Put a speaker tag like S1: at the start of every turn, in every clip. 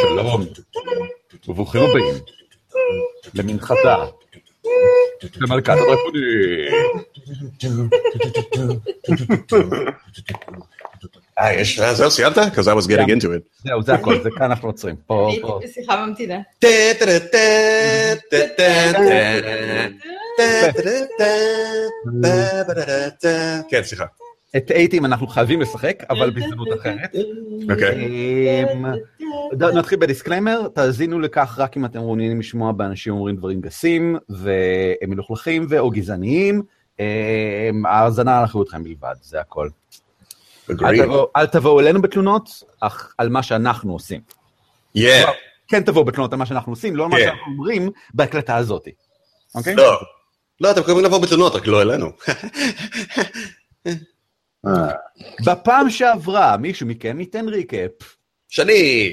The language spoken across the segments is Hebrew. S1: שלום, וברוכים הבאים למנחתה למלכת הרפונים.
S2: אה, יש, אה, זהו, סיימת? Because I was getting into it.
S1: זהו, זה הכל, זה כאן אנחנו עוצרים. פה,
S3: הייתי
S1: פה.
S3: בשיחה ממתינה.
S2: כן, סליחה.
S1: את אייטים אנחנו חייבים לשחק, אבל בהזדמנות אחרת.
S2: אוקיי.
S1: אמ, ד- נתחיל בדיסקליימר, תאזינו לכך רק אם אתם מעוניינים לשמוע באנשים אומרים דברים גסים ומלוכלכים ו/או גזעניים. אמ, ההאזנה על אחריותכם בלבד, זה הכל. אל
S2: Agreed.
S1: תבואו- אל תבואו אלינו בתלונות, אך על מה שאנחנו עושים.
S2: Yeah.
S1: כן תבואו בתלונות על מה שאנחנו עושים, לא על מה
S2: כן.
S1: שאנחנו אומרים בהקלטה הזאת. אוקיי?
S2: לא. לא, אתם יכולים לבוא בתלונות, רק לא אלינו.
S4: אה,
S1: בפעם שעברה מישהו מכם ייתן ריקאפ.
S2: שני!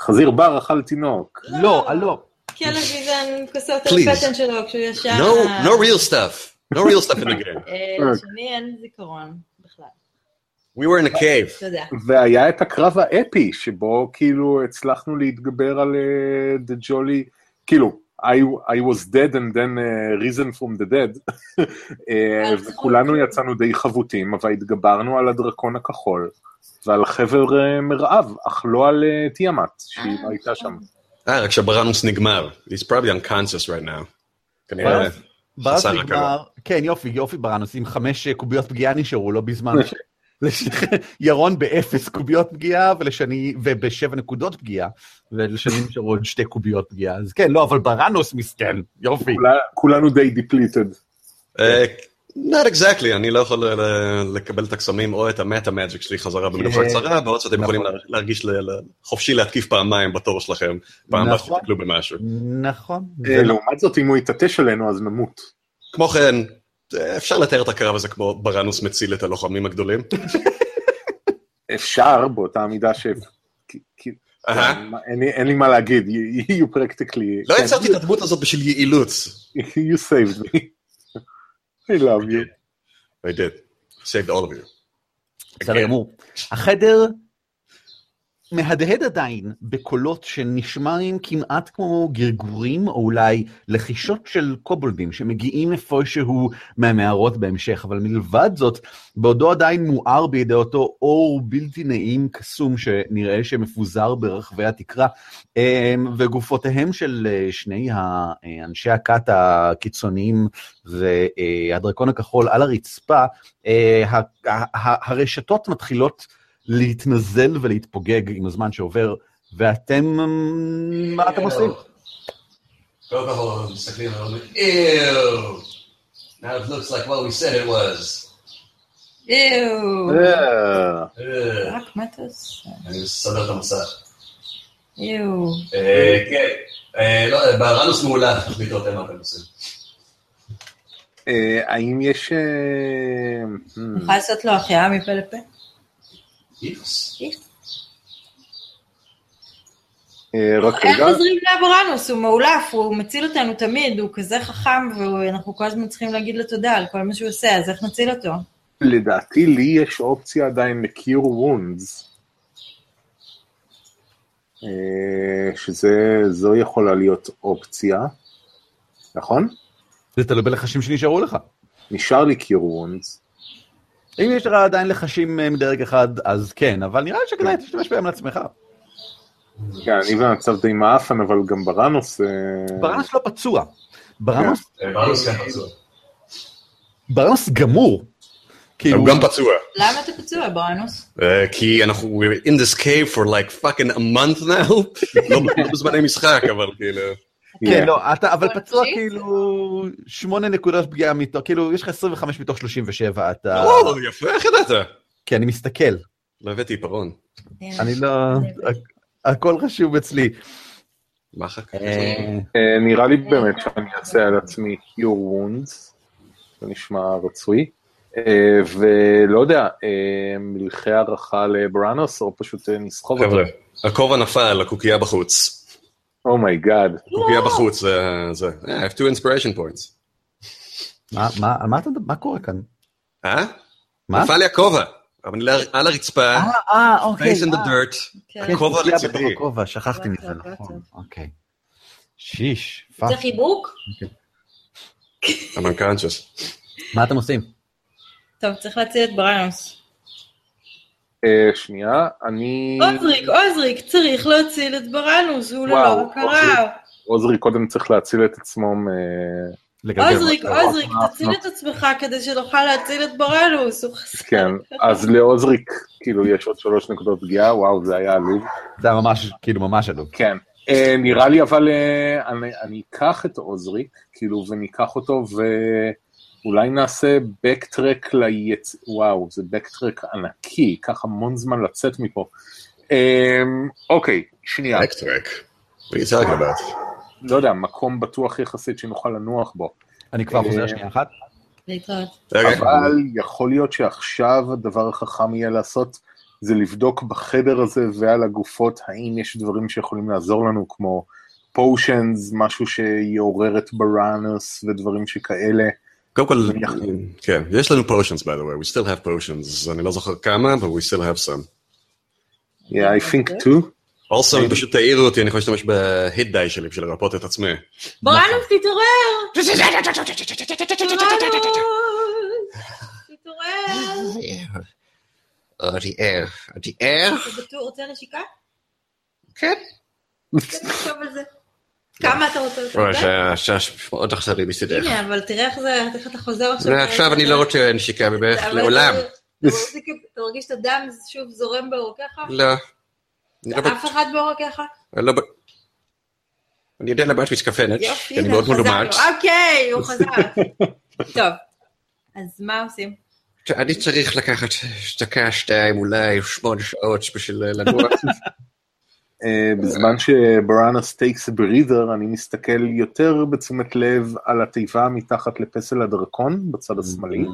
S4: חזיר בר אכל תינוק.
S1: לא, אה, לא.
S3: כן, לויזן כוסות על
S2: Please.
S3: פטן שלו כשהוא ישר...
S2: No, no real stuff. No real stuff in the game.
S3: אה, לשני אין זיכרון בכלל.
S2: We were in a cave.
S3: תודה.
S4: והיה את הקרב האפי, שבו כאילו הצלחנו להתגבר על אה, The Jolly, כאילו, I, I was dead and then uh, risen from the dead, אה, וכולנו יצאנו די חבוטים, אבל התגברנו על הדרקון הכחול ועל חבר אה, מרעב, אך לא על אה, תיאמת, שהיא לא הייתה שם.
S2: אה, רק שבראנוס נגמר. He's probably unconscious right now. כנראה.
S1: ברנס- ברנס
S2: אה, חסר
S1: נגמר, כן יופי, יופי ברנס, עם חמש אה, קוביות פגיעה נשארו לו בזמן ש... לש- ירון באפס קוביות פגיעה ולשני, ובשבע נקודות פגיעה, ולשני נשארו עוד שתי קוביות פגיעה, אז כן, לא, אבל ברנוס מסכן, יופי.
S4: כולה- כולנו די depleted.
S2: אה, Not exactly, אני לא יכול אה, ל- לקבל את הקסמים או את המטה מג'יק שלי חזרה במנוחה
S1: כן.
S2: קצרה, בעוד שאתם יכולים
S1: נכון.
S2: לה- להרגיש ל- ל- חופשי להתקיף פעמיים בתור שלכם, פעם אחת
S1: נכון.
S2: שתקלו במשהו.
S1: נכון.
S4: אה, לעומת זאת, אם הוא יתעטש עלינו, אז נמות.
S2: כמו כן, אה, אפשר לתאר את הקרב הזה כמו ברנוס מציל את הלוחמים הגדולים.
S4: אפשר, באותה מידה ש... כי- כי-
S2: אהה.
S4: מה- אין לי- אין לי מה להגיד, you you practically...
S2: לא
S4: כן,
S2: יצרתי את הדמות הזאת בשביל יעילות.
S4: You saved me. I love you.
S2: I did. saved all of you.
S1: בסדר גמור. החדר מהדהד עדיין בקולות שנשמעים כמעט כמו גרגורים, או אולי לחישות של קובולדים שמגיעים איפשהו מהמערות בהמשך, אבל מלבד זאת, בעודו עדיין מואר בידי אותו אור בלתי נעים קסום שנראה שמפוזר ברחבי התקרה, אמ, וגופותיהם של אה, שני ה- אה, אנשי הכת הקיצוניים והדרקון הכחול על הרצפה, אה, ה- ה- ה- הרשתות מתחילות להתנזל ולהתפוגג עם הזמן שעובר, ואתם, אמ, מה אתם עושים?
S5: Go go home, Sakina. Ew. Now it looks like what we said it was.
S3: איו.
S4: אה,
S5: Ugh.
S3: רק מה אתה עושה?
S5: אני מסדר את המסך.
S3: איו.
S5: אה, כן. אה, לא יודע, בארנוס מעולה, תחליטו אתם מה אתם עושים.
S4: אה, האם יש... אה, hmm,
S3: נוכל לעשות לו החייאה מפה לפה?
S5: איפס.
S4: אה, רק
S3: איך
S4: רגע,
S3: חוזרים לאברנוס? הוא מאולף, הוא מציל אותנו תמיד, הוא כזה חכם, ואנחנו כל הזמן צריכים להגיד לו תודה על כל מה שהוא עושה, אז איך נציל אותו?
S4: לדעתי לי יש אופציה עדיין ל-cure wounds. אה, שזה, זו יכולה להיות אופציה, נכון?
S1: זה תלוי בלחשים שנשארו לך.
S4: נשאר לי cure wounds.
S1: אם יש לך עדיין לחשים אה, מדרג אחד, אז כן, אבל נראה לי שכדאי תשתמש בהם לעצמך.
S4: כן, אני במצב די מעפן, אבל גם בראנוס... אה,
S1: ברנוס לא פצוע. ברנוס,
S5: אה, בארנוס כן פצוע.
S1: ברנוס גמור. כאילו,
S2: הוא גם פצוע.
S3: למה אתה פצוע, אברנוס?
S2: אה, כי אנחנו we're in this cave for like fucking a month now. לא לא בזמני משחק, אבל כאילו...
S1: כן,
S4: כן.
S1: לא, אתה, אבל
S3: כל
S1: פצוע
S3: שיט?
S1: כאילו שמונה נקודות פגיעה מתוך, כאילו, יש לך 25 מתוך 37, אתה...
S2: וואו, יפה, איך ידעת?
S1: כי אני מסתכל,
S2: לא הבאתי עיפרון.
S1: אני לא... הכ- הכל חשוב אצלי.
S2: מה חכה?
S1: אה,
S4: אה, נראה לי באמת שאני אעשה על עצמי cure wounds, זה נשמע רצוי. אה, ולא יודע, אה, מלכי הערכה לבראנוס, או פשוט אה, נסחוב אותו.
S2: חבר'ה, הכובע נפל, הקוקייה בחוץ.
S4: Oh אומייגאד.
S1: לא!
S2: הקוקייה בחוץ, זה- זה... אה, I have two inspiration points.
S1: מה- מה- על מה אתה- מה קורה כאן?
S2: אה?
S1: מה?
S2: נפל לי הכובע. אבל אני ל- על הרצפה,
S1: אה, אה, אוקיי.
S2: face in the
S1: אה.
S2: dirt,
S3: כן.
S1: כן,
S2: הכובע
S1: תופיע
S2: לצידי.
S1: בתוך הכובע, שכחתי
S3: רק
S1: מזה,
S3: טוב, רק
S1: נכון.
S3: טוב.
S1: אוקיי. שיש,
S2: כן.
S1: פאק.
S3: זה חיבוק?
S2: I'm unconscious.
S1: מה אתם עושים?
S3: טוב, צריך להציל את בריינוס.
S4: אה, שנייה, אני...
S3: עוזריק, עוזריק, צריך להציל את בריינוס, הוא ללא
S4: וואו,
S3: הכרה.
S4: עוזרי קודם צריך להציל את אה, עצמו מ...
S1: לגלגל.
S3: עוזריק,
S4: אוקיי,
S3: עוזריק,
S4: אוקיי.
S3: תציל את עצמך כדי שנוכל להציל את בריינוס, הוא חסר.
S4: כן, אז לעוזריק, כאילו, יש עוד שלוש נקודות פגיעה, וואו, זה היה עלוב.
S1: זה היה ממש, כאילו, ממש עלוב.
S4: כן. אה, נראה לי אבל אה, אני, אני אקח את עוזריק, כאילו, וניקח אותו, ואולי נעשה בקטרק ליצ... וואו, זה בקטרק ענקי, ייקח המון זמן לצאת מפה. אה, אוקיי, שנייה,
S2: Backtrack. What are you talking about?
S4: לא יודע, מקום בטוח יחסית שנוכל לנוח בו,
S1: אני כבר חוזר
S4: אה,
S1: שנייה אחת.
S3: להתראות.
S2: Okay.
S4: אבל יכול להיות שעכשיו הדבר החכם יהיה לעשות, זה לבדוק בחדר הזה ועל הגופות, האם יש דברים שיכולים לעזור לנו, כמו פושנס, משהו שיעורר את בראנוס ודברים שכאלה.
S2: קודם כל,
S4: נניח.
S2: כן, יש לנו potions, by the way, we still have potions, אני לא זוכר כמה, but we still have some.
S4: Yeah, I think too.
S2: Also, אם פשוט תעירו אותי, אני יכול להשתמש בהיט די שלי בשביל לרפות את עצמי.
S3: בריינוס, תתעורר! בריינוס! תתעורר!
S2: אריאר, אריאר?
S3: אתה בטוח רוצה נשיקה?
S2: כן.
S3: תן לחשוב על זה. כמה אתה רוצה יותר
S2: אוקיי.
S3: מדי?
S2: שמאוד אכזרי מסתדר.
S3: הנה, אבל תראה איך זה, איך אתה חוזר עכשיו.
S2: ועכשיו אני לא רוצה נשיקה ממך
S3: אבל אתה-
S2: לעולם.
S3: אתה מרגיש- אתה מרגיש את הדם שוב זורם בעורקיך?
S2: לא. אני לא
S3: אף אחד בעורקיך?
S2: אני לא... אני יודע לבית מתכוונת, כי
S3: יופי,
S2: אני
S3: הנה,
S2: מאוד
S3: חזר לו.
S2: מלומד.
S3: אוקיי, הוא חזר. טוב, אז מה עושים?
S2: אני צריך לקחת דקה, שתיים, אולי שמונה שעות בשביל לנוח.
S4: אה, בזמן שבראנוס טייקס ברידר, אני מסתכל יותר בתשומת לב על התיבה מתחת לפסל הדרקון, בצד השמאלי,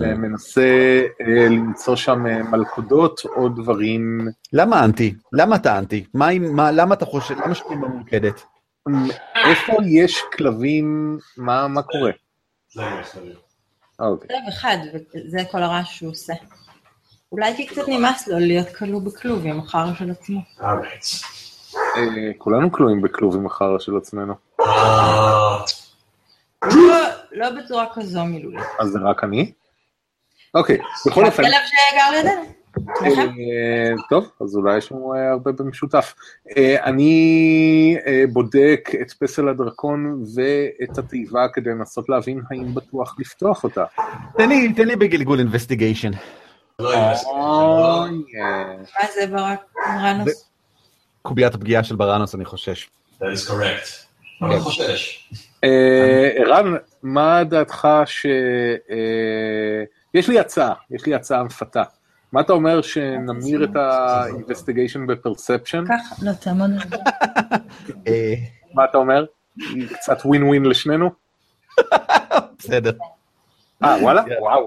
S4: ומנסה אה, למצוא שם אה, מלכודות או דברים
S1: למה אנטי? למה אתה אנטי? מה אם- מה- למה אתה חושב? למה שאתה ממוקדת?
S4: איפה יש כלבים, מה, מה קורה? אה, אוקיי.
S3: כלב אחד, וזה כל הרעש שהוא עושה. אולי כי קצת נמאס לו להיות כלוא בכלוב עם החרא של עצמו.
S5: All right.
S4: אה, כולנו כלואים בכלוב עם החרא של עצמנו,
S5: Uh,
S3: לא- לא בצורה כזו מילולית.
S4: אז זה רק אני? אוקיי, בכל אופן,
S3: הכלב שגר לידינו. נכון?
S4: אה, טוב, אז אולי יש לנו אה, הרבה במשותף. אה, אני אה, בודק את פסל הדרקון ואת התיבה כדי לנסות להבין האם בטוח לפתוח אותה.
S1: תן לי, תן לי בגלגול אינסטיגיישן.
S5: לא
S4: Uh,
S5: investigation, לא.
S4: אוי, אה,
S3: מה זה ברק? רנוס?
S1: קוביית הפגיעה של בראנוס, אני חושש.
S5: That is correct. אבל חושש.
S4: אה, ערן, מה דעתך ש... אה, יש לי הצעה, יש לי הצעה מפתה. מה אתה אומר שנמיר את ה-investigation בפרספשן?
S3: ככה, לא, תעמוד על זה.
S1: אה,
S4: מה אתה אומר? קצת ווין ווין לשנינו?
S1: בסדר.
S4: אה, וואלה? וואו.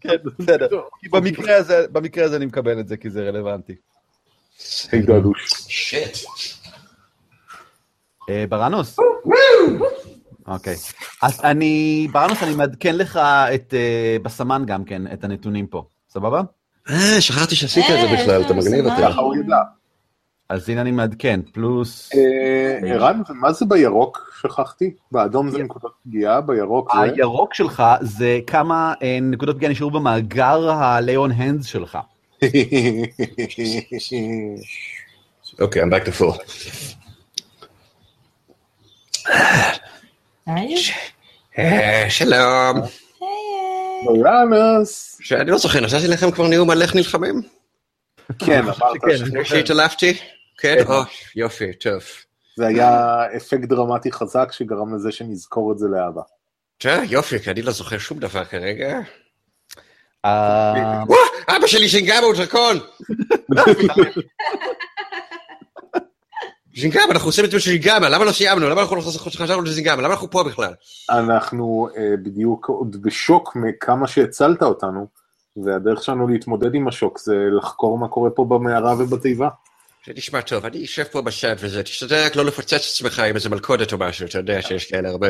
S1: כן, בסדר. כי במקרה הזה, במקרה הזה אני מקבל את זה, כי זה רלוונטי.
S4: היי דדוש.
S5: שיט.
S1: אה, בראנוס? אוקיי. אז אני, בראנוס, אני מעדכן לך את, אה, בסמן גם כן, את הנתונים פה. סבבה?
S2: אה, שכחתי שעשית את
S3: אה,
S2: זה בכלל,
S3: יש
S2: אתה
S3: לנו
S2: מגניב
S3: סימן.
S2: אותי.
S4: ככה הוא ידע.
S1: אז הנה אני מעדכן, פלוס...
S4: אה, ערן, מה זה בירוק? שכחתי. באדום זה נקודות פגיעה, בירוק אה, זה...
S1: הירוק שלך זה כמה אה, נקודות פגיעה נשארו במאגר הליאון הנדס שלך.
S2: אוקיי, I'm back to full.
S3: היי,
S2: אה, שלום.
S3: אה, היי.
S4: בראנוס.
S2: שאני לא זוכר, נתתי לכם כבר נאום על איך נלחמים?
S4: כן, אמרת
S1: שכן.
S4: שזה-
S2: אחרי שהתעלפתי? כן? או, יופי, טוב.
S4: זה היה אפקט דרמטי חזק שגרם לזה שנזכור את זה להבא.
S2: טוב, יופי, כי אני לא זוכר שום דבר כרגע.
S1: אה,
S2: וואה, אבא שלי שינגאבה הוא דרקון! זינגאבה, אנחנו עושים את זה זינגאבה, למה לא סיימנו? למה אנחנו לא חזרנו לזינגאבה? למה אנחנו פה בכלל?
S4: אנחנו אה, בדיוק עוד בשוק מכמה שהצלת אותנו, והדרך שלנו להתמודד עם השוק זה לחקור מה קורה פה במערה ובתיבה.
S2: זה נשמע טוב, אני אשב פה בשד וזה, תשתדל לא לפוצץ את עצמך עם איזה מלכודת או משהו, אתה יודע שיש כאלה הרבה.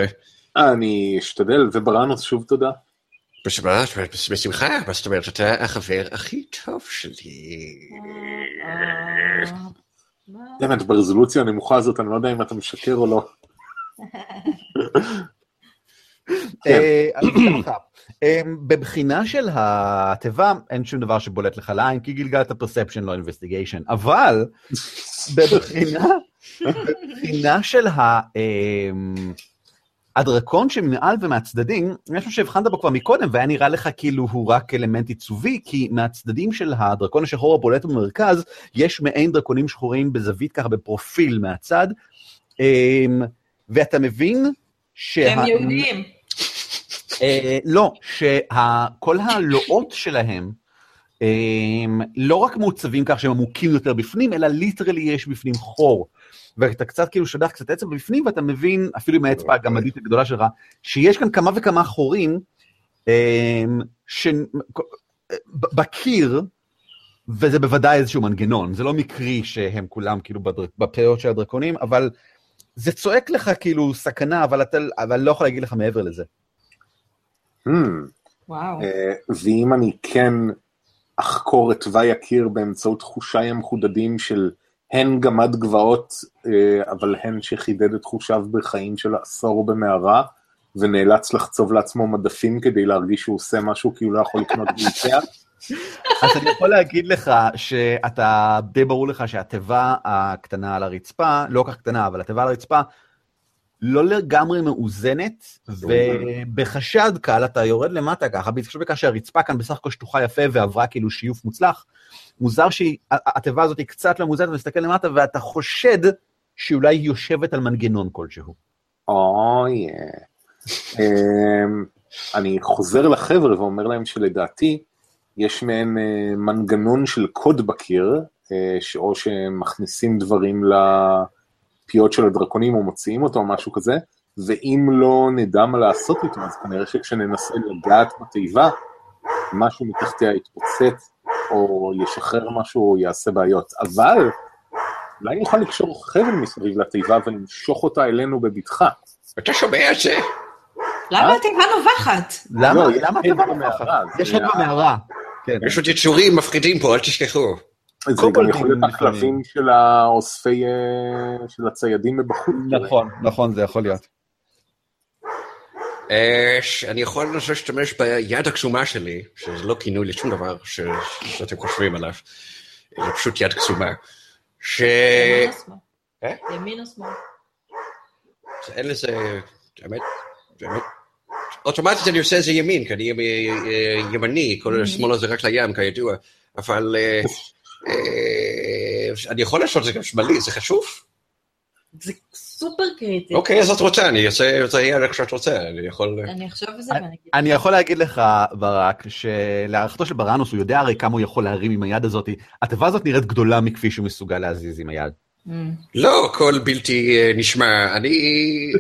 S4: אני אשתדל, ובראנוס שוב תודה.
S2: בשמחה, בשמחה, מה זאת אומרת, אתה החבר הכי טוב שלי.
S3: אה.
S4: באמת, ברזולוציה הנמוכה הזאת, אני לא יודע אם אתה משקר או לא.
S1: אה, אז ככה, אה, בבחינה של התיבה, אין שום דבר שבולט לך לעין, כי גלגלת perception, לא investigation, אבל בבחינה, בבחינה של ה... אה, הדרקון שמעל ומהצדדים, משהו שהבחנת בו כבר מקודם, והיה נראה לך כאילו הוא רק אלמנט עיצובי, כי מהצדדים של הדרקון השחור הבולט במרכז, יש מעין דרקונים שחורים בזווית ככה בפרופיל מהצד, אמ, ואתה מבין שה...
S3: הם יהודים.
S1: אה, לא, שכל הלואות שלהם, אמ, לא רק מעוצבים כך שהם עמוקים יותר בפנים, אלא ליטרלי יש בפנים חור. ואתה קצת כאילו שולח קצת עצם בפנים, ואתה מבין, אפילו עם האצבע הגמדית הגדולה שלך, שיש כאן כמה וכמה חורים אמ, ש... אה, ב- בקיר, וזה בוודאי איזשהו מנגנון, זה לא מקרי שהם כולם כאילו בדר- בפאות של הדרקונים, אבל זה צועק לך כאילו סכנה, אבל אתה אבל לא יכול להגיד לך מעבר לזה.
S4: Hmm.
S3: וואו.
S4: אה, ואם אני כן אחקור את תוואי הקיר באמצעות חושיי המחודדים של הן גמד גבעות, אה, אבל הן שחידד את חושיו בחיים של עשור במערה, ונאלץ לחצוב לעצמו מדפים כדי להרגיש שהוא עושה משהו כי הוא לא יכול לקנות באיקאה,
S1: אז אני יכול להגיד לך שאתה, די ברור לך שהתיבה הקטנה על הרצפה, לא כל כך קטנה, אבל התיבה על הרצפה, לא לגמרי מאוזנת, ובחשד קל אתה יורד למטה ככה, בהתחשב בכך שהרצפה כאן בסך הכל שטוחה יפה ועברה כאילו שיוף מוצלח. מוזר שהתיבה הזאת היא קצת לא מאוזנת, ומסתכל למטה ואתה חושד שאולי היא יושבת על מנגנון כלשהו.
S4: אוי, אה. אמ, אני חוזר לחבר'ה ואומר להם שלדעתי יש מהם אה, מנגנון של קוד בקיר, אה, שאו שמכניסים דברים לפיות של הדרקונים או מוציאים אותו או משהו כזה, ואם לא נדע מה לעשות איתו, אז כנראה שכשננסה לגעת בתיבה, משהו מתחתיה יתפוצץ, או ישחרר משהו, או יעשה בעיות. אבל אולי נוכל לקשור חבל מסביב לתיבה ולמשוך אותה אלינו בבטחה.
S2: אתה שומע את זה?
S3: למה אתם כאן נובחת?
S1: למה
S4: לא, יש
S1: למה
S4: הד
S1: התיבה
S4: במערה,
S1: במערה?
S4: זה
S1: יש הד
S4: ה-
S1: במערה. כן.
S2: יש עוד יצורים מפחידים פה, אל תשכחו.
S4: זה גם
S1: קובלדים
S4: יכול להיות
S1: לפעמים.
S4: הכלבים של האוספי, אה, של הציידים מבחוץ.
S1: נכון, נכון, זה יכול להיות.
S2: אה, ש- אני יכול לנסות להשתמש ביד הקסומה שלי, שזה לא כינוי לשום דבר ש- שאתם חושבים עליו, זה פשוט יד קסומה. ש...
S3: ימין או שמאל?
S2: אה?
S3: ימין או שמאל?
S2: אין לזה, האמת, האמת, אוטומטית אני עושה את זה ימין, כי אני ימ- אה, ימני, כל השמאלה זה רק לים, כידוע, אבל אה, אה, אני יכול לעשות את זה גם שמאלי, זה חשוב?
S3: זה סופר קריטי.
S2: אוקיי, אז את רוצה, אני אעשה את זה יהיה איך שאת רוצה, אני יכול... אה,
S3: אני אחשוב על זה ואני אגיד.
S1: אני יכול להגיד לך, ברק, שלהערכתו של בראנוס, הוא יודע הרי כמה הוא יכול להרים עם היד הזאת. התיבה הזאת נראית גדולה מכפי שהוא מסוגל להזיז עם היד.
S3: אמ,
S2: לא קול בלתי אה, נשמע, אני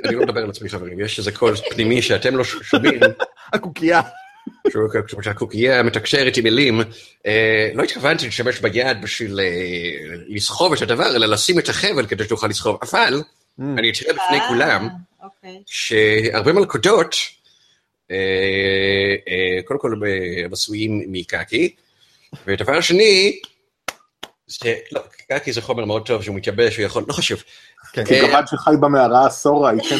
S2: אני לא מדבר על עצמי חברים, יש איזה קול פנימי שאתם לא שומעים,
S1: הקוקייה.
S2: שהוא כ- כמו שהקוקייה מתקשרת עם מילים. אה, לא התכוונתי להשתמש ביד בשביל אה, לסחוב את הדבר, אלא לשים את החבל כדי שתוכל לסחוב, אבל אני אתראה בפני כולם
S3: אה, אוקיי.
S2: שהרבה מלכודות, אה, אה, קודם כל אה, הם עשויים מקקי, ודבר שני, זה, לא, קקי זה חומר מאוד טוב שהוא מתייבש, הוא יכול, לא חשוב.
S1: כן.
S4: כי
S2: אה,
S4: גמד שחי במערה עשור, הייתם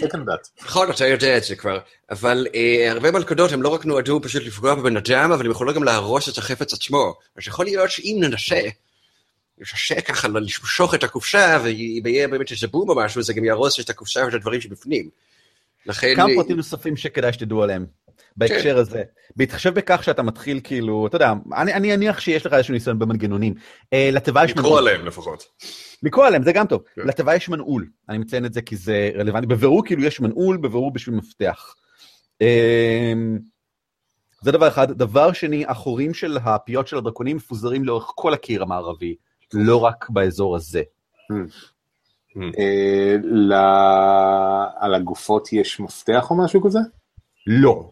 S4: סקנדאט.
S2: נכון, אתה יודע את זה כבר, אבל אה, הרבה מלכודות הם לא רק נועדו פשוט לפגוע בבן אדם, אבל הם יכולים גם להרוס את החפץ עצמו. אז יכול להיות שאם ננסה, ננסה ככה למשוך את הקופשה, ויהיה באמת איזה בום או משהו, זה גם יהרוס את הקופשה ואת הדברים שבפנים. לכן...
S1: כמה
S2: אה,
S1: פרטים נוספים שכדאי שתדעו עליהם, בהקשר הזה. בהתחשב בכך שאתה מתחיל כאילו, אתה יודע, אני אני אניח שיש לך איזשהו ניסיון במנגנונים. אה, לתיבה יש
S2: לקרוא
S1: מנעול.
S2: עליהם לפחות.
S1: לקרוא עליהם, זה גם טוב.
S2: כן.
S1: לתיבה יש מנעול. אני מציין את זה כי זה רלוונטי. בבירור כאילו יש מנעול, בבירור בשביל מפתח. אמ, זה דבר אחד. דבר שני, החורים של הפיות של הדרקונים מפוזרים לאורך כל הקיר המערבי, לא רק באזור הזה.
S4: אה, ל- על הגופות יש מפתח או משהו כזה?
S1: לא.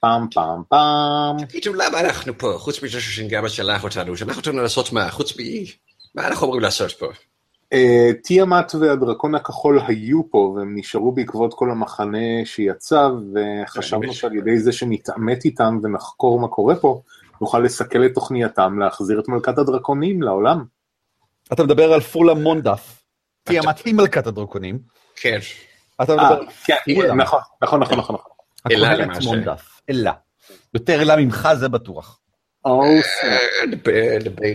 S4: פעם פעם פעם.
S2: פתאום למה אנחנו פה, חוץ מזה ששינגמה שלח אותנו, שלח אותנו לעשות מה, חוץ מ... מה אנחנו אמורים לעשות פה?
S4: אה, תיאמת והדרקון הכחול היו פה, והם נשארו בעקבות כל המחנה שיצא,
S1: כן,
S4: וחשבנו שעל ידי זה שנתעמת איתם ונחקור מה קורה פה, נוכל לסכל את תוכנייתם להחזיר את מלכת הדרקונים לעולם.
S1: אתה מדבר על פולה מונדף. תיאמת היא מלכת הדרקונים.
S2: כן.
S1: אתה
S4: אה,
S1: מדבר על
S4: כן,
S1: פולה.
S4: נכון, נכון, נכון, נכון. נכון.
S2: אלה
S1: הכהנת
S2: למעשה.
S1: מונדף. אלה. יותר אלה ממך זה בטוח.
S4: או,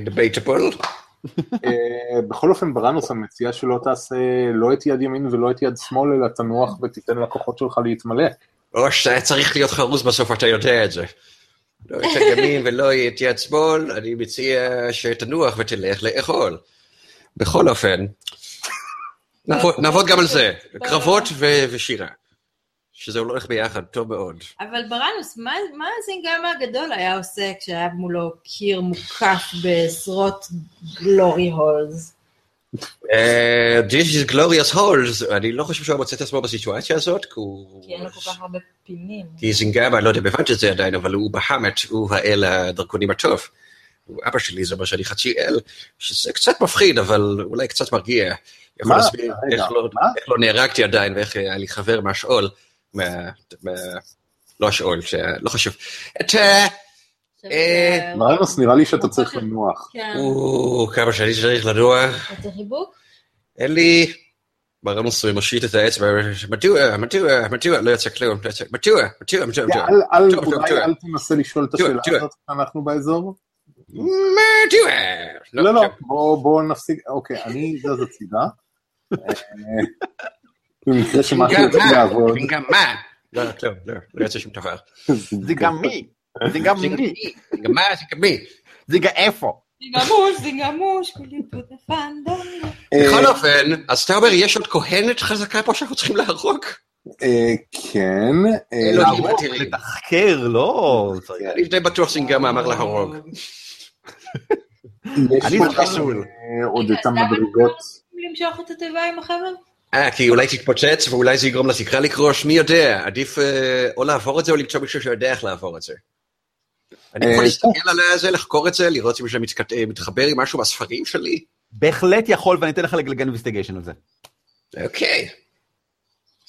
S2: דבייטבול.
S4: אה, בכל אופן, ברנוס, אני מציע שלא תעשה לא את יד ימין ולא את יד שמאל, אלא תנוח ותיתן לכוחות שלך להתמלא.
S2: או שאתה היה צריך להיות חרוז בסוף, אתה יודע את זה. לא את יד ימין ולא את יד שמאל, אני מציע שתנוח ותלך לאכול. בכל אופן, נעבוד- נעבוד גם על זה, קרבות ו- ושירה. שזה הולך ביחד, טוב מאוד.
S3: אבל ברנוס, מה, מה זינגמה הגדול היה עושה כשהיה מולו קיר מוקף בעשרות גלורי הולס?
S2: אה, This is glorious holes, אני לא חושב שהוא היה מוצא את עצמו בסיטואציה הזאת, כי הוא...
S3: כי אין לו כל כך הרבה פינים.
S2: כי זינגאבה, לא יודע אם הבנת את זה עדיין, אבל הוא בהאמת, הוא האל הדרקונים הטוב. הוא אבא שלי, זה אומר שאני חצי אל, שזה קצת מפחיד, אבל אולי קצת מרגיע. יכול
S4: מה?
S2: להסביר
S4: רגע,
S2: איך לא-
S4: מה?
S2: איך לא נהרגתי עדיין, ואיך היה לי חבר מהשאול, מה... מה- לא השאול, שה- לא חשוב. את ה... אה,
S4: ברנוס, נראה לי שאתה צריך לנוח.
S3: כן,
S2: או, כמה שאני צריך לנוע,
S3: רוצה חיבוק?
S2: אין לי... ברנוס מושיט את האצבע, אה, מדוע, מדוע, מדוע, לא יצא כלום, לא יצא, מדוע, מדוע, מדוע, מדוע.
S4: אל- אל-
S2: טוב, טוב,
S4: אולי
S2: טוב.
S4: אל תנסה לשאול את
S2: תראה,
S4: השאלה
S2: תראה.
S4: הזאת כשאנחנו באזור?
S2: מדוע.
S4: לא, לא,
S2: כן.
S4: בוא- בואו נפסיק, אוקיי, אני זז הצידה. אה, במקרה
S2: כן,
S4: שמשהו יוצא לעבוד.
S2: זה גם מה? לא, לא, כלום, לא, לא יוצא שום דבר.
S1: זה גם מי. זה גם
S2: זה גם
S1: מי.
S2: מי, זה גם מה, זה גם מי.
S1: זה גם איפה.
S3: זינגמוש, זינגמוש, כולי פוטה פנדנדה.
S4: אה,
S2: בכל אופן, אז אתה אומר, יש עוד כהנת חזקה פה שאנחנו צריכים להרוג?
S4: אה, כן. אה,
S2: אלוהים.
S1: להרוג,
S2: תראי.
S1: לתחקר, לא... צריך-
S2: אני די בטוח סינגמה אמר להרוג.
S4: יש
S1: אני
S4: פה
S1: זוכר
S4: גם,
S2: סול.
S4: אה, עוד
S3: רגע,
S4: את
S3: אז למה
S4: המדרגות.
S3: למשוך את התיבה עם החבל?
S2: אה, כי אולי תתפוצץ ואולי זה יגרום לתקרה לקרוש, מי יודע? עדיף אה, או לעבור את זה או למצוא מישהו שיודע איך לעבור את זה. אני
S4: אה,
S2: יכול להסתכל על זה, לחקור את זה, לראות אם זה מתכת- אה, מתחבר עם משהו מהספרים שלי?
S1: בהחלט יכול, ואני אתן לך לגלגל אינסטיגיישן על זה.
S2: אוקיי.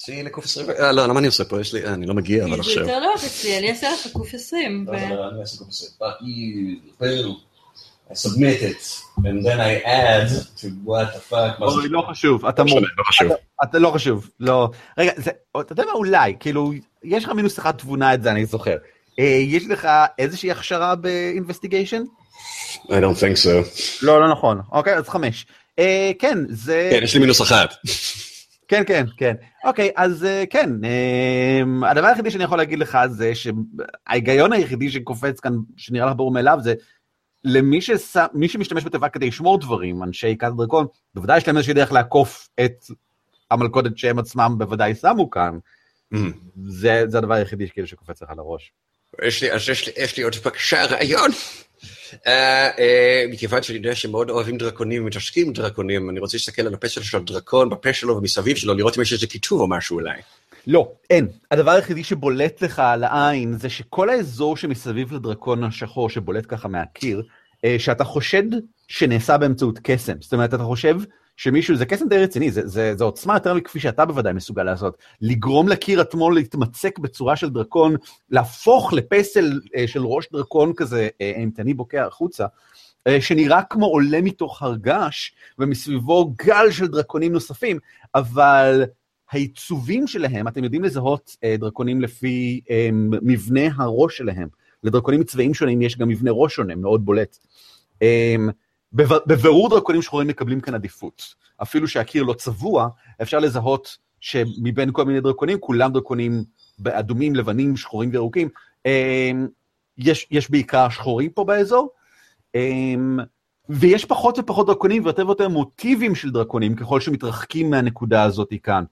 S2: זה לקוף 20... אה, לא, למה אני עושה פה? יש לי... אה, אני לא מגיע, אבל
S3: זה
S2: עכשיו...
S3: יותר לא רק אצלי, אני אעשה לך קוף 20.
S5: No,
S2: לא
S5: no, no, I'm asking for Fuck you. Boom. I submit it. And then I add to what the fuck was
S1: אוי, לא חשוב, אתה מור.
S2: לא חשוב.
S1: אתה לא חשוב, לא. רגע, זה, אתה יודע מה, אולי, כאילו, יש לך מינוס אחד תבונה, את זה אני זוכר. אה, יש לך איזושהי הכשרה באינבסטיגיישן?
S2: I don't think so.
S1: לא, לא נכון. אוקיי, אז חמש. אה, כן, זה...
S2: כן, יש לי מינוס אחת.
S1: כן, כן, כן. אוקיי, אז אה, כן, אה, הדבר היחידי שאני יכול להגיד לך זה שההיגיון היחידי שקופץ כאן, שנראה לך ברור מאליו, זה למי ששם, מי שמשתמש בתיבה כדי לשמור דברים, אנשי כת דרקון, בוודאי יש להם איזושהי דרך לעקוף את המלכודת שהם עצמם בוודאי שמו כאן.
S2: Mm.
S1: זה, זה הדבר היחידי שכאילו שקופץ לך לראש.
S2: יש לי, אז יש לי, יש לי עוד בקשה, רעיון. אה, אה, מכיוון שאני יודע שמאוד אוהבים דרקונים ומתעסקים עם דרקונים, אני רוצה להסתכל על הפה שלו של הדרקון, בפה שלו ומסביב שלו, לראות אם יש איזה כיתוב או משהו אולי.
S1: לא, אין. הדבר היחידי שבולט לך על העין זה שכל האזור שמסביב לדרקון השחור שבולט ככה מהקיר, אה, שאתה חושד שנעשה באמצעות קסם. זאת אומרת, אתה חושב שמישהו, זה קסם די רציני, זה, זה, זה עוצמה יותר מכפי שאתה בוודאי מסוגל לעשות. לגרום לקיר עצמו להתמצק בצורה של דרקון, להפוך לפסל אה, של ראש דרקון כזה אה, אימתני בוקע החוצה. אה, שנראה כמו עולה מתוך הרגש, ומסביבו גל של דרקונים נוספים, אבל העיצובים שלהם, אתם יודעים לזהות אה, דרקונים לפי אה, מבנה הראש שלהם. לדרקונים מצבעים שונים יש גם מבנה ראש שונה, מאוד בולט. אה, בב- בבירור דרקונים שחורים מקבלים כאן עדיפות. אפילו שהקיר לא צבוע, אפשר לזהות שמבין כל מיני דרקונים, כולם דרקונים באדומים, לבנים, שחורים וירוקים. אה, יש, יש בעיקר שחורים פה באזור. אה, ויש פחות ופחות דרקונים ויותר ויותר מוטיבים של דרקונים ככל שמתרחקים מהנקודה הזאת כאן.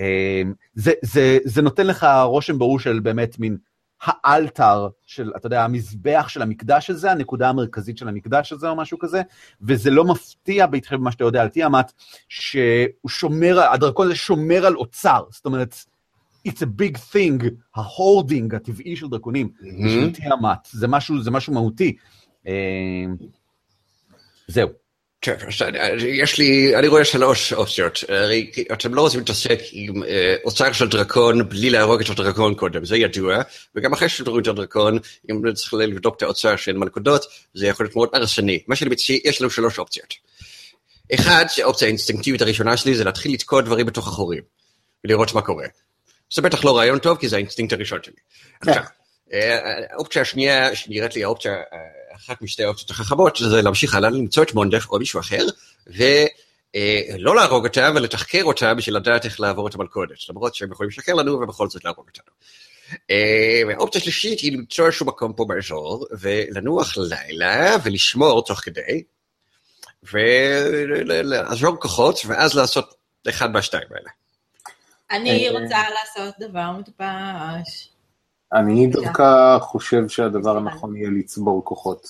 S1: אמ, זה, זה, זה נותן לך רושם ברור של באמת מין האלתר של, אתה יודע, המזבח של המקדש הזה, הנקודה המרכזית של המקדש הזה או משהו כזה, וזה לא מפתיע בהתחשב במה שאתה יודע על תיאמת, שהוא שומר, הדרקון הזה שומר על אוצר, זאת אומרת, it's a big thing, ההורדינג הטבעי של דרקונים,
S2: Mm-hmm.
S1: של תיאמת, זה משהו, זה משהו מהותי. אמ, זהו.
S2: טוב, כן, אז יש לי, אני רואה שלוש אופציות. הרי אתם לא רוצים להתעסק עם אה, אוצר של דרקון בלי להרוג את הדרקון קודם, זה ידוע. וגם אחרי שתורידו את הדרקון, אם צריך לבדוק את האוצר של מלכודות, זה יכול להיות מאוד הרסני. מה שאני מציע, יש לנו שלוש אופציות. אחד, שהאופציה האינסטינקטיבית הראשונה שלי זה להתחיל לתקוע דברים בתוך החורים, ולראות מה קורה. זה בטח לא רעיון טוב, כי זה האינסטינקט הראשון שלי. עכשיו, אה, האופציה השנייה, שנראית לי האופציה, אה, אחת משתי האופציות החכמות, זה להמשיך הלאה למצוא את מונדף או מישהו אחר, ולא להרוג אותם, ולתחקר אותם בשביל לדעת איך לעבור את המלכודת, למרות שהם יכולים לשקר לנו ובכל זאת להרוג אותנו. אה, והאופציה השלישית היא למצוא איזשהו מקום פה באזור, ולנוח לילה, ולשמור תוך כדי, ולעזור כוחות, ואז לעשות אחד מהשתיים האלה.
S3: אני רוצה לעשות דבר מטופש.
S4: אני דווקא חושב שהדבר הנכון יהיה לצבור כוחות.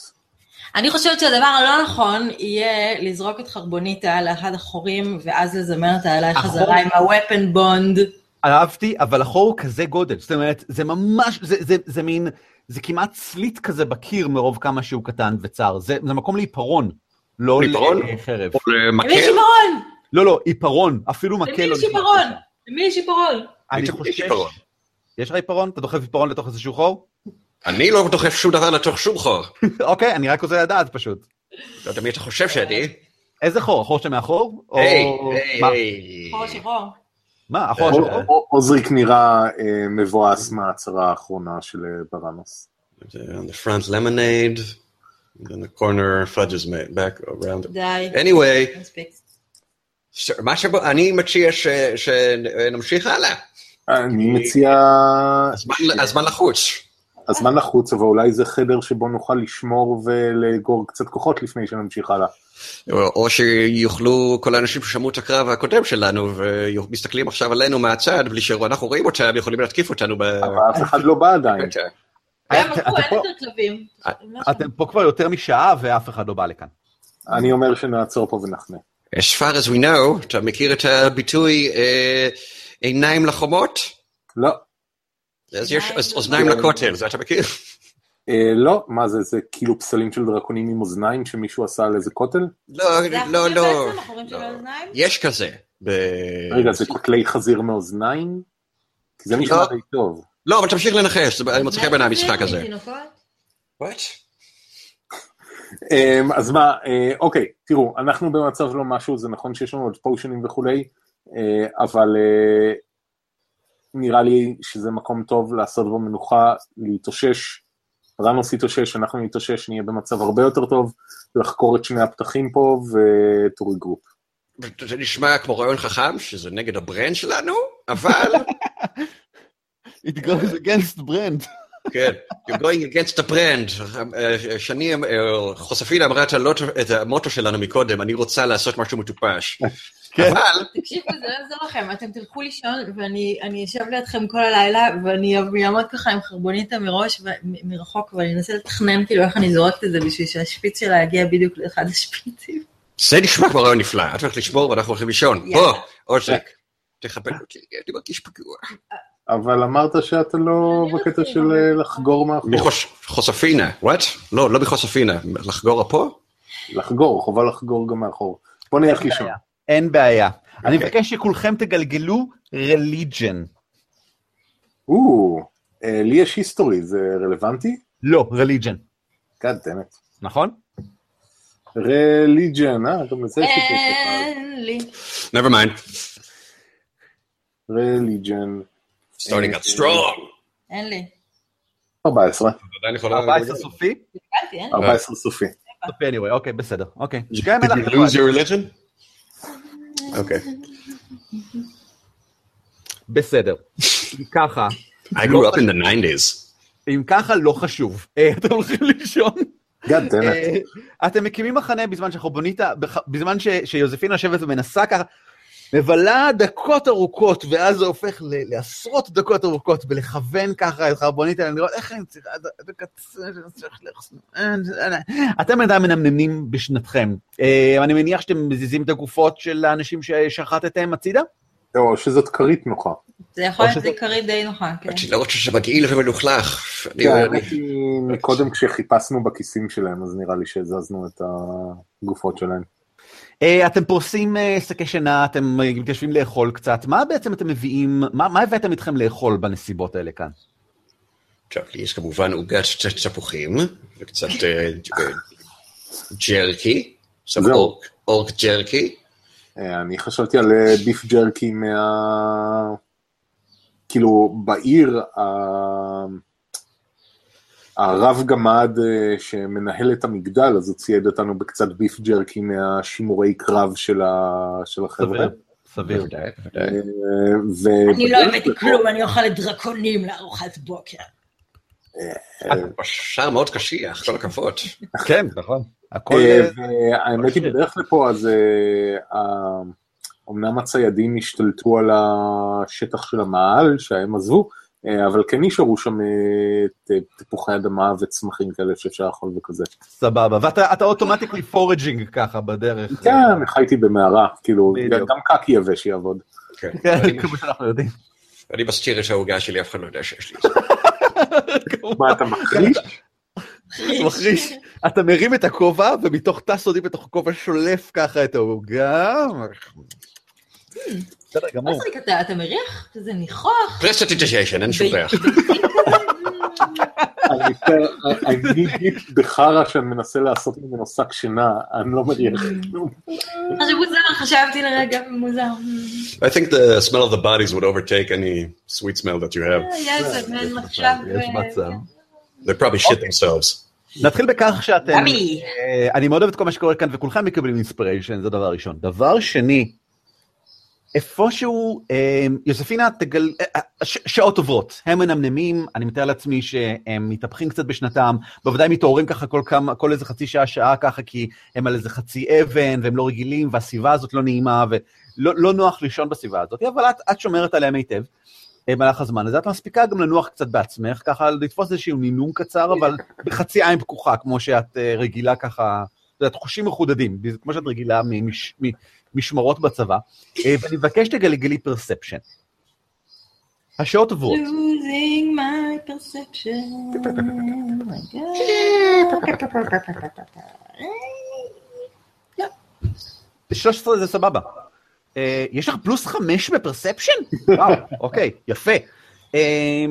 S3: אני חושבת שהדבר הלא נכון יהיה לזרוק את חרבוניטה לאחד החורים, ואז לזמן אותה אליי
S1: החור?
S3: חזרה עם ה-weapon bond.
S1: אהבתי, אבל החור הוא כזה גודל, זאת אומרת, זה ממש, זה, זה, זה מין, זה כמעט סליט כזה בקיר מרוב כמה שהוא קטן וצר, זה, זה מקום לעיפרון, לא
S2: לעיפרון?
S1: לחרב.
S2: או
S3: למי יש
S2: למקל,
S3: עיפרון?
S1: לא, לא, עיפרון, אפילו מקל.
S3: למי
S1: לא
S3: יש
S1: נכנס
S3: עיפרון?
S1: לשם.
S3: למי יש עיפרון?
S1: אני
S2: יש
S1: חושש...
S2: עיפרון.
S1: יש לך עיפרון? אתה דוחף עיפרון לתוך איזשהו חור?
S2: אני לא דוחף שום דבר לתוך שום חור.
S1: אוקיי, אני רק רוצה לדעת פשוט.
S2: לא יודע מי אתה חושב שאני.
S1: איזה חור? החור שמאחור? או-
S2: היי,
S1: מה?
S2: היי,
S3: חור
S2: היי.
S3: שחור.
S1: מה, החור
S4: או-
S1: שלו?
S4: או- עוזריק נראה אה, מבואס מההצהרה האחרונה של אה, בראנוס.
S2: On the front lemonade, in the corner fudges made back around. the-
S3: די.
S2: anyway,
S1: אה.
S3: מספיק.
S2: ש- מה שבו, אני מציע ש- שנמשיך הלאה.
S4: אני מציע...
S2: הזמן- הזמן לחוץ.
S4: הזמן לחוץ, אבל אולי זה חדר שבו נוכל לשמור ולאגור קצת כוחות לפני שנמשיך הלאה.
S2: או או שיוכלו כל האנשים ששמעו את הקרב הקודם שלנו ומסתכלים עכשיו עלינו מהצד בלי שאנחנו רואים אותם, יכולים להתקיף אותנו ב...
S4: אבל אף אחד לא בא עדיין.
S2: בפתע.
S3: הם
S1: אה, אתה- אתה
S3: הלכו, לא, אין
S1: פה- אה,
S3: יותר כלבים. לא,
S1: אתם פה כבר יותר משעה ואף אחד לא בא לכאן.
S4: אני אומר שנעצור פה ונחנה.
S2: As far as we know, אתה מכיר את הביטוי אה, עיניים לחומות?
S4: לא,
S2: אז יש אז
S3: עיניים
S2: אוזניים
S4: לחומות.
S2: לכותל, זה אתה מכיר?
S4: אה, לא, מה זה, זה כאילו פסלים של דרקונים עם אוזניים שמישהו עשה על איזה כותל?
S2: לא,
S3: זה
S2: לא,
S3: החורים
S2: לא.
S3: בעצם, החורים של
S2: לא.
S3: האוזניים?
S2: יש כזה. ב-
S4: רגע, זה כותלי חזיר מאוזניים? כי זה נשמע
S2: אה, לא.
S4: די טוב.
S2: לא, אבל תמשיך לנחש, זה- אני מצליחה בעיני
S3: מה זה,
S2: המשחק הזה.
S3: מתינוקות?
S2: What?
S4: אמ, אז מה, אה, אוקיי, תראו, אנחנו במצב לא משהו, זה נכון שיש לנו עוד פושנים וכולי, אה, אבל אה, נראה לי שזה מקום טוב לעשות בו מנוחה, להתאושש. רנוס יתאושש, אנחנו נתאושש, נהיה במצב הרבה יותר טוב, לחקור את שני הפתחים פה וטורי גרופ.
S2: זה נשמע כמו רעיון חכם, שזה נגד הברנד שלנו, אבל...
S1: It goes against brand.
S2: כן, you're going against the brand. אה, שני, אה, חוספינה אמרה את הלוט- את המוטו שלנו מקודם, אני רוצה לעשות משהו מטופש.
S1: כן.
S2: אבל,
S3: תקשיבו, זה לא יעזור לכם, אתם תלכו לישון, ואני אני אשב לידכם כל הלילה, ואני אעמוד ככה עם חרבוניתה מראש, ו- מ- מרחוק, ואני אנסה לתכנן כאילו איך אני זורקת את זה, בשביל שהשפיץ שלה יגיע בדיוק לאחד השפיצים.
S2: זה נשמע כמו רעיון נפלא, את הולכת לשמור ואנחנו הולכים לישון. בוא,
S3: יאללה.
S2: עוזק, תכבד אותי, אני מרגיש פגוע.
S4: אבל אמרת שאתה לא
S3: אני
S4: בקטע
S3: רציתי
S4: של
S3: לומר.
S4: אה, לחגור מאחור.
S2: מחוש- חוספינה, וואט? לא, לא מחוספינה, לחגור פה?
S4: לחגור, חובה לחגור גם מאחור. בוא נלך לישון.
S1: אין בעיה. אני
S2: אוקיי.
S1: מבקש שכולכם תגלגלו religion.
S4: או, אה, לי יש היסטורי, זה רלוונטי?
S1: לא, religion.
S4: God damn it.
S1: נכון?
S4: רליג'ן, אה, גם לזה יש לי כסף.
S3: אין לי.
S2: never mind.
S4: רליג'ן.
S2: starting out strong.
S3: אין לי.
S4: 14,
S2: עדיין יכולה-
S1: 14 סופי?
S3: הבנתי, אין לי.
S4: 14 סופי.
S1: סופי anyway, אוקיי, בסדר. אוקיי.
S2: Did
S1: גם אם
S2: you
S1: הלכת
S2: lose
S1: לבד.
S2: your religion? Okay.
S1: בסדר. ככה,
S2: I grew up in the 90s.
S1: אם ככה לא חשוב. אה, אתם הולכים לישון?
S4: God damn it.
S1: אה, אתם מקימים מחנה בזמן שחרבוניטה, בח- בזמן ש- שיוזפינה יושבת ומנסה ככה, מבלה דקות ארוכות, ואז זה הופך ל- לעשרות דקות ארוכות, בלכוון ככה את חרבוניטה, לראות איך אני צריכה, את ה- את הקצה, שאני צריך לחסום." אה, אה, אה. אתם עדיין מנמנמים בשנתכם. אה, אני מניח שאתם מזיזים את הגופות של האנשים ששחטתם הצידה?
S4: או שזאת כרית נוחה.
S3: זה יכול
S1: או
S3: להיות
S1: שזה-
S3: עיקרי די נוחה, כן.
S2: אני לא רוצה שמגעיל ומלוכלך. אני-
S4: כן,
S2: אני-
S4: האמת היא, מקודם כשחיפשנו בכיסים שלהם, אז נראה לי שהזזנו את הגופות שלהם.
S1: אה, אתם פורסים אה, שקי שינה, אתם אה, מתיישבים לאכול קצת, מה בעצם אתם מביאים, מה, מה הבאתם איתכם לאכול בנסיבות האלה כאן?
S2: עכשיו, לי יש כמובן עוגת ש- תפוחים, וקצת אה, אה, ג'רקי, some
S4: זהו.
S2: אורק- אורק ג'רקי.
S4: אה, אני חשבתי על אה, ביף ג'רקי מה... כאילו, בעיר ה- הרב גמד אה, שמנהל את המגדל, אז הוא צייד אותנו בקצת ביף ג'רקי מהשימורי קרב של ה- של החבר'ה.
S1: סביר, סביר.
S4: אה, ו-
S3: אני לא הבאתי כלום, אני אוכל דרקונים לארוחת בוקר.
S2: שער מאוד קשיח, כל הכבוד.
S1: כן, נכון. הכל...
S4: אה,
S1: אה,
S4: והאמת היא,
S1: אוקיי.
S4: בדרך לפה, אז אה, ה- אמנם הציידים השתלטו על השטח של המאהל, שהם עזבו, אה, אבל כן נשארו שם אה, ת- תפוחי אדמה וצמחים כאלה שאפשר לאכול וכזה.
S1: סבבה, ואתה אתה אוטומטיקלי פורג'ינג ככה בדרך. אה,
S4: כן, חייתי במערה, כאילו,
S1: בדיוק.
S4: גם קק יבש יעבוד.
S2: כן.
S1: כן,
S2: אני-
S1: כמו שאנחנו יודעים.
S2: אני מסתיר את העוגה שלי, אף אחד לא יודע שיש לי.
S4: מה, אתה מחריש?
S1: אתה מחריש. אתה מרים את הכובע, ומתוך תא סודי בתוך הכובע שולף ככה את העוגה. Hmm. בסדר
S3: מה
S1: גמור.
S3: זה נקרא? אתה מריח? זה ניחוח?
S2: פרסט דיג'יישן, אין שום ריח.
S4: אני מצטער, אני גיפ בחרא שאני מנסה לעשות ממנו שק שינה, אני לא מריח.
S3: Mm.
S4: כלום.
S3: משהו מוזר, חשבתי לרגע, מוזר.
S2: I think the smell of the bodies would overtake any sweet smell that you have.
S3: היה איזה מעין מחשב. אה,
S1: יש מצב.
S2: They probably shit themselves.
S1: נתחיל בכך שאתם...
S3: דמי.
S1: אה, אני מאוד אוהב את כל מה שקורה כאן, וכולכם מקבלים אינספיריישן, זה דבר ראשון. דבר שני, איפשהו, אה, יוספינה תגל... אה, אה, ש- שעות עוברות, הם מנמנמים, אני מתאר לעצמי שהם מתהפכים קצת בשנתם, בוודאי מתעוררים ככה כל כמה, כל איזה חצי שעה, שעה ככה, כי הם על איזה חצי אבן, והם לא רגילים, והסביבה הזאת לא נעימה, ולא לא נוח לישון בסביבה הזאת, אבל את, את שומרת עליהם היטב. אה, במהלך הזמן הזה, את מספיקה גם לנוח קצת בעצמך, ככה לתפוס איזשהו נינום קצר, אבל בחצי עין פקוחה, כמו שאת אה, רגילה ככה, אתה יודע, חושים מחודדים, כמו שאת רגילה ממש- ממשמרות בצבא. אה, ואני מבקש שתגלגלי פרספשן. השעות עוברות.
S3: Losing my perception. Oh my God.
S1: 13 זה סבבה. אה, יש לך פלוס 5 בפרספשן? וואו, אוקיי, יפה. אה,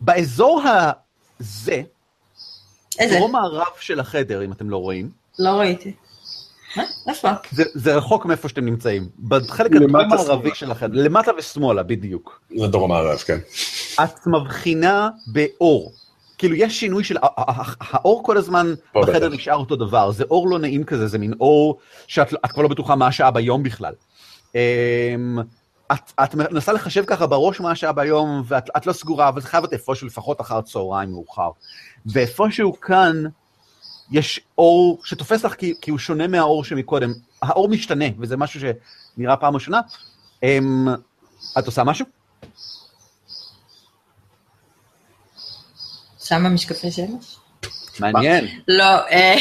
S1: באזור הזה,
S3: איזה?
S1: דרום מערב של החדר, אם אתם לא רואים,
S3: לא ראיתי. מה? איפה?
S1: זה, זה רחוק מאיפה שאתם נמצאים, בחלק
S4: למטה
S1: הדרום הערבי
S4: שמאלה.
S1: של החדר, למטה ושמאלה בדיוק.
S2: זה דרום מערב, כן.
S1: את מבחינה באור. כאילו יש שינוי של, ה- ה- ה- האור כל הזמן
S2: פה
S1: בחדר
S2: בטח.
S1: נשאר אותו דבר, זה אור לא נעים כזה, זה מין אור שאת לא- את כבר לא בטוחה מה השעה ביום בכלל. אמ, את, את מנסה לחשב ככה בראש מה השעה ביום, ואת את לא סגורה, אבל זה חייב להיות איפשהו לפחות אחר צהריים מאוחר. ואיפשהו כאן יש אור שתופס לך כי, כי הוא שונה מהאור שמקודם. האור משתנה, וזה משהו שנראה פעם ראשונה. אמ, את עושה משהו?
S3: שם המשקפי שמש?
S1: מעניין.
S3: לא. אה,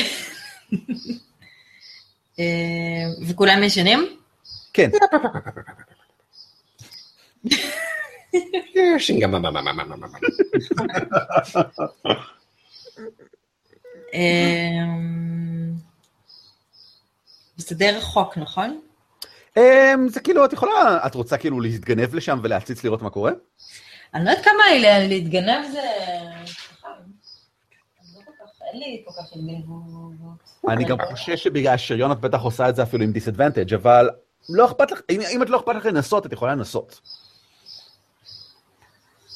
S3: אה, וכולם ישנים?
S1: כן.
S3: אה, זה די רחוק, נכון?
S1: אמ, זה כאילו, את יכולה, את רוצה כאילו להתגנב לשם ולהציץ לראות מה קורה?
S3: אני לא יודעת כמה לה- להתגנב זה... אני לא כל כך- אין לי כל כך התגנבות.
S1: אני גם חושש שבגלל השריון את בטח עושה את זה אפילו עם דיסאדוונטג', אבל לא אכפת לך, אם, אם את לא אכפת לך לנסות, את יכולה לנסות.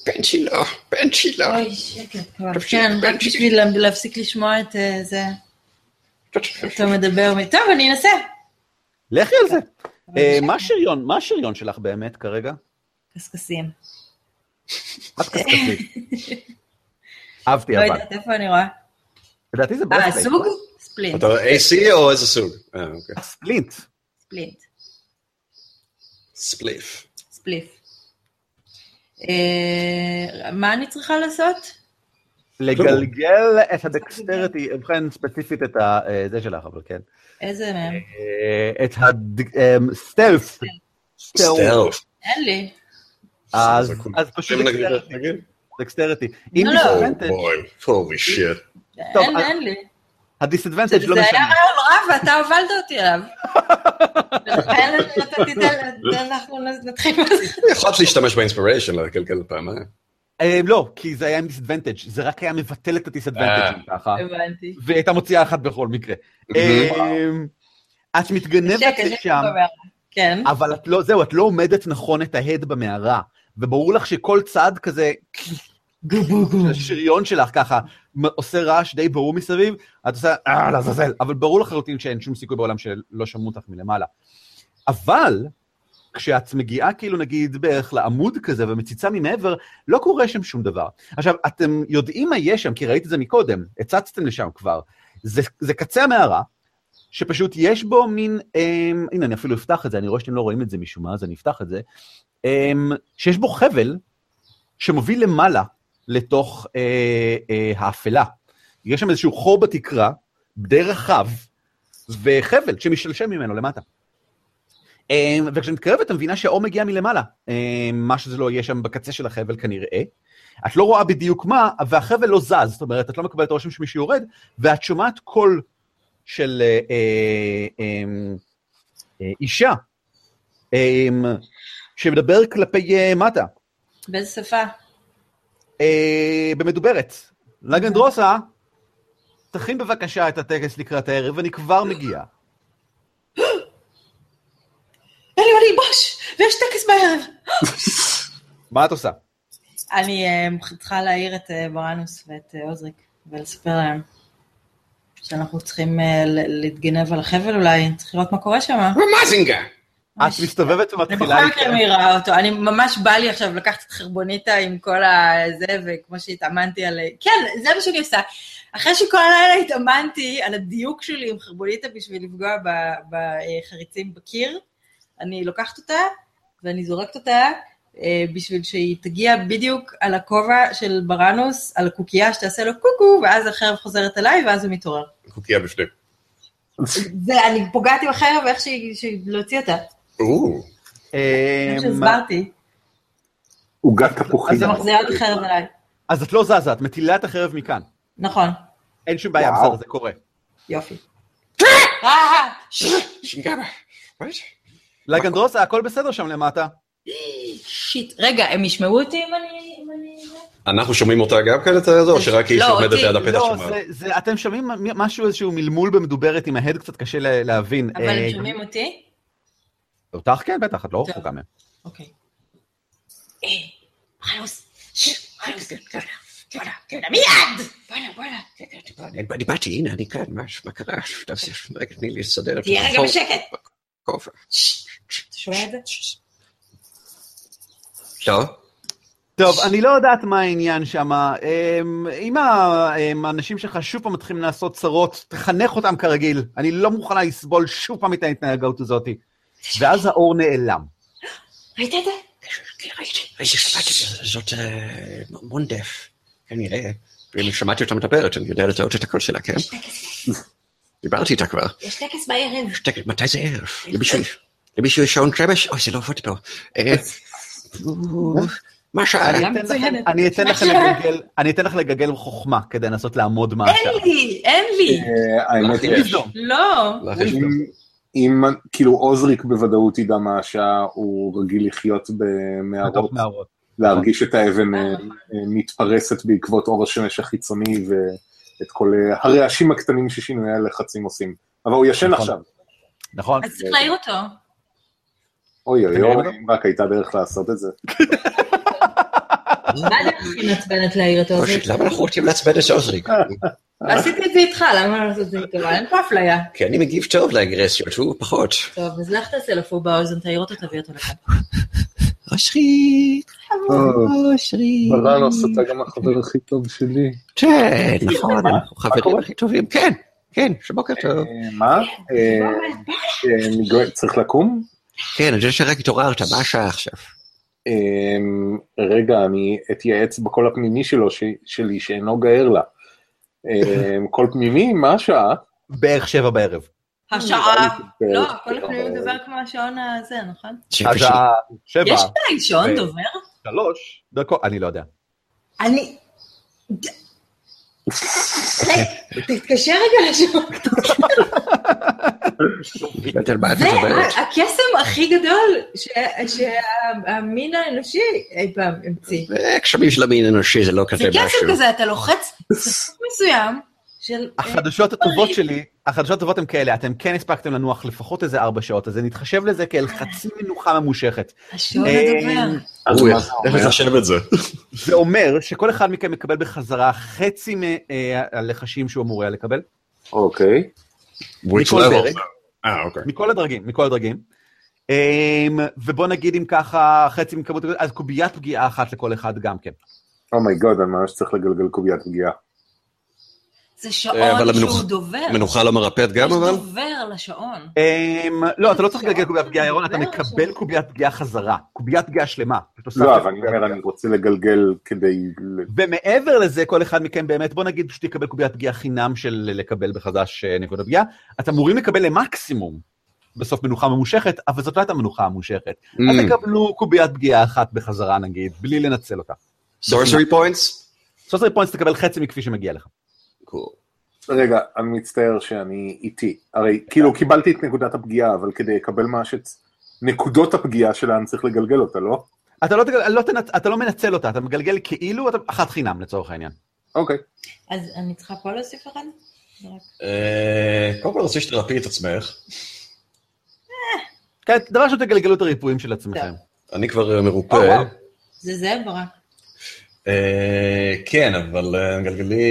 S2: בן שלו, בן שלו.
S3: אוי, שקט כבר.
S2: תפשיט,
S3: כן, רק
S2: תפשיט.
S3: בשביל לה- להפסיק לשמוע את אה, זה, אותו מדבר. מ- טוב, אני אנסה.
S1: לכי על זה.
S3: אוקיי,
S1: אה, מה השריון, מה השריון שלך באמת כרגע?
S3: קשקשים.
S1: את קשקשית. אהבתי
S3: לא
S1: אבל.
S3: יודעת איפה אני רואה.
S1: לדעתי זה
S3: אה,
S1: ברסלייט.
S3: סוג? ספלינט.
S2: אתה AC או איזה סוג? אה, אוקיי.
S1: ספלינט.
S3: ספלינט.
S2: ספליף.
S3: ספליף. אה, מה אני צריכה לעשות?
S1: לגלגל את הדקסטריטי,
S3: כן.
S1: ובכן ספציפית את ה- אה, זה שלך, אבל כן.
S3: איזה מהם?
S1: אה, את הסטלף.
S2: סטלף.
S3: אין לי.
S1: אז
S2: זה cool.
S1: אז פשוט אה, דקסטריטי. דקסטריטי. אם
S3: לא, לא.
S2: Oh,
S1: דיסאדוונטג',
S2: הולי שיט.
S1: טוב,
S3: אין
S1: אז-
S3: אין לי.
S1: הדיסאדוונטג' לא
S3: זה היה
S1: משנה.
S3: רעיון רע ואתה הובלת אותי אליו. ולכן אתה תיתן, אנחנו נתחיל בזה.
S2: יכולת להשתמש באינספיריישן לקלקל פעמיים.
S1: אה, לא, כי זה היה עם דיסאדוונטג', זה רק היה מבטל את הדיסאדוונטג' ככה.
S3: הבנתי.
S1: והיא הייתה מוציאה אחת בכל מקרה.
S2: אוקיי.
S1: אמ, את מתגנבת
S3: קשה, קשה
S1: לשם,
S3: לדבר. כן.
S1: אבל את לא, זהו, את לא עומדת נכון את ההד במערה, וברור לך שכל צעד כזה, השריון שלך ככה, מ- עושה רעש די ברור מסביב, את עושה, אה, לעזאזל, אבל ברור לחלוטין שאין שום סיכוי בעולם שלא שמעו אותך מלמעלה. אבל, כשאת מגיעה כאילו נגיד בערך לעמוד כזה ומציצה ממעבר, לא קורה שם שום דבר. עכשיו, אתם יודעים מה יש שם, כי ראיתי את זה מקודם, הצצתם לשם כבר. זה, זה קצה המערה, שפשוט יש בו מין, אמ, הנה, אני אפילו אפתח את זה, אני רואה שאתם לא רואים את זה משום מה, אז אני אפתח את זה, אמ, שיש בו חבל שמוביל למעלה לתוך אה, אה, האפלה. יש שם איזשהו חור בתקרה, די רחב, וחבל שמשלשל ממנו למטה. אמ, וכשאת מתקרבת, את מבינה שהאור מגיע מלמעלה. אמ, מה שזה לא יהיה שם בקצה של החבל כנראה. את לא רואה בדיוק מה, והחבל לא זז, זאת אומרת, את לא מקבלת רושם שמישהו יורד, ואת שומעת קול של אה, אה, אה, אה, אישה אה, שמדבר כלפי אה, מטה,
S3: באיזה שפה?
S1: אה, במדוברת. לגנדרוסה, תכין בבקשה את הטקס לקראת הערב, אני כבר מגיע.
S3: אין לי מה ללבוש, ויש טקס בערב.
S1: מה את עושה?
S3: אני אה, צריכה להעיר את אה, ברנוס ואת אה, עוזריק ולספר להם שאנחנו צריכים אה, ל- להתגנב על החבל אולי, צריך לראות מה קורה שם.
S2: Mm-hmm. רמזינגה!
S1: את מסתובבת
S3: אני
S1: ומתחילה...
S3: בכל
S1: להתקרב.
S3: מקרה מעירה אותו, אני ממש בא לי עכשיו לקחת את חרבוניטה עם כל הזה, וכמו שהתאמנתי על... כן, זה מה שאני עושה. אחרי שכל הלילה התאמנתי על הדיוק שלי עם חרבוניטה בשביל לפגוע ב- בחריצים בקיר, אני לוקחת אותה ואני זורקת אותה אה, בשביל שהיא תגיע בדיוק על הכובע של ברנוס, על הקוקייה שתעשה לו קוקו, ואז החרב חוזרת אליי, ואז הוא מתעורר.
S2: קוקייה בפנים.
S3: זה, אני פוגעת עם החרב איך שהיא, שהיא להוציא אותה.
S2: או,
S1: אה,
S3: כמו שהסברתי,
S4: עוגת תפוחים.
S1: אז אנחנו-
S3: זה עוד חרב אליי.
S1: אז את לא זזה, את מטילה את החרב מכאן.
S3: נכון.
S1: אין שום בעיה,
S4: וואו.
S1: בסדר, זה קורה.
S3: יופי. אה,
S2: שינגבה. מה זה?
S1: לגנדרוסה, הכל בסדר שם למטה.
S3: שיט, רגע, הם ישמעו אותי אם אני... אם אני-
S1: אה,
S2: אנחנו שומעים אותה גם כאן את זה, או שרק היא
S3: לא,
S2: שעומדת
S3: אותי,
S2: ליד הפתח
S1: לא,
S2: שומעת?
S1: זה- זה- אתם שומעים מ- משהו, איזשהו מלמול במדוברת עם ההד קצת קשה ל- להבין.
S3: אבל
S1: אה,
S3: הם שומעים אותי?
S1: אותך כן, בטח, את לא
S3: טוב.
S1: רחוקה מהם.
S3: אוקיי. אה, חלוס, ש- חלוס, גדולה, גדולה, גדולה, מיד! בואנה, בואנה.
S2: אני אני באתי, הנה, אני כאן, מה מה קרה? תעשי, רגע, תני לי לסדר את
S3: תהיה רגע
S2: החור-
S3: בשקט.
S2: כובע.
S3: אתה שומע את זה?
S2: לא?
S1: טוב, אני לא יודעת מה העניין שם. אמ, אם ה- אמ, האנשים שלך שוב פעם מתחילים לעשות צרות, תחנך אותם כרגיל. אני לא מוכנה לסבול שוב פעם את ההתנהגות הזאת. ואז האור נעלם.
S3: ראית את זה?
S2: ראיתי, שמעתי, זאת אה, מונדף, כנראה. ואם שמעתי אותה מדברת, אני יודע לזהות את הקול שלה, כן? דיברתי איתה כבר.
S3: יש טקס בערב.
S2: שתק, מתי זה ערב? למישהו, למישהו יש שעון שמש? אוי, זה לא עובד פה. אה, מה שעה?
S3: היה
S1: אני אתן לכם-
S3: אה, מצוינת.
S1: אני אתן לכם
S3: מה?
S1: לגגל- אני אתן לך לגגל חוכמה כדי לנסות לעמוד מה
S3: אין
S1: השעה.
S3: לי, אין לי.
S4: אה, האמת
S2: אה,
S4: יש.
S1: לבדוק.
S3: לא.
S2: לא, יש לו.
S4: אם- אם, כאילו, עוזריק בוודאות ידע מה השעה, הוא רגיל לחיות במערות,
S1: בתוך מערות.
S4: להרגיש את האבן אה,
S3: אה.
S4: אה, מתפרסת בעקבות אור השמש החיצוני ואת כל אה, הרעשים הקטנים ששינויי הלחצים עושים. אבל הוא ישן
S1: נכון.
S4: עכשיו.
S1: נכון?
S3: אז צריך להעיר אותו.
S4: אוי אוי
S1: כנראה
S4: אוי, אם רק הייתה דרך לעשות את זה.
S3: מה אני הכי מעצבנת להעיר אותו?
S2: אוי, אוקיי, למה אנחנו רוצים לעצבן את עוזריק?
S3: אה.
S1: לא.
S3: עשיתי את זה איתך, למה לא לעשות את זה איתו? אין פה אפליה.
S2: כי אני מגיב טוב לאגרסיות, הוא פחות.
S3: טוב, אז לך תעשה לו פור באוזן, תעיר אותו, תביא אותו לכאן.
S2: אושרי,
S3: אה.
S2: אושרי.
S3: לא,
S4: גם החבר הכי טוב שלי.
S2: כן, נכון, אנחנו חברים הכי טובים. כן, כן, שבוקר טוב.
S4: מה? אה, אה, ניגוע- צריך לקום?
S2: כן, אני חושב שרק התעוררת, מה השעה עכשיו?
S4: אה, רגע, אני אתייעץ בקול הפנימי שלו, ש- שלי, שאינו גאר לה. אה, קול פנימי, אה, מה השעה?
S1: בערך שבע בערב.
S2: אה,
S3: השעה,
S4: נראה לי
S3: לא,
S4: שזה-
S3: כל הפנימי מדבר כמו השעון הזה, נכון?
S2: שבע, שבע.
S1: השעה שבע,
S2: אה,
S3: יש עדיין שעון דובר?
S1: שלוש, דקות, אני לא יודע.
S3: אני... תתקשר רגע לשם.
S2: על מה את
S3: זה
S2: מדברת?
S3: ה- הקסם הכי גדול ש- שהמין האנושי אי פעם המציא.
S2: זה גשמים של המין האנושי, זה לא כזה
S3: זה קסם
S2: משהו.
S3: כזה, אתה לוחץ ספק מסוים של... אה,
S1: החדשות הטובות שלי, החדשות הטובות הן כאלה, אתם כן הספקתם לנוח לפחות איזה ארבע שעות, אז נתחשב לזה כאל חצי מנוחה ממושכת.
S3: השעון
S1: אה,
S3: הדובר.
S4: אז
S2: הוא
S4: מה זה
S2: איך
S4: אומר?
S2: לחשב את זה?
S1: זה אומר שכל אחד מכם מקבל בחזרה חצי מהלחשים שהוא אמור היה לקבל,
S4: אוקיי.
S1: מכל דרג.
S2: אה, אוקיי.
S1: מכל הדרגים, מכל הדרגים. אמ, ובוא נגיד אם ככה, חצי מכמות, אז קוביית פגיעה אחת לכל אחד גם כן.
S4: אומייגוד, Oh אני ממש צריך לגלגל קוביית פגיעה.
S3: זה
S2: אה, אבל
S3: שעון
S2: המנוח-
S3: שהוא דובר.
S2: מנוחה לא מרפאת גם
S3: יש
S2: אבל?
S3: דובר לשעון.
S1: אמ, לא, אתה לא צריך לגלגל קוביית פגיעה, ירון, אתה מקבל קוביית פגיעה חזרה. קוביית פגיעה שלמה. פשוט הוספת
S4: לא, אבל אני
S1: קוביית
S4: אומר, אני רוצה לגלגל כדי... ל-
S1: ומעבר לזה, כל אחד מכם באמת, בוא נגיד שתקבל קוביית פגיעה חינם של לקבל בחדש אה, נקודות פגיעה, אתם אמורים לקבל למקסימום בסוף מנוחה ממושכת, אבל זאת לא הייתה מנוחה ממושכת.
S2: Mm.
S1: אז תקבלו קוביית פגיעה אחת בחזרה נגיד, בלי לנצל אותה.
S2: סורסרי פוינטס?
S1: סוסרי פוינטס תקבל חצי מכפי שמגיע לך.
S4: רגע, אני מצטער שאני איתי. הרי כאילו קיבלתי את נקודת הפגיעה, אבל כדי לקבל מה ש... נקודות הפגיעה שלה אני צריך לגלגל אותה, לא?
S1: אתה לא, תגל- לא, תנצ... אתה לא מנצל אותה, אתה מגלגל כאילו אתה... אחת חינם לצורך העניין.
S4: אוקיי.
S3: אז אני צריכה פה להוסיף אחד? רק-
S2: אה, קודם כל רוצה שתרפי את עצמך.
S1: כן, דבר ראשון תגלגלו את הריפויים של עצמכם.
S2: אני כבר אה, מרופא.
S1: אה, וואו.
S3: זה זה ברק.
S2: אה, כן, אבל אה, גלגלי...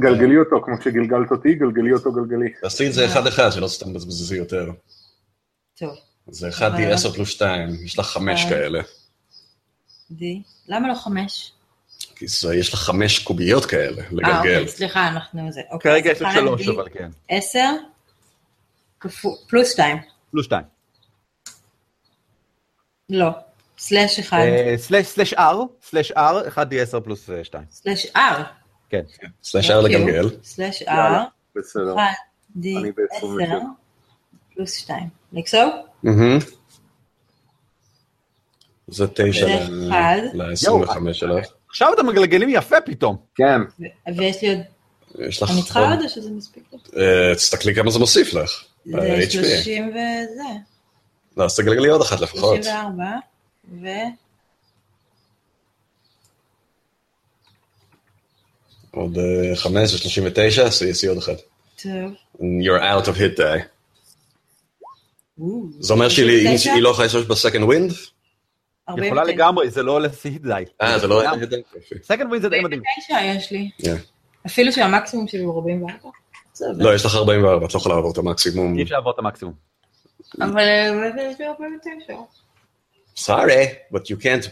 S4: גלגלי אותו כמו שגלגלת אותי, גלגלי אותו גלגלי.
S2: תעשי את זה אחד-אחד, שלא סתם בזבזי יותר.
S3: טוב,
S2: זה 1D10 פלוס 2, יש לך חמש
S3: אה.
S2: כאלה.
S3: די. למה לא חמש?
S2: כי זה- יש לך חמש קוביות כאלה
S3: אה,
S2: לגלגל.
S3: אוקיי, סליחה, אנחנו זה. אוקיי,
S1: כרגע
S3: אז
S1: יש לך
S3: אחד
S1: שלוש,
S3: די,
S1: אבל כן.
S3: עשר, כפו- פלוס שתיים.
S1: פלוס שתיים.
S3: לא. סלאש אחד.
S1: אה, סלש- סלש R, סלש R, 1D10 פלוס 2.
S3: סלאש R.
S1: כן.
S3: אוקיי.
S2: סלש
S3: לא,
S2: R לגלגל. לא,
S3: סלאש R.
S4: יאללה. בסדר.
S3: כאילו, אחד, די,
S4: אני ב-עשרים
S3: עשר,
S4: ושבע.
S3: פלוס שתיים. נקסוב?
S2: מהמם. זה תשע
S3: זה אחד.
S2: ל-25 שלך.
S1: עכשיו אתם מגלגלים יפה פתאום.
S4: כן,
S3: ו- ויש לי עוד...
S2: יש לך...
S3: אני צריכה
S2: עוד-
S3: עוד או שזה מספיק? לי?
S2: נכון. אה, תסתכלי כמה זה מוסיף לך.
S3: זה
S2: ב-HP.
S3: 30 וזה.
S2: לא, אז תגלגלי עוד אחת לפחות.
S3: 34, ו...
S2: עוד אה, חמש זה 39, אז תעשי עוד אחת.
S3: טוב.
S2: You're out of hit die.
S3: וואו.
S2: זה אומר שהיא אם
S3: 39,
S2: היא לא יכולה לשלוש בסקנד ווינד?
S3: 49.
S1: יכולה לגמרי, זה לא להסיט די.
S2: אה, זה לא היה hit die? יופי.
S1: סקנד ווין זה די מדהים.
S3: 49 יש לי.
S2: כן.
S3: אפילו שהמקסימום שלי הוא 44.
S2: לא, יש לך 44, את לא יכולה לעבור את המקסימום.
S1: אי אפשר לעבור את המקסימום.
S3: אבל אה, יש לי 49.
S2: Sorry, but you can't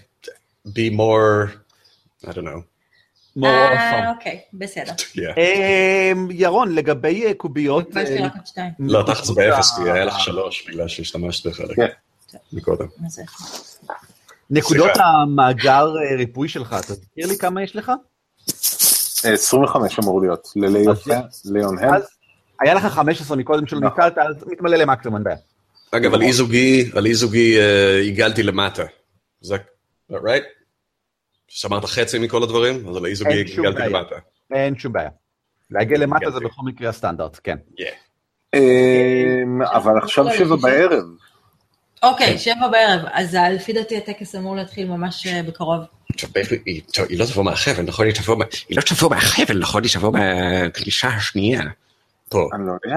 S2: be more, I don't know.
S1: more
S3: אה,
S1: awesome.
S3: אוקיי, בסדר.
S2: Yeah.
S1: אמ, ירון, לגבי אה, קוביות...
S3: אבל אוקיי. יש לי
S1: אה,
S3: רק עוד שתיים.
S2: לא, תכל'ס זה באפס, כי היה לך
S1: אה,
S2: שלוש, בגלל שהשתמשת בחלק.
S4: כן.
S2: מקודם.
S3: מה זה?
S1: נקודות
S2: סליחה.
S1: המאגר אה, ריפוי שלך, תזכיר לי כמה יש לך?
S4: אה, 25 אמור להיות, לליון הן.
S1: אז היה לך 15 מקודם שלא
S4: נכון.
S1: נתקלת, אז מתמלא למקסימום, אין בעיה.
S2: אגב, על אי זוגי, על אי זוגי אה, עיגלתי למטה. זה, right? שמרת חצי מכל הדברים, אז על אי זוגי
S1: אין שום
S2: עיגלתי
S1: בעיה.
S2: למטה.
S1: אין שום בעיה. להגיע למטה
S2: הגעתי.
S1: זה בכל מקרה הסטנדרט, כן.
S4: אה, אבל עכשיו שבע בערב.
S2: כן.
S3: אוקיי, שבע בערב. אז אה, לפי דעתי הטקס אמור להתחיל ממש אה, בקרוב.
S2: טוב, איך- היא- טוב, היא לא תבוא מהחבל, נכון? היא תבוא מה... היא לא תבוא מהחבל, נכון? היא תבוא מהגלישה השנייה. פה,
S4: אני לא יודע.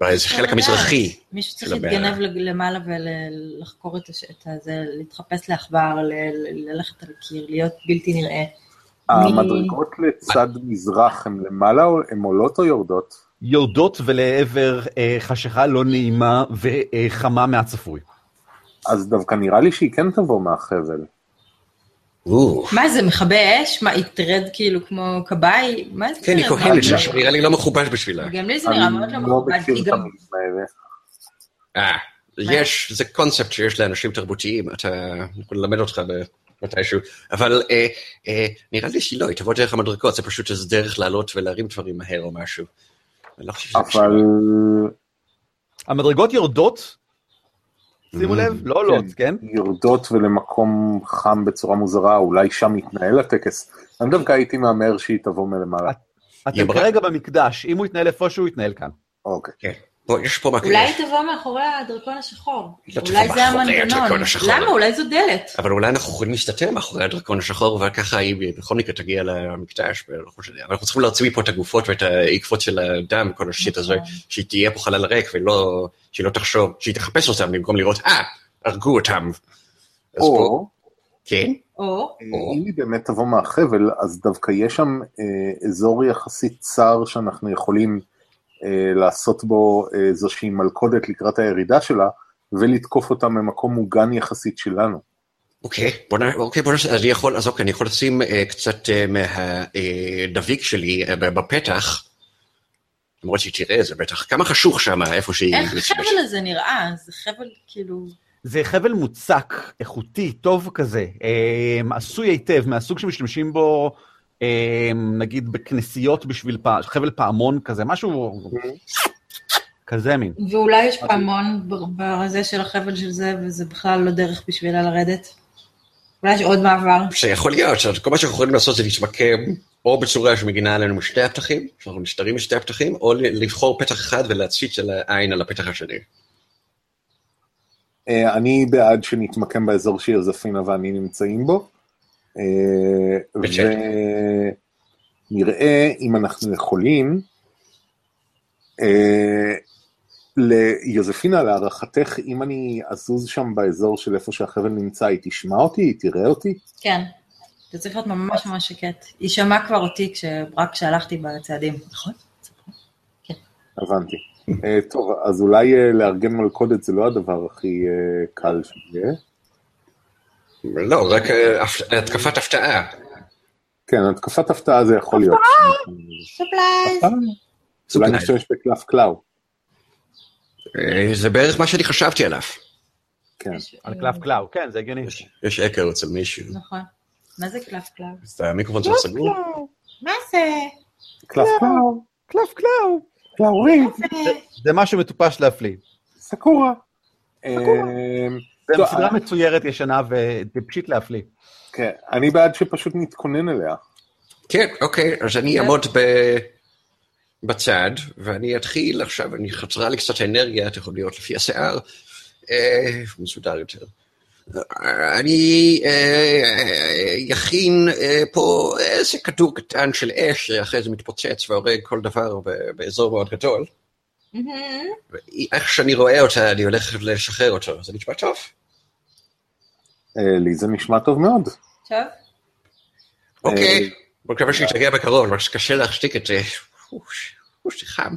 S2: באיזה חלק המזרחי.
S3: מישהו צריך
S2: של הבערב.
S3: להתגנב לג- למעלה ולחקור את הש- את הזה, להתחפש לעכבר, ל- ל- ללכת על הקיר, להיות בלתי נראה.
S4: המדרגות לצד מזרח הן למעלה, או- הן עולות או יורדות?
S1: יורדות ולעבר אה, חשיכה לא נעימה וחמה מהצפוי.
S4: אז דווקא נראה לי שהיא כן תבוא מהחבל.
S2: או,
S3: מה זה, מכבי אש? מה, היא תרד כאילו כמו כבאי? מה זה?
S2: כן, היא כהנת,
S4: כהנת.
S3: אה.
S2: שש- נראה לי לא מכובש בשבילה.
S3: גם לי זה
S4: אני
S3: נראה מאוד לא
S4: לא
S3: מכובד,
S4: מכיר
S3: היא
S4: את
S3: גם
S4: המילים האלה.
S2: אה, יש, זה קונספט שיש לאנשים תרבותיים, אתה, אני יכול ללמד אותך ב- מתישהו, אבל אה, אה, נראה לי שהיא לא, היא תבוא דרך המדרגות, זה פשוט איזה דרך לעלות ולהרים דברים מהר או משהו. אני לא חושב שזה
S4: אבל...
S2: משנה.
S1: המדרגות יורדות, שימו
S2: Mm,
S1: לב, לא עולות, כן?
S4: יורדות ולמקום חם בצורה מוזרה, אולי שם יתנהל הטקס. אני דווקא הייתי מהמר שהיא תבוא מלמעלה.
S2: היא
S1: אתם
S2: אמרה-
S1: כרגע במקדש, אם הוא יתנהל איפשהו, הוא יתנהל כאן.
S4: אוקיי.
S2: בוא, יש פה מה
S3: אולי
S2: כנראה.
S3: היא תבוא מאחורי הדרקון השחור.
S2: היא לא תבוא
S3: אולי זה
S2: מאחורי הדרקון
S3: המנגנון.
S2: השחור.
S3: למה? אולי זו דלת.
S2: אבל אולי אנחנו יכולים להסתתר מאחורי הדרקון השחור, וככה היא בכל מקרה תגיע למקדש, ואנחנו חושבים- אבל אנחנו צריכים להוציא מפה את הגופות ואת העקבות של הדם, כל השיט הזה,
S3: נכון.
S2: שהיא תהיה פה חלל ריק, ולא, שהיא לא תחשוב, שהיא תחפש אותם במקום לראות, אה, הרגו אותם. אז פה,
S4: או,
S2: כן,
S3: או,
S2: או.
S4: אה, אם היא באמת תבוא מהחבל, אז דווקא יש שם אה, אזור יחסית צר שאנחנו יכולים אה, לעשות בו אה, איזושהי מלכודת לקראת הירידה שלה, ולתקוף אותה ממקום מוגן יחסית שלנו.
S2: אוקיי, בוא נ... אוקיי, בוא נ... אז אני יכול, אז אוקיי, אני יכול לשים אה, קצת אה, מהדביק שלי אה, בפתח, למרות שהיא תראה את זה בטח, כמה חשוך שם, איפה שהיא...
S3: איך החבל הזה נראה? זה חבל כאילו...
S1: זה חבל מוצק, איכותי, טוב כזה, אמ, עשוי היטב, מהסוג שמשתמשים בו, אמ, נגיד בכנסיות בשביל פע- חבל פעמון כזה, משהו כזה מין.
S3: ואולי יש
S2: אוקיי.
S3: פעמון ב- ברזה של החבל של זה, וזה בכלל לא דרך בשבילה לרדת? אולי יש עוד מעבר?
S2: שיכול להיות, שאת- כל מה שאנחנו יכולים לעשות זה להתמקם, או בצורה שמגינה עלינו משתי הפתחים, שאנחנו נסתרים משתי הפתחים, או ל- לבחור פתח אחד ולהציץ על העין על הפתח השני.
S4: אה, אני בעד שנתמקם באזור שיוזפינה ואני נמצאים בו, אה,
S2: בצ'ק.
S4: ונראה אם אנחנו יכולים. אה, ליוזפינה, להערכתך, אם אני אזוז שם באזור של איפה שהחבל נמצא, היא תשמע אותי? היא תראה אותי?
S3: כן. זה צריך להיות ממש ממש שקט. היא שמעה כבר אותי כשרק כשהלכתי בצעדים, נכון?
S2: אוקיי.
S4: הבנתי. אה, טוב, אז אולי אה, לארגן מלכודת זה לא הדבר הכי אה, קל שיהיה.
S2: לא, רק אה, הפ- התקפת הפתעה.
S4: כן, התקפת הפתעה זה יכול להיות.
S3: סופלייז!
S4: אולי
S2: סופרלייז.
S4: נשתמש בקלף קלאו.
S2: אה, זה בערך מה שאני חשבתי עליו.
S4: כן.
S1: על קלף קלאו, כן, זה הגיוני.
S2: יש- יש אקר אצל מישהו,
S3: נכון. מה זה קלף קלף?
S2: אז המיקרופון שלו סגור.
S3: מה זה?
S4: קלף קלאו,
S1: קלף קלאו.
S4: קלאורי,
S1: זה משהו מטופש להפליא.
S4: סקורה.
S1: זה
S4: טוב,
S1: סדרה
S4: אה.
S1: מצוירת ישנה וטיפשית להפליא.
S4: כן, אני בעד שפשוט נתכונן אליה.
S2: כן, אוקיי, אז אני אעמוד ב- בצד, ואני אתחיל עכשיו, אני חזרה לי קצת אנרגיה, את יכול להיות לפי השיער, אה, מסודר יותר. אה, אני אה, יכין אה, פה איזה כדור קטן של אש, שאחרי זה מתפוצץ והורג כל דבר ב- באזור מאוד גדול.
S3: מהמם.
S2: איך שאני רואה אותה, אני הולך לשחרר אותו, זה נשמע טוב.
S4: אה, לי זה נשמע טוב מאוד. אה,
S3: טוב.
S2: אוקיי, בוא נקווה שהיא תגיע בקרוב, רק שקשה להשתיק את זה. אוש, אוש, זה חם.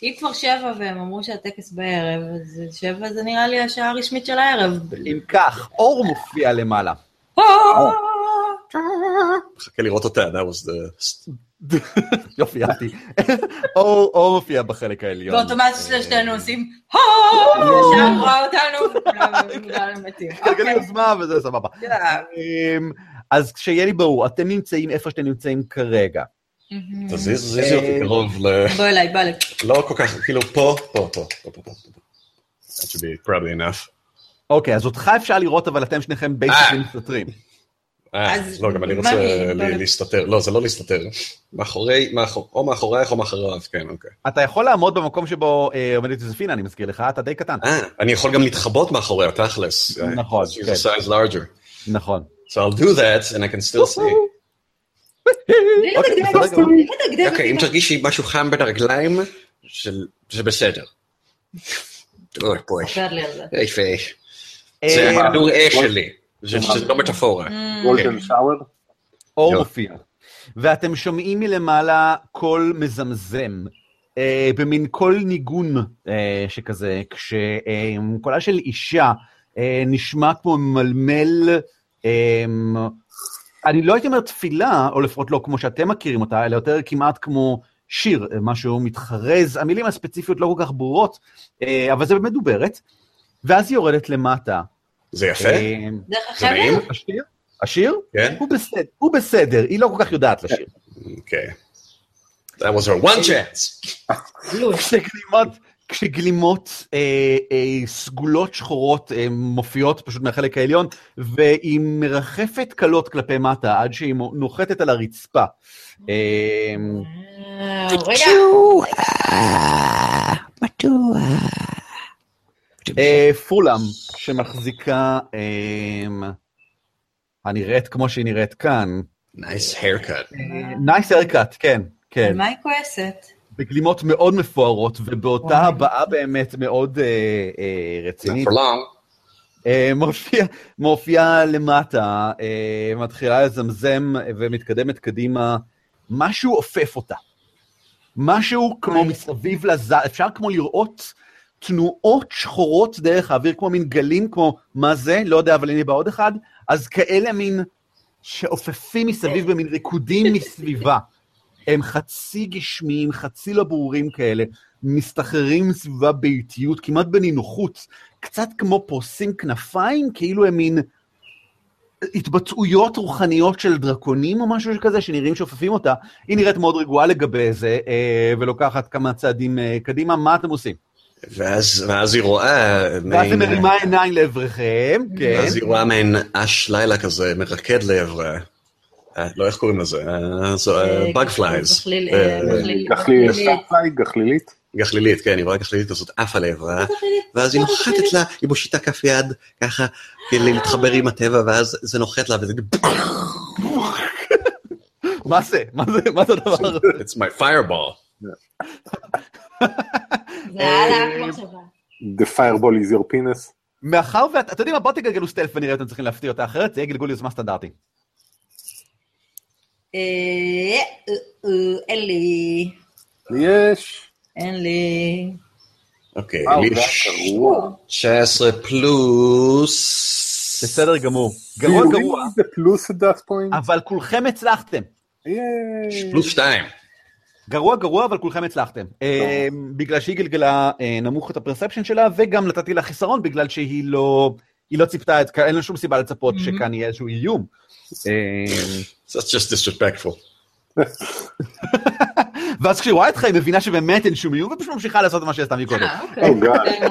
S3: היא כבר שבע והם אמרו שהטקס בערב, אז שבע זה נראה לי השעה הרשמית של הערב.
S1: אם כך, אור מופיע למעלה.
S3: או!
S2: מחכה לראות אותה, that was the...
S1: יופי, אהבתי. אור אור מופיע בחלק העליון.
S3: ואוטומט שלושתנו עושים הו! ושם רואה אותנו, וכולם מתים.
S1: גלגל
S3: אוקיי.
S1: יוזמה וזה סבבה.
S3: יאללה.
S1: אמ, אז שיהיה לי ברור, אתם נמצאים איפה שאתם נמצאים כרגע.
S3: מהמם.
S2: תזיז, תזיז אותי קרוב ל...
S3: בוא אליי, בוא אליי.
S2: לא כל כך, כאילו פה, פה, פה, פה, פה, פה. That should be probably enough.
S1: אוקיי, אז אותך אפשר לראות, אבל אתם שניכם בייסיקים מסתתרים.
S2: אה,
S3: אז
S2: אז לא, גם אני
S3: מה
S2: רוצה
S3: אני-
S2: ל- להסתתר. לא, זה לא להסתתר. מאחורי, מאחור- או מאחורייך או מאחוריו, כן, אוקיי.
S1: אתה יכול לעמוד במקום שבו אה, עומדת יוזפינה, אני מזכיר לך, אתה די קטן.
S2: אה, אני יכול גם להתחבות מאחוריה, תכלס. אה,
S1: נכון,
S2: she's
S1: כן.
S2: a size larger.
S1: נכון.
S2: So I'll do that, and I can still see.
S1: אוקיי,
S3: דגדג,
S1: בסדר גמור.
S3: דגדג,
S2: אוקיי, אם
S3: דגדג.
S2: תרגישי משהו חם בין הרגליים, של- זה בסדר. Oh, אוי, בואי.
S3: ספר לי על זה.
S2: יפה. זה
S1: אה,
S2: הכדור אש שלי. זה זה לא
S3: אה.
S2: מטאפורה.
S4: גולדן שאואר.
S1: אור
S2: יופי.
S1: מופיע. ואתם שומעים מלמעלה קול מזמזם, אה, במין קול ניגון אה, שכזה, כשקולה של אישה אה, נשמע כמו ממלמל, אה, אני לא הייתי אומר תפילה, או לפחות לא כמו שאתם מכירים אותה, אלא יותר כמעט כמו שיר, אה, משהו מתחרז, המילים הספציפיות לא כל כך ברורות, אה, אבל זה באמת דוברת. ואז היא יורדת למטה.
S2: זה יפה?
S1: אה,
S3: דרך
S2: זה נעים?
S3: החבל?
S1: השיר? השיר?
S2: כן.
S1: הוא בסדר, הוא בסדר, היא לא כל כך יודעת לשיר.
S2: אוקיי. That was her one chance.
S1: שתי גלימות, כשגלימות אה, אה, סגולות שחורות אה, מופיעות פשוט מהחלק העליון, והיא מרחפת קלות כלפי מטה עד שהיא מו- נוחתת על הרצפה. אה,
S3: אה, רגע,
S1: אה, פולאם, שמחזיקה, אה, הנראית כמו שהיא נראית כאן,
S2: נייס haircut.
S1: נייס ארקאט, כן, כן.
S3: על מה היא כועסת?
S1: בגלימות מאוד מפוארות, ובאותה
S3: וואי.
S1: הבעה באמת מאוד אה, אה,
S2: Not
S1: רצינית.
S2: for long.
S1: אה, מופיע- מופיעה למטה, אה, מתחילה לזמזם ומתקדמת קדימה, משהו עופף אותה. משהו כמו מסביב לז... אפשר כמו לראות תנועות שחורות דרך האוויר, כמו מין גלים, כמו מה זה, לא יודע, אבל הנה בא עוד אחד, אז כאלה מין שעופפים מסביב במין ריקודים מסביבה. הם חצי גשמיים, חצי לא ברורים כאלה, מסתחררים סביבה באיטיות, כמעט בנינוחות, קצת כמו פורסים כנפיים, כאילו הם מין התבטאויות רוחניות של דרקונים או משהו כזה, שנראים שעופפים אותה. היא נראית מאוד רגועה לגבי זה, אה, ולוקחת כמה צעדים אה, קדימה, מה אתם עושים?
S2: ואז ואז היא רואה...
S1: ואז היא
S2: מעין-
S1: מרימה עיניים לעברכם, כן.
S2: ואז היא רואה מעין אש לילה כזה מרקד לעברה. אה, לא, איך קוראים לזה?
S3: אה,
S2: בג פלייז.
S3: גחליל, אה, גחליל,
S4: גחלילית,
S3: גחלילית.
S4: גחלילית, גחלילית.
S2: גחלילית, כן, היא רואה גחלילית כזאת עפה לעברה. ואז היא נוחתת לה, היא מושיטה כף יד, ככה, כדי להתחבר עם הטבע, ואז זה נוחת לה, וזה...
S1: מה זה? מה זה? מה זה הדבר הזה?
S2: It's my fireball.
S3: זה היה לה כמו שווה.
S4: The fireball is your penis.
S1: מאחר ואתה, אתם יודעים מה? בואו תגלגלו סטלף ונראה אתם צריכים להפתיע אותה, אחרת זה יהיה גלגול יוזמה סטנדרטי.
S3: אה, אה, אה, אין לי,
S4: יש.
S3: אין לי.
S2: אוקיי,
S4: וואו,
S2: לי
S4: זה היה גרוע.
S2: 19 פלוס...
S1: בסדר גמור. גרוע
S4: כאילו,
S1: גרוע, אה,
S4: אם זה פלוס at that point.
S1: אבל כולכם הצלחתם.
S4: יש.
S2: פלוס 2.
S1: גרוע גרוע, אבל כולכם הצלחתם. אה, בגלל שהיא גלגלה אה, נמוך את הפרספשן שלה, וגם נתתי לה חיסרון בגלל שהיא לא... היא לא ציפתה את, אין לה שום סיבה לצפות
S3: Mhm.
S1: שכאן יהיה איזשהו איום. אה,
S2: That's just disrespectful.
S1: ואז כשהיא רואה אתך היא מבינה שבאמת אין שום איום, ופשוט ממשיכה לעשות מה שעשתה מקודם.
S3: אה, אוקיי.
S4: Oh God.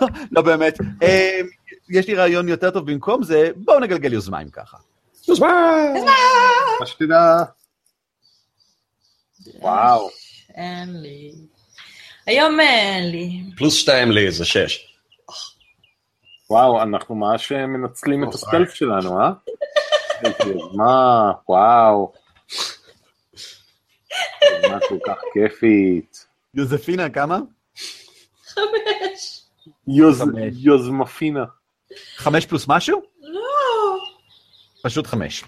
S1: לא, לא באמת. אה, יש לי רעיון יותר טוב במקום זה, בואו נגלגל יוזמיים ככה.
S4: מה שתדע. וואו.
S3: אין לי. היום אין לי.
S2: פלוס 2 לי זה 6.
S4: וואו, אנחנו ממש אה, מנצלים את הסטלף שלנו, אה? איזה מה, וואו. מה כל כך כיפית.
S1: יוזפינה, כמה?
S3: חמש.
S4: יוז-
S1: חמש.
S4: יוזמפינה.
S1: חמש פלוס משהו?
S3: לא.
S1: פשוט חמש.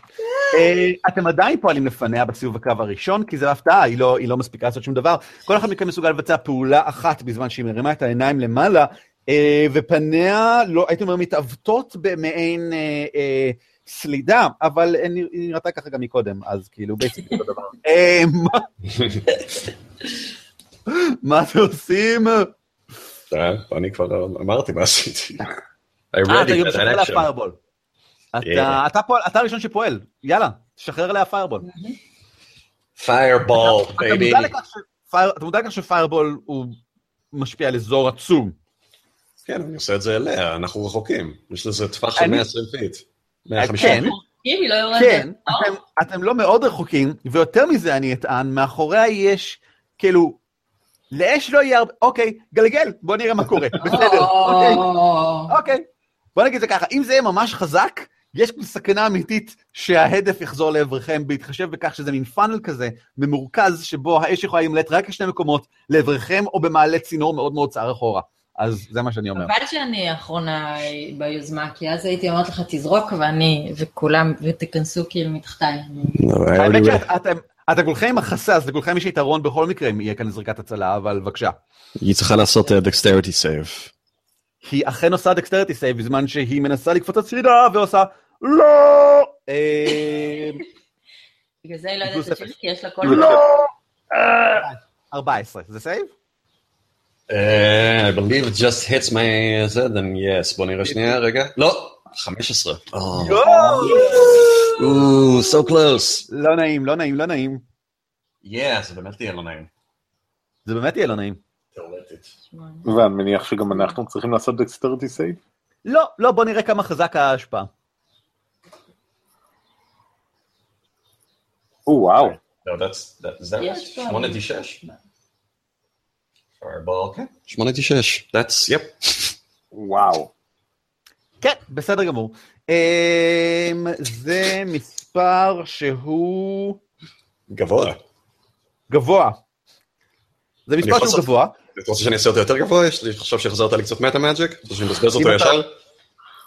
S1: אה, אתם עדיין פועלים לפניה בסיבוב הקו הראשון, כי זו הפתעה, היא לא, היא לא מספיקה לעשות שום דבר. כל אחד מכם מסוגל לבצע פעולה אחת בזמן שהיא מרימה את העיניים למעלה, אה, ופניה, לא, הייתי אומר, מתעוותות במעין אה, אה, סלידה, אבל אה, נרא- היא נראתה ככה גם מקודם, אז כאילו, בעצם אותו דבר. אה, מה- מה אתם עושים?
S2: אני כבר אמרתי מה עשיתי. I
S1: אה,
S2: read
S1: אתה
S2: it,
S1: גם
S2: that
S1: משחרר לה
S2: action.
S1: פיירבול. אתה
S2: Yeah.
S1: אתה פועל- אתה הראשון שפועל, יאללה, שחרר לה פיירבול.
S2: Fireball,
S1: אתה
S2: baby.
S1: מודע לכך שפייר- אתה מודע לכך שפיירבול הוא משפיע על אזור עצום.
S2: כן, אני עושה את זה אליה, אנחנו רחוקים. יש לזה טווח של
S1: אני-
S2: 120 פיט. 150
S1: כן,
S2: פיט.
S3: אם היא לא יורדת.
S1: כן,
S3: אה,
S1: אתם, אתם לא מאוד רחוקים, ויותר מזה אני אטען, מאחוריה יש, כאילו, לאש לא יהיה הרבה, אוקיי, גלגל, בוא נראה מה קורה, בסדר, אוקיי,
S3: או.
S1: אוקיי. בוא נגיד זה ככה, אם זה יהיה ממש חזק, יש סכנה אמיתית שההדף יחזור לעברכם, בהתחשב בכך שזה מין פאנל כזה, ממורכז, שבו האש יכולה להימלט רק לשני מקומות, לעברכם או במעלה צינור מאוד מאוד צער אחורה. אז זה מה שאני אומר.
S3: חבל שאני האחרונה ביוזמה, כי אז הייתי אומרת לך תזרוק ואני וכולם, ותיכנסו כאילו מתחתיי.
S1: האמת שאתם אתם כולכם עם החסה, אז לכולכם יש יתרון בכל מקרה אם יהיה כאן זריקת הצלה, אבל בבקשה.
S2: היא צריכה לעשות אה, dexterity save.
S1: היא אכן עושה דקסטרטי סייב בזמן שהיא מנסה לקפוץ הצידה ועושה לא! אה,
S3: בגלל זה היא לא יודעת
S1: פלוס
S3: את שלי, כי יש לה כל...
S4: לא.
S1: 14, זה סייב?
S2: אה, Uh, I believe it just hits my... זה, then yes. בוא נראה שנייה, רגע. לא! Oh. 15.
S1: יואו!
S2: או, so close.
S1: לא נעים, לא נעים, לא נעים.
S2: Yeah, זה באמת יהיה לא נעים.
S1: זה באמת יהיה לא נעים.
S2: תיאורטית.
S5: לתת.
S4: ואני מניח שגם אנחנו צריכים לעשות דקסטרטי סייב?
S1: לא, לא, בוא נראה כמה חזק ההשפעה.
S4: או וואו,
S5: No, that's, that, is that
S3: Yeah,
S5: right?
S3: it's fine.
S5: 86? Fireball.
S2: כן.
S5: Okay.
S2: 86. That's, יפ.
S4: וואו.
S1: כן, בסדר גמור. אמ, זה מספר שהוא
S2: גבוה.
S1: גבוה. זה מספר
S2: יכול
S1: שהוא
S2: לעשות-
S1: גבוה.
S2: אתה רוצה שאני אעשה אותו יותר גבוה? יש לי חשב שהחזרת לי קצת מטה מאג'יק? אתה רוצה שאני מבזבז אותו
S1: אם אתה-
S2: ישר?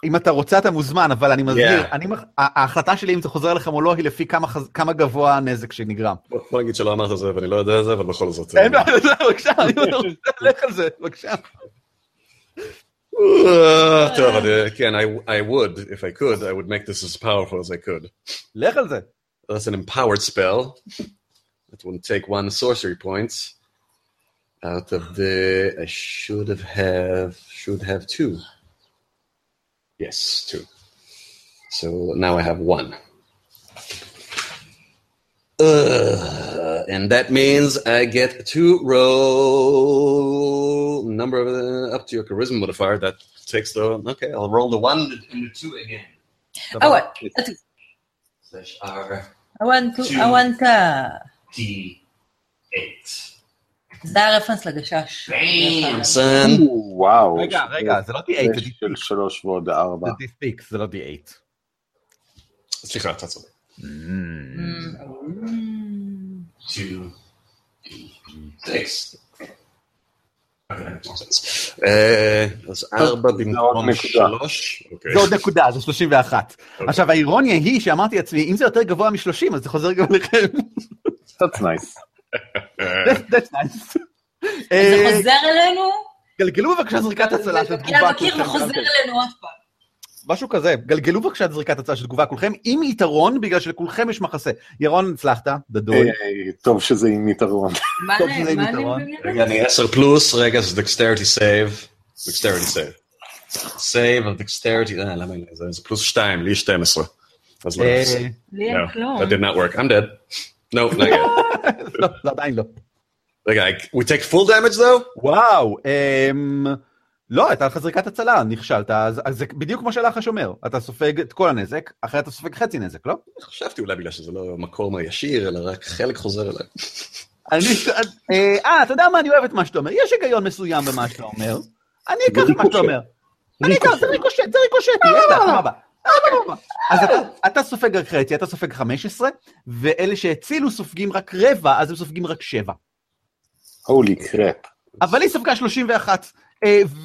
S1: אם אתה רוצה אתה מוזמן, אבל אני מזהיר,
S2: Yeah.
S1: אני מח- ה- ההחלטה שלי אם זה חוזר לכם או לא היא לפי כמה חז- כמה גבוה הנזק שנגרם.
S2: בוא בוא נגיד שלא אמרת זה ואני לא יודע זה, אבל בכל זאת.
S1: אין בעיה, בבקשה, אני רוצה ללך על זה, בבקשה.
S2: אה, טוב, אני- כן, I- I would, if I could, I would make this as powerful as I could.
S1: לך על זה.
S2: That's an empowered spell. That will take one sorcery point out of the. I should have have should have two. Yes, two. So now I have one. Uh, and that means I get to roll number of the, up to your charisma modifier. That takes the okay. I'll roll the one and the two again.
S3: אוה,
S5: Slash R
S3: Oh, I want a...
S5: D eight.
S3: זה היה רפרנס לגשש.
S5: Bam,
S2: Son.
S4: וואו.
S1: רגע,
S4: יש-
S1: רגע, זה לא D8, זה
S4: יש של שלוש ועוד
S1: זה
S4: ארבע.
S1: D6, זה לא D8.
S2: סליחה, אתה צודק.
S3: Mm.
S5: Two six.
S2: אה, אז ארבע
S4: זה עוד
S2: במקום
S4: נקודה.
S2: שלוש? אוקיי.
S1: זה עוד נקודה, זה 31. עכשיו, האירוניה היא שאמרתי לעצמי, אם זה יותר גבוה מ-30, אז זה חוזר גם לכם.
S4: That's nice.
S2: אה,
S1: That's- That's nice.
S3: זה
S1: אה,
S3: חוזר אלינו,
S1: גלגלו בבקשה זריקת הצלה של
S3: זה
S1: תגובה.
S3: פוגע בקיר
S1: כולכם. אוקיי.
S3: וחוזר אלינו עוד פעם.
S1: משהו כזה, גלגלו בבקשה זריקת הצלה של תגובה כולכם, עם יתרון, בגלל שלכולכם יש מחסה. ירון, הצלחת, דדוי.
S4: היי, אה, טוב שזה עם יתרון.
S3: מה
S1: טוב,
S3: אני-
S1: זה
S3: מה
S1: יתרון.
S3: אני מבינה?
S2: רגע, אני עשר פלוס, רגע, זה דקסטריטי סייב. דקסטריטי סייב. סייב על דקסטריטי, אה, למה אין לי את זה? זה פלוס שתיים, לי יש 12. אז לא.
S1: אה,
S3: לי
S2: No,
S3: אין כלום.
S2: that did not work. I'm dead. No, not yet.
S1: לא, לא, עדיין לא.
S2: רגע, I- we take full damage though?
S1: וואו, אמ... לא, הייתה לך זריקת הצלה, נכשלת, אז אז זה בדיוק כמו שלחש אומר, אתה סופג את כל הנזק, אחרי אתה סופג חצי נזק, לא?
S2: חשבתי אולי בגלל שזה לא מקום הישיר, אלא רק חלק חוזר אליי.
S1: אני... אה, אה, אתה יודע מה, אני אוהב את מה שאתה אומר, יש היגיון מסוים במה שאתה אומר, אני אקח את מה שאתה אומר. אני אקח, זה ריקושט, זה ריקושט, ידע, סבבה. סבבה. אז אתה- אתה סופג רק חצי, אתה סופג 15, ואלה שהצילו סופגים רק רבע, אז הם סופגים רק 7.
S4: הולי קראפ.
S1: אבל היא ספגה אה, 31,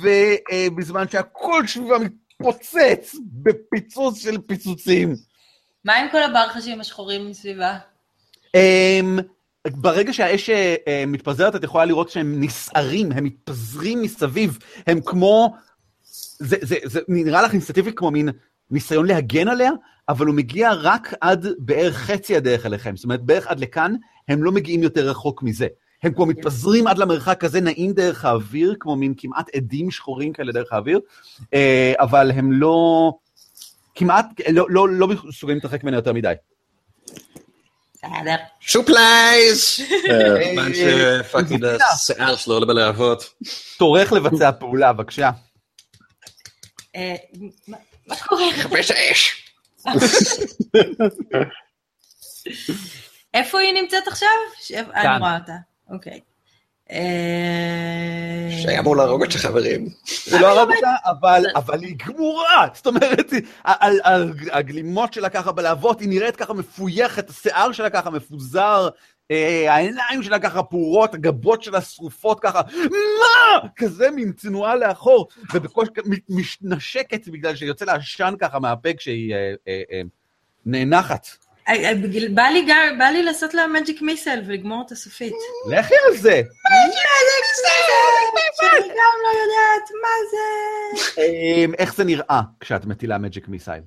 S1: ובזמן שהכל שבע מתפוצץ בפיצוץ של פיצוצים.
S3: מה עם כל הברחשים השחורים מסביבה?
S1: אמ, ברגע שהאש אה, מתפזרת, את יכולה לראות שהם נסערים, הם מתפזרים מסביב, הם כמו... זה, זה, זה נראה לך אינסטטיבי כמו מין ניסיון להגן עליה, אבל הוא מגיע רק עד בערך חצי הדרך אליכם. זאת אומרת, בערך עד לכאן, הם לא מגיעים יותר רחוק מזה. הם כבר מתפזרים עד למרחק הזה, נעים דרך האוויר, כמו מין כמעט עדים שחורים כאלה דרך האוויר, אה, אבל הם לא... כמעט, לא, לא, לא מסוגלים להתרחק ממנה יותר מדי.
S3: בסדר.
S2: שופלייז! כיוון
S1: אה,
S2: שפאקינג השיער שלו עולה בלהבות.
S1: תורך לבצע פעולה, בבקשה.
S3: אה, מה- מה קורה?
S2: חפש האש!
S3: איפה היא נמצאת עכשיו? ש- אני רואה אותה. אוקיי. אה,
S2: שהיה אמור להרוג את החברים.
S1: זה לא הרג אותה, אבל, אבל היא גמורה. זאת אומרת, היא- על, על הגלימות שלה ככה בלהבות, היא נראית ככה מפויחת, השיער שלה ככה מפוזר, אה, העיניים שלה ככה פעורות, הגבות שלה שרופות ככה, מה? כזה מין צנועה לאחור, ובקושי מ- מתנשקת בגלל שיוצא לה עשן ככה מהפה כשהיא אה, אה, אה, נאנחת.
S3: אה, אה, בגיל- בא לי גם- בא לי לעשות לה מג'יק מיסל ולגמור אותה סופית.
S1: לכי על זה.
S3: שאני גם לא יודעת מה זה.
S1: אה, איך זה נראה כשאת מטילה מג'יק מיסייל?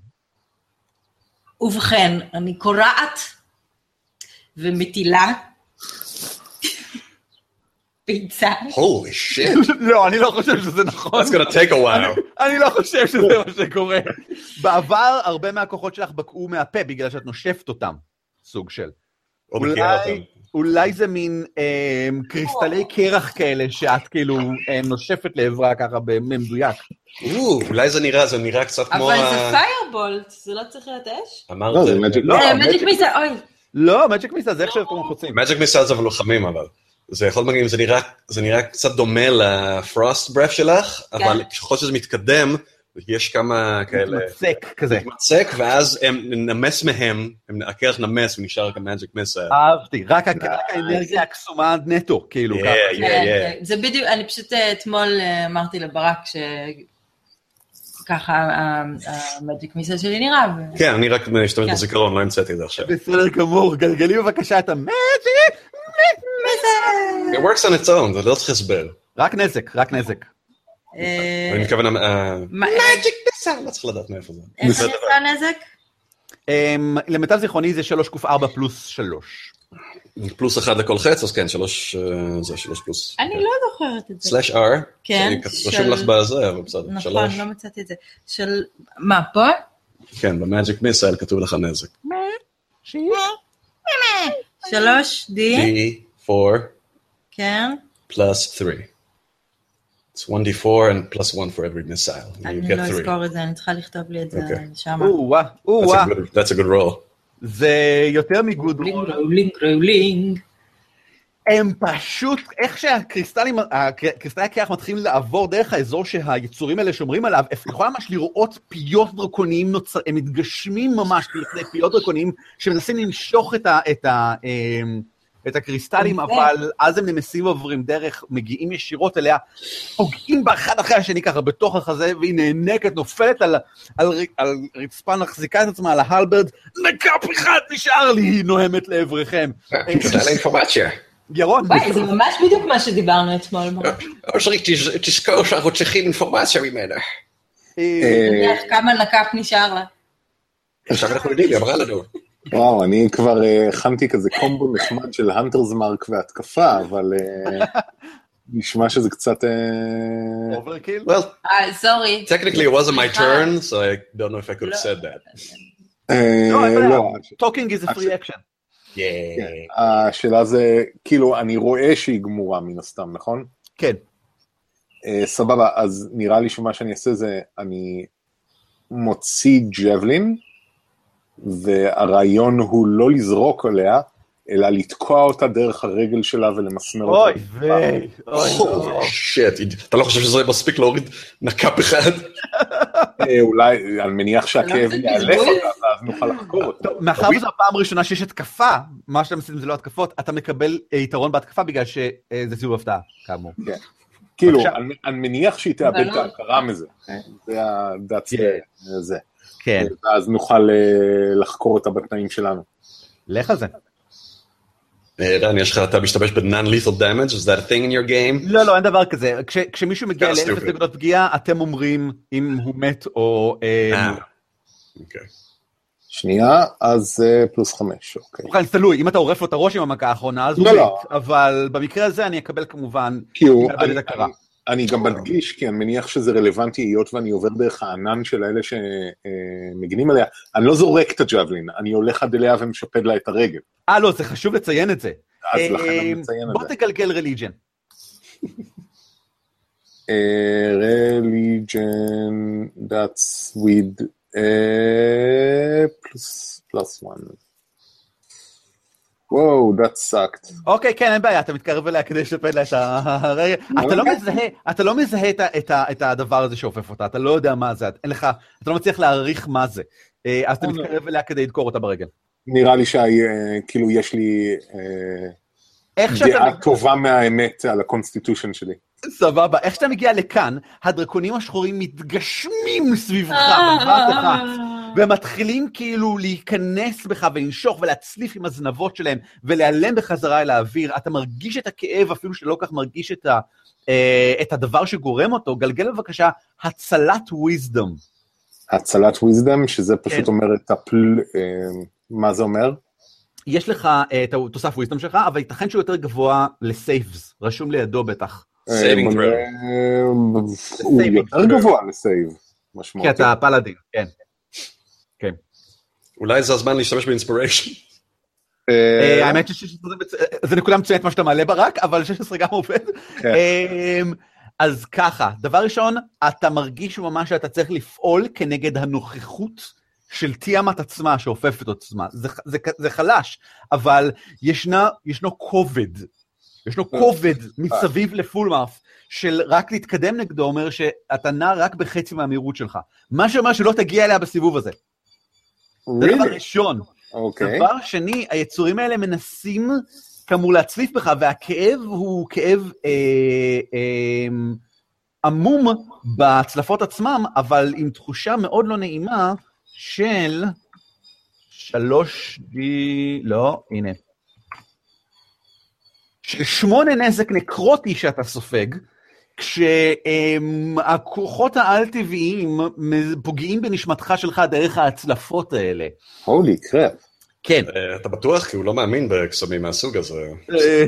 S3: ובכן, אני קורעת ומטילה פיצה.
S2: holy shit.
S1: לא, אני לא חושב שזה נכון.
S2: That's gonna take a while.
S1: אני לא חושב שזה מה שקורה. בעבר, הרבה מהכוחות שלך בקעו מהפה בגלל שאת נושפת אותם, סוג של.
S2: או מכירה
S1: אולי-
S2: אותם.
S1: אולי זה מין אה, קריסטלי קרח כאלה שאת כאילו אה, נושפת לעברה ככה במדויק.
S2: או, אולי זה נראה, זה נראה קצת כמו
S3: אבל
S2: ה...
S3: זה פיירבולט, זה לא צריך להיות אש?
S2: אמרת,
S4: לא, זה magic-
S2: לא,
S3: זה מג'יק מיסה, אוי,
S1: לא, מג'יק מיסה זה איך שאתם חוצים.
S2: מג'יק מיסל זה אבל לוחמים אבל. זה יכול להגיד, זה נראה, זה נראה קצת דומה לפרוסט ברף שלך,
S3: כן.
S2: אבל ככל שזה מתקדם, יש כמה כאלה...
S1: מצק כזה.
S2: מתמצק, ואז הם נמס מהם, הם- הקרח נמס ונשאר כמאג'יק מיסל.
S1: אהבתי, רק ה- רק האנרגיה הקסומה נטו, אה, כאילו
S2: Yeah,
S1: ככה.
S2: yeah.
S3: כן, כן. זה בדיוק, אני פשוט אה, אתמול אה, אמרתי לברק אה, שככה המג'יק מיסה שלי נראה, ו-
S2: כן, אני רק משתמש
S3: כן.
S2: בזיכרון, לא המצאתי את זה עכשיו.
S1: בסדר גמור, גלגלי בבקשה את המג'יק מיסה.
S3: כן.
S2: It works on its own, זה לא צריך הסבר.
S1: רק נזק, רק נזק.
S3: אה,
S2: אני מתכוון... אה,
S3: מה-
S2: מג'יק מיסל, לא צריך לדעת מאיפה זה.
S3: איך
S2: זה
S3: נעשה הנזק?
S1: אמ, למיטב זיכרוני זה 3 ק4 פלוס 3.
S2: דבר. פלוס אחד לכל חץ, אז כן, שלוש, אה, זה שלוש פלוס.
S3: אני לא זוכרת את זה.
S2: סלאש R,
S3: כן,
S2: זה
S3: של-
S2: רשום לך בזה, אבל בסדר,
S3: נכון,
S2: שלוש,
S3: לא מצאתי את זה. של, מה, פה?
S2: כן, במאג'יק מיסל כתוב לך נזק.
S3: שלוש, די,
S2: D4
S3: כן.
S2: plus 3. It's 1D4 and plus 1 for every missile. You
S3: אני
S2: get
S3: לא
S2: 3.
S3: אזכור את זה, אני צריכה לכתוב לי את זה
S2: אוקיי.
S3: שם.
S1: או-אה,
S2: That's
S1: או-אה,
S2: a good- That's a good roll.
S1: זה יותר מגוד
S3: רולינג, רולינג, רולינג.
S1: הם פשוט, איך שהקריסטלים, הקר- קריסטלי הקרח מתחילים לעבור דרך האזור שהיצורים האלה שומרים עליו, אפ- יכולה ממש לראות פיות דרקוניים נוצר, הם מתגשמים ממש לפני פיות דרקוניים, שמנסים למשוך את, ה, את, ה, אמ, את הקריסטלים,
S3: אוקיי.
S1: אבל אז הם נמסים ועוברים דרך, מגיעים ישירות אליה, פוגעים באחד אחרי השני ככה בתוך החזה, והיא נאנקת, נופלת על, על, ר- על רצפה, מחזיקה את עצמה על ההלברד, נקאפ אחד נשאר לי, היא נוהמת לעברכם.
S2: תודה על האינפורמציה.
S1: ירון,
S3: וואי, זה ממש בדיוק מה שדיברנו אתמול. ממש.
S2: אושרי, תז- תזכור שאנחנו צריכים אינפורמציה ממנה.
S1: אה,
S3: איך כמה נקף נשאר לה.
S2: עכשיו אנחנו יודעים, היא אמרה לנו.
S4: וואו, אני כבר אה, הכנתי כזה קומבו נחמד של האנטרס מארק והתקפה, אבל אה, נשמע שזה קצת... אה,
S1: אוברקיל?
S2: Well,
S3: אה, סורי.
S2: technically it wasn't my turn, so I don't know if I could have said that.
S4: אה,
S1: לא, אין בעיה.
S4: לא,
S1: טוקינג is a free
S4: עכשיו-
S1: action.
S2: Yeah.
S4: השאלה זה, כאילו, אני רואה שהיא גמורה מן הסתם, נכון?
S1: כן.
S4: אה, סבבה, אז נראה לי שמה שאני אעשה זה, אני מוציא ג'בלין, והרעיון הוא לא לזרוק עליה, אלא לתקוע אותה דרך הרגל שלה ולמסמר
S1: אוי
S4: אותה.
S1: ויי.
S2: Oh, shit, אתה לא חושב שזה מספיק להוריד נקאפ אחד?
S4: אה, אולי, אני מניח שהכאב
S3: זה
S4: יאלף
S3: בלבול.
S4: אותה, ואז נוכל לחקור אותה.
S1: מאחר וזו הפעם הראשונה שיש התקפה, מה שאתם עושים זה לא התקפות, אתה מקבל אה, יתרון בהתקפה בגלל שזה סיבוב הפתעה, כאמור.
S4: כאילו,
S1: בבקשה.
S4: אני- אני מניח שהיא תאבד
S3: אבל
S4: את
S3: לא.
S4: ההכרה מזה. אה, זה ה... that's
S1: Yeah.
S4: the- זה.
S1: כן.
S4: ואז נוכל אה, לחקור אותה בתנאים שלנו.
S1: לך על זה.
S2: אה, רן, יש לך, אתה משתמש ב-non-lethal damage, is that a thing in your game?
S1: לא, לא, אין דבר כזה. כש- כשמישהו מגיע
S2: Kinda
S1: לאפס
S2: stupid.
S1: נקודות פגיעה, אתם אומרים אם הוא מת או... אה,
S2: אה,
S1: נו.
S2: אוקיי.
S4: שנייה, אז אה, פלוס חמש, אוקיי.
S1: ובכן, זה תלוי, אם אתה עורף לו את הראש עם המכה האחרונה, אז הוא
S4: לא, לא.
S1: מת, אבל במקרה הזה אני אקבל כמובן...
S4: כי הוא,
S1: מאבד
S4: אני,
S1: את הכרה.
S4: אני, אני גם מדגיש, כי אני מניח שזה רלוונטי, היות ואני עובר דרך הענן של אלה שמגינים עליה, אני לא זורק את הג'אבלין, אני הולך עד אליה ומשפד לה את הרגל.
S1: אה, לא, זה חשוב לציין את זה.
S4: אז לכן אני
S1: אה,
S4: מציין
S1: בוא
S4: את זה.
S1: תגלגל רליג'ן.
S4: אה, religion, that's with אה, plus, plus one. וואו, that sucked.
S1: אוקיי, כן, אין בעיה, אתה מתקרב אליה כדי לשפט לה את הרגע. אתה לא מזהה, אתה לא מזהה את, ה- את, ה- את הדבר הזה שאופף אותה, אתה לא יודע מה זה, אין לך, אתה לא מצליח להעריך מה זה. אה, אז אתה
S4: אוקיי.
S1: מתקרב אליה כדי לדקור אותה ברגל.
S4: נראה לי שכאילו יש לי אה,
S1: איך שאתה,
S4: דעה טובה מהאמת על הקונסטיטושן שלי.
S1: סבבה, איך שאתה מגיע לכאן, הדרקונים השחורים מתגשמים סביבך
S3: אה,
S1: בבת
S3: אה,
S1: אחת. והם מתחילים כאילו להיכנס בך ולנשוך ולהצליף עם הזנבות שלהם ולהיעלם בחזרה אל האוויר. אתה מרגיש את הכאב אפילו שלא כל כך מרגיש את, ה, אה, את הדבר שגורם אותו. גלגל בבקשה הצלת wisdom.
S4: הצלת wisdom, שזה פשוט
S1: כן.
S4: אומר את הפל... אה, מה זה אומר?
S1: יש לך אה, את התוסף wisdom שלך, אבל ייתכן שהוא יותר גבוה לסייבס, רשום לידו בטח.
S2: Saving
S4: אה,
S2: throw.
S4: אה, הוא
S1: Saving
S4: יותר
S1: throw.
S4: גבוה לסייב.
S1: כי
S4: משמעותי.
S1: אתה פלאדין, כן.
S2: אולי זה הזמן להשתמש באינספיריישן.
S4: אה,
S1: האמת שזה אה, נקודה מצוינת מה שאתה מעלה ברק, אבל 16 גם עובד.
S4: כן.
S1: אה, אז ככה, דבר ראשון, אתה מרגיש ממש שאתה צריך לפעול כנגד הנוכחות של תיאמת עצמה שאופפת עצמה. זה, זה, זה חלש, אבל ישנה, ישנו כובד, ישנו
S4: לא,
S1: כובד
S4: אה.
S1: מסביב לפולמאף, של רק להתקדם נגדו אומר שאתה נע רק בחצי מהמהירות שלך. מה שאומר שלא תגיע אליה בסיבוב הזה. זה דבר
S4: really?
S1: ראשון.
S4: אוקיי.
S1: דבר שני, היצורים האלה מנסים כאמור להצליף בך, והכאב הוא כאב אה, אה, עמום בהצלפות עצמם, אבל עם תחושה מאוד לא נעימה של שלוש D... לא, הנה. של שמונה נזק נקרוטי שאתה סופג, כשהכוחות העל-טבעיים פוגעים בנשמתך שלך דרך ההצלפות האלה.
S4: הולי קראפ.
S1: כן.
S2: אה, Uh, אתה בטוח? כי הוא לא מאמין בקסמים מהסוג הזה.
S4: אה,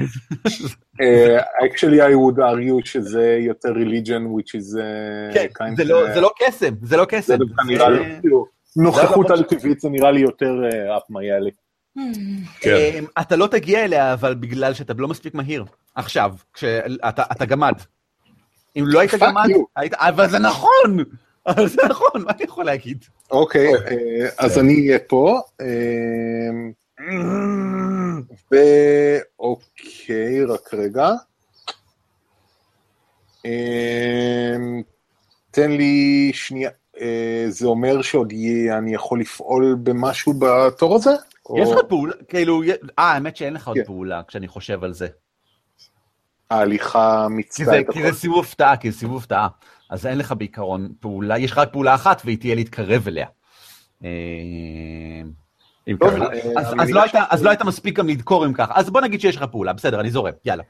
S4: Actually I would argue שזה יותר religion which is uh,
S1: כן,
S4: kind
S1: זה
S4: of-
S1: לא- זה לא קסם, זה לא קסם.
S4: זה דווקא נראה לי, כאילו, נוכחות על טבעית זה נראה לי יותר אה, אפ מה לי.
S2: כן.
S1: אמ, אתה לא תגיע אליה, אבל בגלל שאתה לא מספיק מהיר. עכשיו, כשאתה אתה גמד. אם לא היית
S4: Fuck
S1: גמד,
S4: you.
S1: היית... אבל זה נכון! אבל זה נכון, מה אני יכול להגיד?
S4: אוקיי, אה, אז אני אהיה פה. אה, ו- אוקיי, רק רגע. אה, תן לי שנייה, אה, זה אומר שעוד יהיה, אני יכול לפעול במשהו בתור הזה?
S1: יש
S4: או-
S1: לך פעולה, כאילו, י- אה, האמת שאין לך עוד
S4: כן.
S1: פעולה, כשאני חושב על זה.
S4: ההליכה
S1: כי
S4: מיצתה
S1: זה-
S4: את
S1: כי
S4: הכל.
S1: זה סיבוב הפתעה, כי זה סיבוב הפתעה. אז אין לך בעיקרון פעולה, יש לך רק פעולה אחת, והיא תהיה להתקרב אליה. אמ, אם
S4: טוב,
S1: ככה.
S4: אה,
S1: אז-
S4: אני
S1: אז לא
S4: מניח
S1: היית- אז לא היית מספיק גם לדקור אם ככה. אז בוא נגיד שיש לך פעולה, בסדר, אני זורם, יאללה.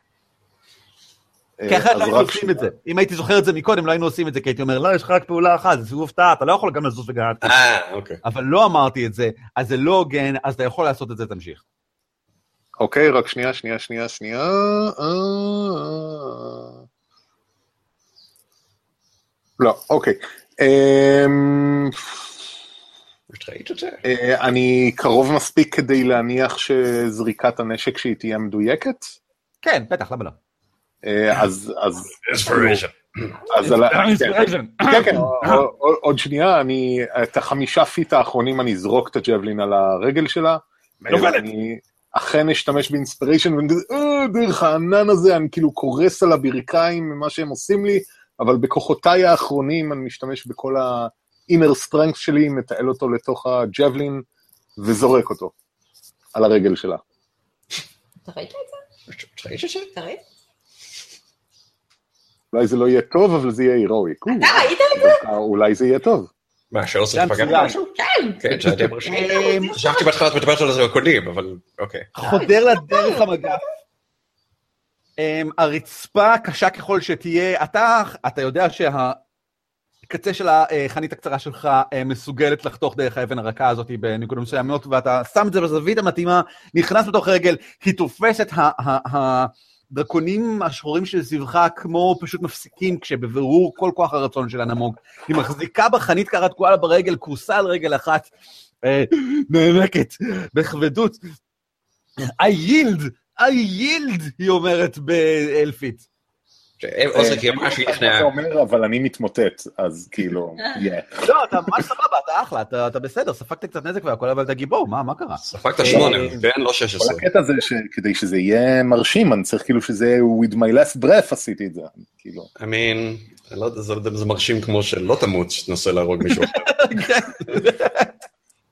S1: כי
S4: אה,
S1: אחרת
S4: אז
S1: לא היינו
S4: רק
S1: עושים
S4: שנייה.
S1: את זה. אם הייתי זוכר את זה מקודם, לא היינו עושים את זה, כי הייתי אומר, לא, יש לך רק פעולה אחת, זה סיבוב הפתעה, אתה לא יכול גם לזוז וגם... להתקדם."
S2: אה, אוקיי.
S1: אבל לא אמרתי את זה, אז זה לא הוגן, אז אתה יכול לעשות את זה, תמשיך.
S4: אוקיי, רק שנייה, שנייה, שנייה, שנייה. אה, אה. לא, אוקיי. אמ,
S2: את ראית את זה?
S4: אה, אני קרוב מספיק כדי להניח שזריקת הנשק שהיא תהיה מדויקת,
S1: כן, בטח, למה לא?
S4: אה, אז... אז-
S2: Inspiration.
S4: אז על ה- כן, כן, כן, עוד- עוד- עוד שנייה, אני... את החמישה פיט האחרונים אני אזרוק את הג'בלין על הרגל שלה.
S2: נובלת.
S4: אני אכן אשתמש באינספיריישן, ואני כזה, "אה, דרך הענן הזה, אני כאילו קורס על הברכיים ממה שהם עושים לי, אבל בכוחותיי האחרונים אני משתמש בכל ה-inner strength שלי, מתעל אותו לתוך הג'בלין, וזורק אותו על הרגל שלה.
S3: אתה ראית את זה?
S2: את ראית את זה?
S3: אתה ראית?
S4: אולי זה לא יהיה טוב, אבל זה יהיה הירואי.
S3: אתה ראית את זה?
S4: אולי זה יהיה טוב.
S2: מה, שאוסף
S1: מצוין,
S2: פגע
S1: מצוין.
S2: במשהו?
S3: כן.
S2: כן, שאלתי אמר ש-
S1: אמ,
S2: חשבתי בהתחלה את מדברת על הזרקונים, אבל אוקיי.
S1: חודר לדרך המגף. אמ, הרצפה, קשה ככל שתהיה, אתה, אתה יודע שהקצה של החנית הקצרה שלך אה, מסוגלת לחתוך דרך האבן הרכה הזאת בנקודות מסוימות, ואתה שם את זה בזווית המתאימה, נכנס לתוך הרגל, היא תופסת ה... ה, ה דרקונים השחורים שסביבך כמו פשוט מפסיקים כשבבירור כל כוח הרצון שלה נמוג. היא מחזיקה בחנית ככה תקועה לה ברגל, כוסה על רגל אחת, אה, נאנקת בכבדות, I yield, I yield, היא אומרת באלפית.
S2: אה,
S4: אה,
S2: אוסף היא אמרה שהיא נכנעה.
S4: אתה אוקיי, אומר, אבל אני מתמוטט, אז כאילו, yeah.
S1: לא, אתה ממש סבבה, אתה אחלה, אתה, אתה בסדר, ספגת קצת נזק והכל, אבל אתה גיבור, מה, מה קרה?
S2: ספגת שמונה, כן, לא שש
S4: כל
S2: עשרה.
S4: הקטע הזה שכדי שזה יהיה מרשים, אני צריך כאילו שזה יהיה with my last breath עשיתי את זה, כאילו.
S2: I mean, אני לא יודע זה- זה מרשים כמו שלא תמות, שתנסה להרוג מישהו.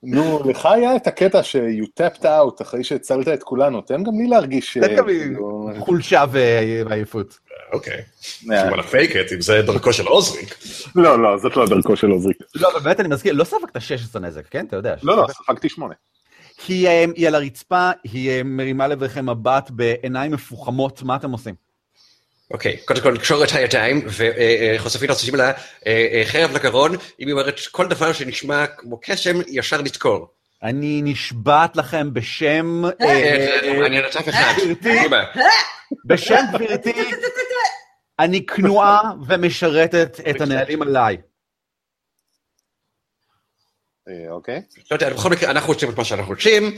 S4: נו, לך היה את הקטע ש- you tapped out אחרי שהצלת את כולנו, תן גם לי להרגיש ש...
S1: תן גם לי.
S4: כאילו,
S1: חולשה ו- ועייפות.
S2: אוקיי.
S4: אה,
S2: שהוא על הפייקט, אם זה דרכו של עוזריק.
S4: לא, לא, זאת לא דרכו של עוזריק.
S1: לא, אבל באמת, אני מזכיר, לא ספגת 16 נזק, כן? אתה יודע.
S4: לא, לא, ספגתי שמונה.
S1: היא, אה, היא על הרצפה, היא אה, מרימה לבריכם מבט בעיניים מפוחמות, מה אתם עושים?
S2: אוקיי, קודם כל לקשור את הידיים, אה, וחושפים עושים לה אה, אה, חרב לגרון, אם היא אומרת כל דבר שנשמע כמו קסם, ישר לדקור.
S1: אני נשבעת לכם בשם... אה,
S2: אה, זה לא מעניין את אף אחד.
S1: גברתי.
S2: קדימה.
S1: בשם גברתי, אני כנועה ומשרתת את הנהלים עליי.
S4: אה, אוקיי. אה,
S2: לא יודע, בכל מקרה, אנחנו רוצים את מה שאנחנו רוצים.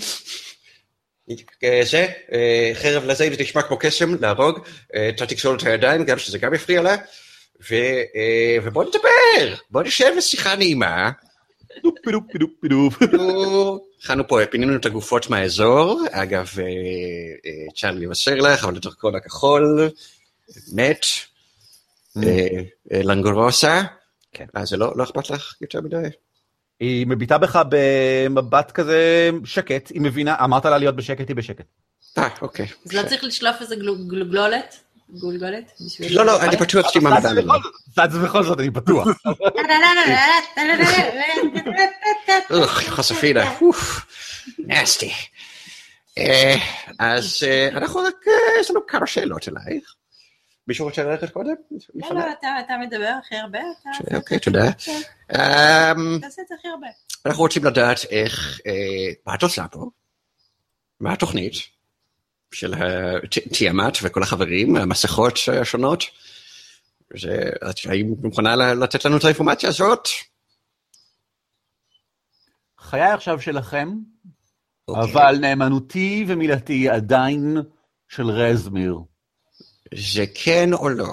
S2: אה, זה, אה, חרב לזה, אם זה נשמע כמו קסם, להרוג, אה, אתה תקשור לו את הידיים, גם שזה גם הפריע לה, ו, אה, ובוא נדבר, בוא נשב לשיחה נעימה.
S1: דופ פדופ פדופ פדופ.
S2: כאילו, הכנו פה, פינינו את הגופות מהאזור, אגב, אה, אה, צ'ארלי מבשר לך, אבל הדרכון הכחול, מת, אה, אה, לנגורוסה,
S1: כן.
S2: אה, זה לא לא אכפת לך יותר מדי?
S1: היא מביטה בך במבט כזה שקט, היא מבינה, אמרת לה להיות בשקט, היא בשקט.
S2: אה, אוקיי.
S3: אז לא צריך לשלוף איזה גלו- גלוגלולת? גולגולת? בשביל-
S2: לא, לא, אני פתוח שהיא מעמדה
S1: זז בכל זאת, זז בכל זאת, אני בטוח.
S2: אוח, חשפינה, אוף, נסטי. אה, אז אה, אנחנו רק, אה, יש לנו כמה שאלות אלייך. מישהו רוצה ללכת קודם?
S3: לא, לא, אתה- אתה מדבר הכי הרבה, אתה
S2: אוקיי, תודה.
S3: כן.
S2: אמ,
S3: אתה עושה את זה הכי הרבה.
S2: אנחנו רוצים לדעת איך, אה, מה את עושה פה? מה התוכנית של ה- ת- תיאמת וכל החברים, המסכות השונות? זה- את- האם את מוכנה ל- לתת לנו את האינפורמציה הזאת?
S1: חיי עכשיו שלכם, אבל נאמנותי ומילתי עדיין של רזמיר.
S2: זה כן או לא?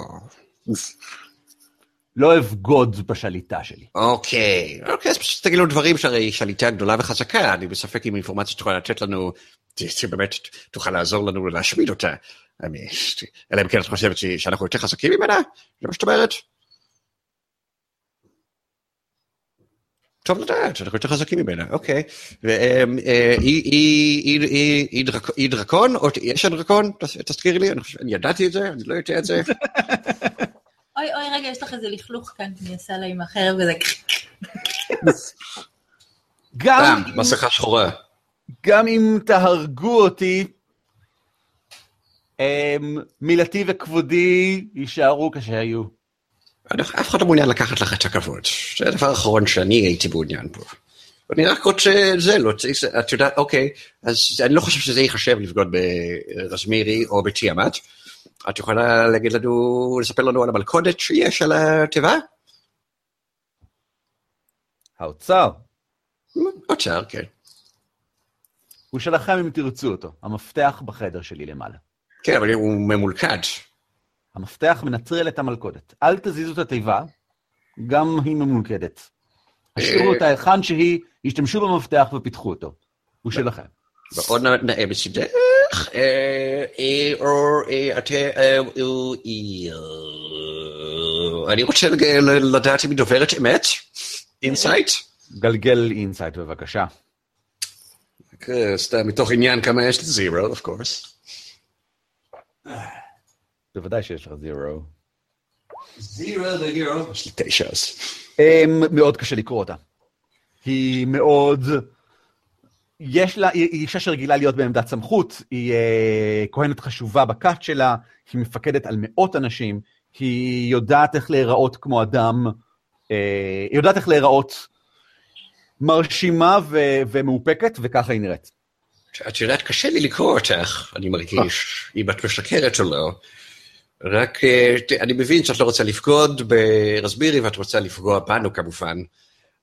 S1: לא אבגוד בשליטה שלי.
S2: אוקיי, אוקיי, אז פשוט תגידו דברים שהרי שליטה גדולה וחזקה, אני בספק אם אינפורמציה שתוכל לתת לנו, ת- שבאמת תוכל לעזור לנו להשמיד אותה. אני- אלא אם כן את חושבת ש- שאנחנו יותר חזקים ממנה? זה מה שאת אומרת? טוב לדעת, אנחנו יותר חזקים ממנה, אוקיי. ואם, אה, היא- היא- היא- היא- היא דרק- היא דרקון? או יש לה דרקון? תס- תזכירי לי, אני חושב- אני ידעתי את זה, אני לא יודע את זה.
S3: אוי, אוי, רגע, יש לך איזה לכלוך כאן, אני אעשה לה עם החרב וזה...
S1: גם אם-
S2: מסכה שחורה.
S1: גם אם תהרגו אותי, אמ, מילתי וכבודי יישארו כשהיו.
S2: אני- אף אחד לא מעוניין לקחת לך את הכבוד. זה הדבר האחרון שאני הייתי מעוניין בו. אני רק רוצה, זה לא, זה- את יודעת, אוקיי, אז אני לא חושב שזה ייחשב לבגוד ברזמירי או בתיאמת. את יכולה להגיד לנו, לספר לנו על המלכודת שיש על התיבה?
S1: האוצר.
S2: אוצר, כן.
S1: הוא שלכם אם תרצו אותו. המפתח בחדר שלי למעלה.
S2: כן, אבל הוא ממולכד.
S1: המפתח מנטרל את המלכודת. אל תזיזו את התיבה, גם היא ממולכדת. השאירו
S2: אה.
S1: אותה היכן שהיא, השתמשו במפתח ופיתחו אותו. הוא שלכם.
S2: מאוד נאה מצידך. אה, אה, או, אה, את, אה, אה, אה, אני רוצה לג- לדעת אם היא דוברת אמת? אינסייט?
S1: גלגל אינסייט בבקשה.
S2: כן, סתם מתוך עניין כמה יש לזירו, of course.
S1: בוודאי שיש לך זירו.
S5: Zero the hero.
S2: יש לי תשע אז.
S1: אמ, מאוד קשה לקרוא אותה. היא מאוד... יש לה, היא היא אישה שרגילה להיות בעמדת סמכות, היא אה, כהנת חשובה בכת שלה, היא מפקדת על מאות אנשים, היא יודעת איך להיראות כמו אדם, אה, היא יודעת איך להיראות מרשימה ו- ומאופקת, וככה היא נראית.
S2: את יודעת, קשה לי לקרוא אותך, אני מרגיש,
S5: אה.
S2: אם את משקרת או לא. רק, אה, ת- אני מבין שאת לא רוצה לבגוד ברסבירי ואת רוצה לפגוע בנו כמובן.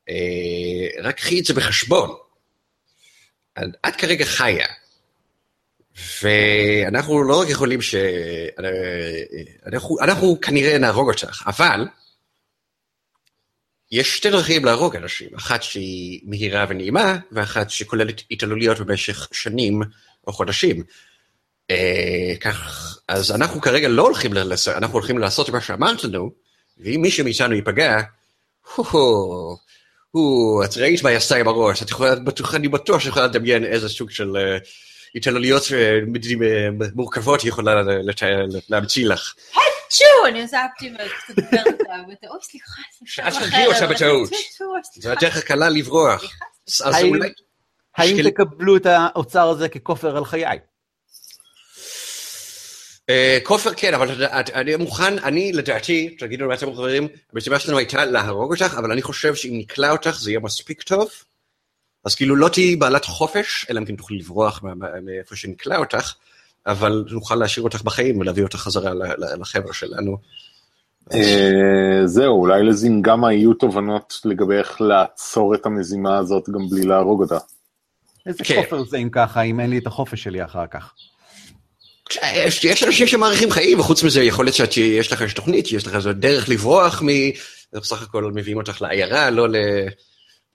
S2: אה, רק קחי את זה בחשבון. את- את כרגע חיה. ואנחנו לא רק יכולים ש... אה, אנחנו, אנחנו כנראה נהרוג אותך, אבל יש שתי דרכים להרוג אנשים, אחת שהיא מהירה ונעימה, ואחת שכוללת התעללויות במשך שנים או חודשים. אה, כך, אז אנחנו כרגע לא הולכים לעשות, אנחנו הולכים לעשות את מה שאמרת לנו, ואם מישהו מאיתנו ייפגע, הו, הו, את ראית מה היא עשתה עם הראש, את יכולה, בטוח, אני בטוח שאת יכולה לדמיין איזה סוג של אה, התעללויות אה, מד- אה, מורכבות היא יכולה לתאר- להמציא לך.
S3: שו, אני עושה אפצ'י וקצת דברת אותה, אוי, סליחה, סליחה.
S2: שאת תרגיעי אותה
S3: בחרב,
S2: בטעות.
S3: צ'ו, צ'ו,
S2: זו
S3: סליחה.
S2: הדרך הקלה לברוח. אז אז
S1: האם-
S2: אולי...
S1: האם
S2: שכל-
S1: תקבלו את האוצר הזה ככופר על חיי?
S2: אה, כופר כן, אבל את- את- אני מוכן, אני לדעתי, תגידו מה אתם חברים, המשימה שלנו הייתה להרוג אותך, אבל אני חושב שאם נקלע אותך זה יהיה מספיק טוב. אז כאילו לא תהיי בעלת חופש, אלא אם כן תוכלי לברוח מה- מה- מאיפה שנקלע אותך, אבל נוכל להשאיר אותך בחיים ולהביא אותך חזרה ל- ל- לחבר'ה שלנו.
S4: אה, זהו, אולי לזינגמה יהיו תובנות לגבי איך לעצור את המזימה הזאת גם בלי להרוג אותה.
S1: איזה
S2: כן.
S1: כופר זה אם ככה, אם אין לי את החופש שלי אחר כך.
S2: יש, יש אנשים שמעריכים חיים, וחוץ מזה, יכול להיות שאת- שיש לך איזו תוכנית, שיש לך איזו דרך לברוח מ... זה בסך הכל מביאים אותך לעיירה, לא ל...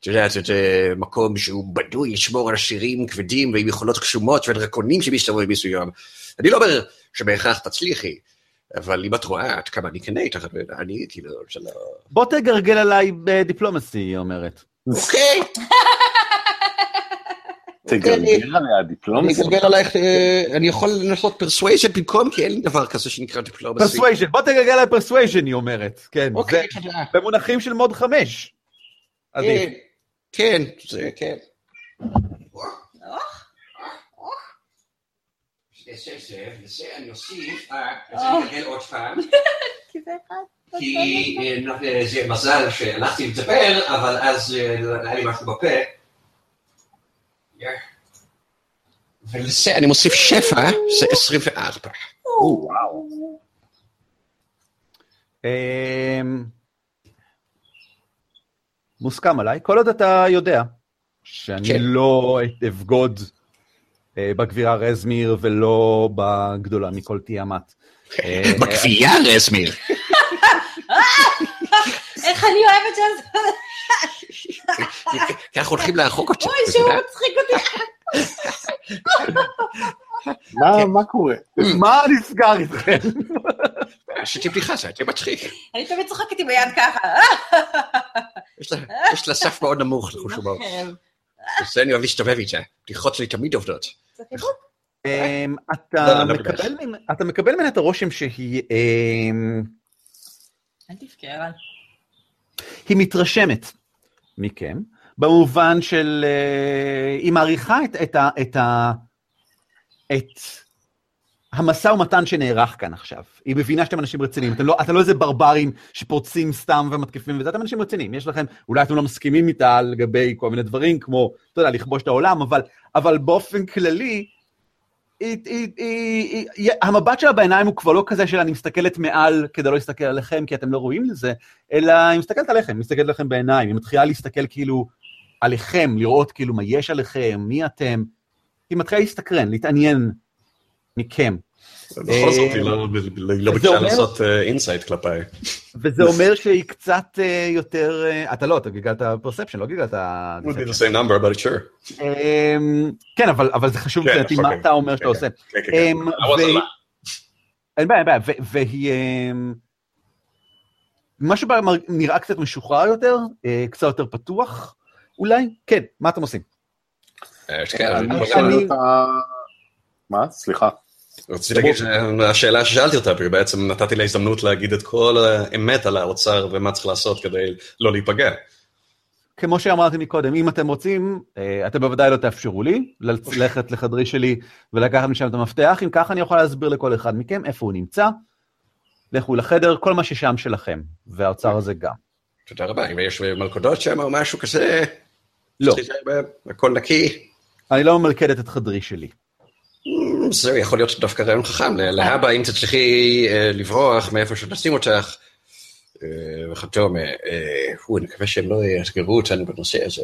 S2: את יודעת, את אה, מקום שהוא בדוי, ישמור על שירים כבדים ועם יכולות גשומות ודרקונים שמסתובבים מסוים. אני לא אומר שבהכרח תצליחי, אבל אם את רואה עד כמה אני כנה איתך, אני כאילו, שלא...
S1: בוא תגרגל עליי בדיפלומסי, היא אומרת.
S2: אוקיי,
S1: אוקיי,
S4: תגלגל עליה
S2: אני
S4: דיפלומסיה.
S2: אגלגל עלייך, אה, אני יכול לנסות פרסווייזן במקום, כי אין לי דבר כזה שנקרא דיפלומסי.
S1: פרסווייזן, בוא תגרגל עליי פרסווייזן, היא אומרת. כן,
S2: אוקיי,
S1: זה
S2: תודה.
S1: במונחים של מוד חמש. עדיף.
S2: כן, כן, זה כן.
S5: לזה, זה, לזה אני אוסיף,
S3: אה.
S5: אז אני אגלגל עוד פעם,
S3: כי זה אחד.
S5: כי אה, זה מזל שהלכתי לדבר, אבל אז אה, היה לי משהו בפה. יא.
S2: ולזה אני מוסיף שפע, זה 24.
S4: או, וואו.
S2: אה.
S1: אמ, מוסכם עליי, כל עוד אתה יודע שאני
S2: כן.
S1: לא אבגוד אה, בגבירה רזמיר ולא בגדולה מכל תיאמת. אה,
S2: בגבייה רזמיר.
S3: איך אני אוהבת שזה...
S2: כך הולכים להרחוק אותך.
S3: אוי, שהוא מצחיק אותי.
S4: מה- מה קורה?
S1: מה נסגר איתכם?
S2: עשיתי בדיחה, זה היה מצחיק.
S3: אני תמיד צוחקת עם היד ככה.
S2: יש לה- יש לה סף מאוד נמוך
S3: אוקיי.
S2: לחוש מאוד. זה אני אוהב להסתובב איתה. בדיחות שלי תמיד עובדות. אוקיי.
S1: אמ,
S2: לא,
S1: אתה
S2: לא, לא
S1: מקבל ממ- אתה מקבל ממנה את הרושם שהיא אמ,
S3: אל תבכה, אבל.
S1: היא מתרשמת מכם, במובן של אה, היא מעריכה את, את, ה- את, ה- את המשא ומתן שנערך כאן עכשיו. היא מבינה שאתם אנשים רציניים, אתם לא, אתם לא איזה ברברים שפורצים סתם ומתקיפים וזה, אתם אנשים רציניים, יש לכם, אולי אתם לא מסכימים איתה על לגבי כל מיני דברים, כמו, אתה יודע, לכבוש את העולם, אבל, אבל באופן כללי, היא, היא, היא, היא, המבט שלה בעיניים הוא כבר לא כזה של אני מסתכלת מעל כדי לא להסתכל עליכם, כי אתם לא רואים לזה, אלא היא מסתכלת עליכם, היא מסתכלת עליכם בעיניים, היא מתחילה להסתכל כאילו עליכם, לראות כאילו מה יש עליכם, מי אתם, היא מתחילה להסתקרן, להתעניין מכם.
S6: בכל זאת, היא לא- היא לא
S1: זה
S6: ביקשה
S1: אומר-
S6: לעשות
S2: uh,
S6: אינסייט כלפיי.
S1: וזה אומר שהיא קצת אה, יותר, אה, אתה לא, אתה גלגלת פרספשן, לא גלגלת...
S6: It would be the
S1: deception.
S6: same number, but sure.
S1: אמ, כן, אבל אבל זה חשוב
S6: כן,
S1: לדעתי מה
S6: אוקיי.
S1: אתה אומר שאתה
S6: כן,
S1: עושה.
S6: כן, כן, כן.
S1: אמ,
S6: I wasn't
S1: והיא-
S6: lying.
S1: אין בעיה, אין בעיה, ו- והיא... אמ, משהו בה מר- נראה קצת משוחרר יותר, אה, קצת יותר פתוח, אולי? כן, מה אתם עושים?
S2: אה, כן,
S4: אני
S2: אבל-
S4: שואל אותה... מה? סליחה.
S6: רציתי להגיד שהשאלה ששאלתי אותה, היא בעצם נתתי לה הזדמנות להגיד את כל האמת על האוצר ומה צריך לעשות כדי לא להיפגע.
S1: כמו שאמרתי מקודם, אם אתם רוצים, אה, אתם בוודאי לא תאפשרו לי ללכת לחדרי שלי ולקחת משם את המפתח. אם ככה, אני יכול להסביר לכל אחד מכם איפה הוא נמצא. לכו לחדר, כל מה ששם שלכם, והאוצר הזה גם.
S2: תודה רבה, אם יש מלכודות שם או משהו כזה,
S1: לא,
S2: אצלי זה הכל נקי.
S1: אני לא ממלכדת את חדרי שלי.
S2: זה Mm, יכול להיות דווקא רעיון חכם, ל- להבא אם תצליחי אה, לברוח מאיפה שנשים אותך, אה, וכדומה, אה, הוא, אני מקווה שהם לא יאתגרו אותנו בנושא הזה.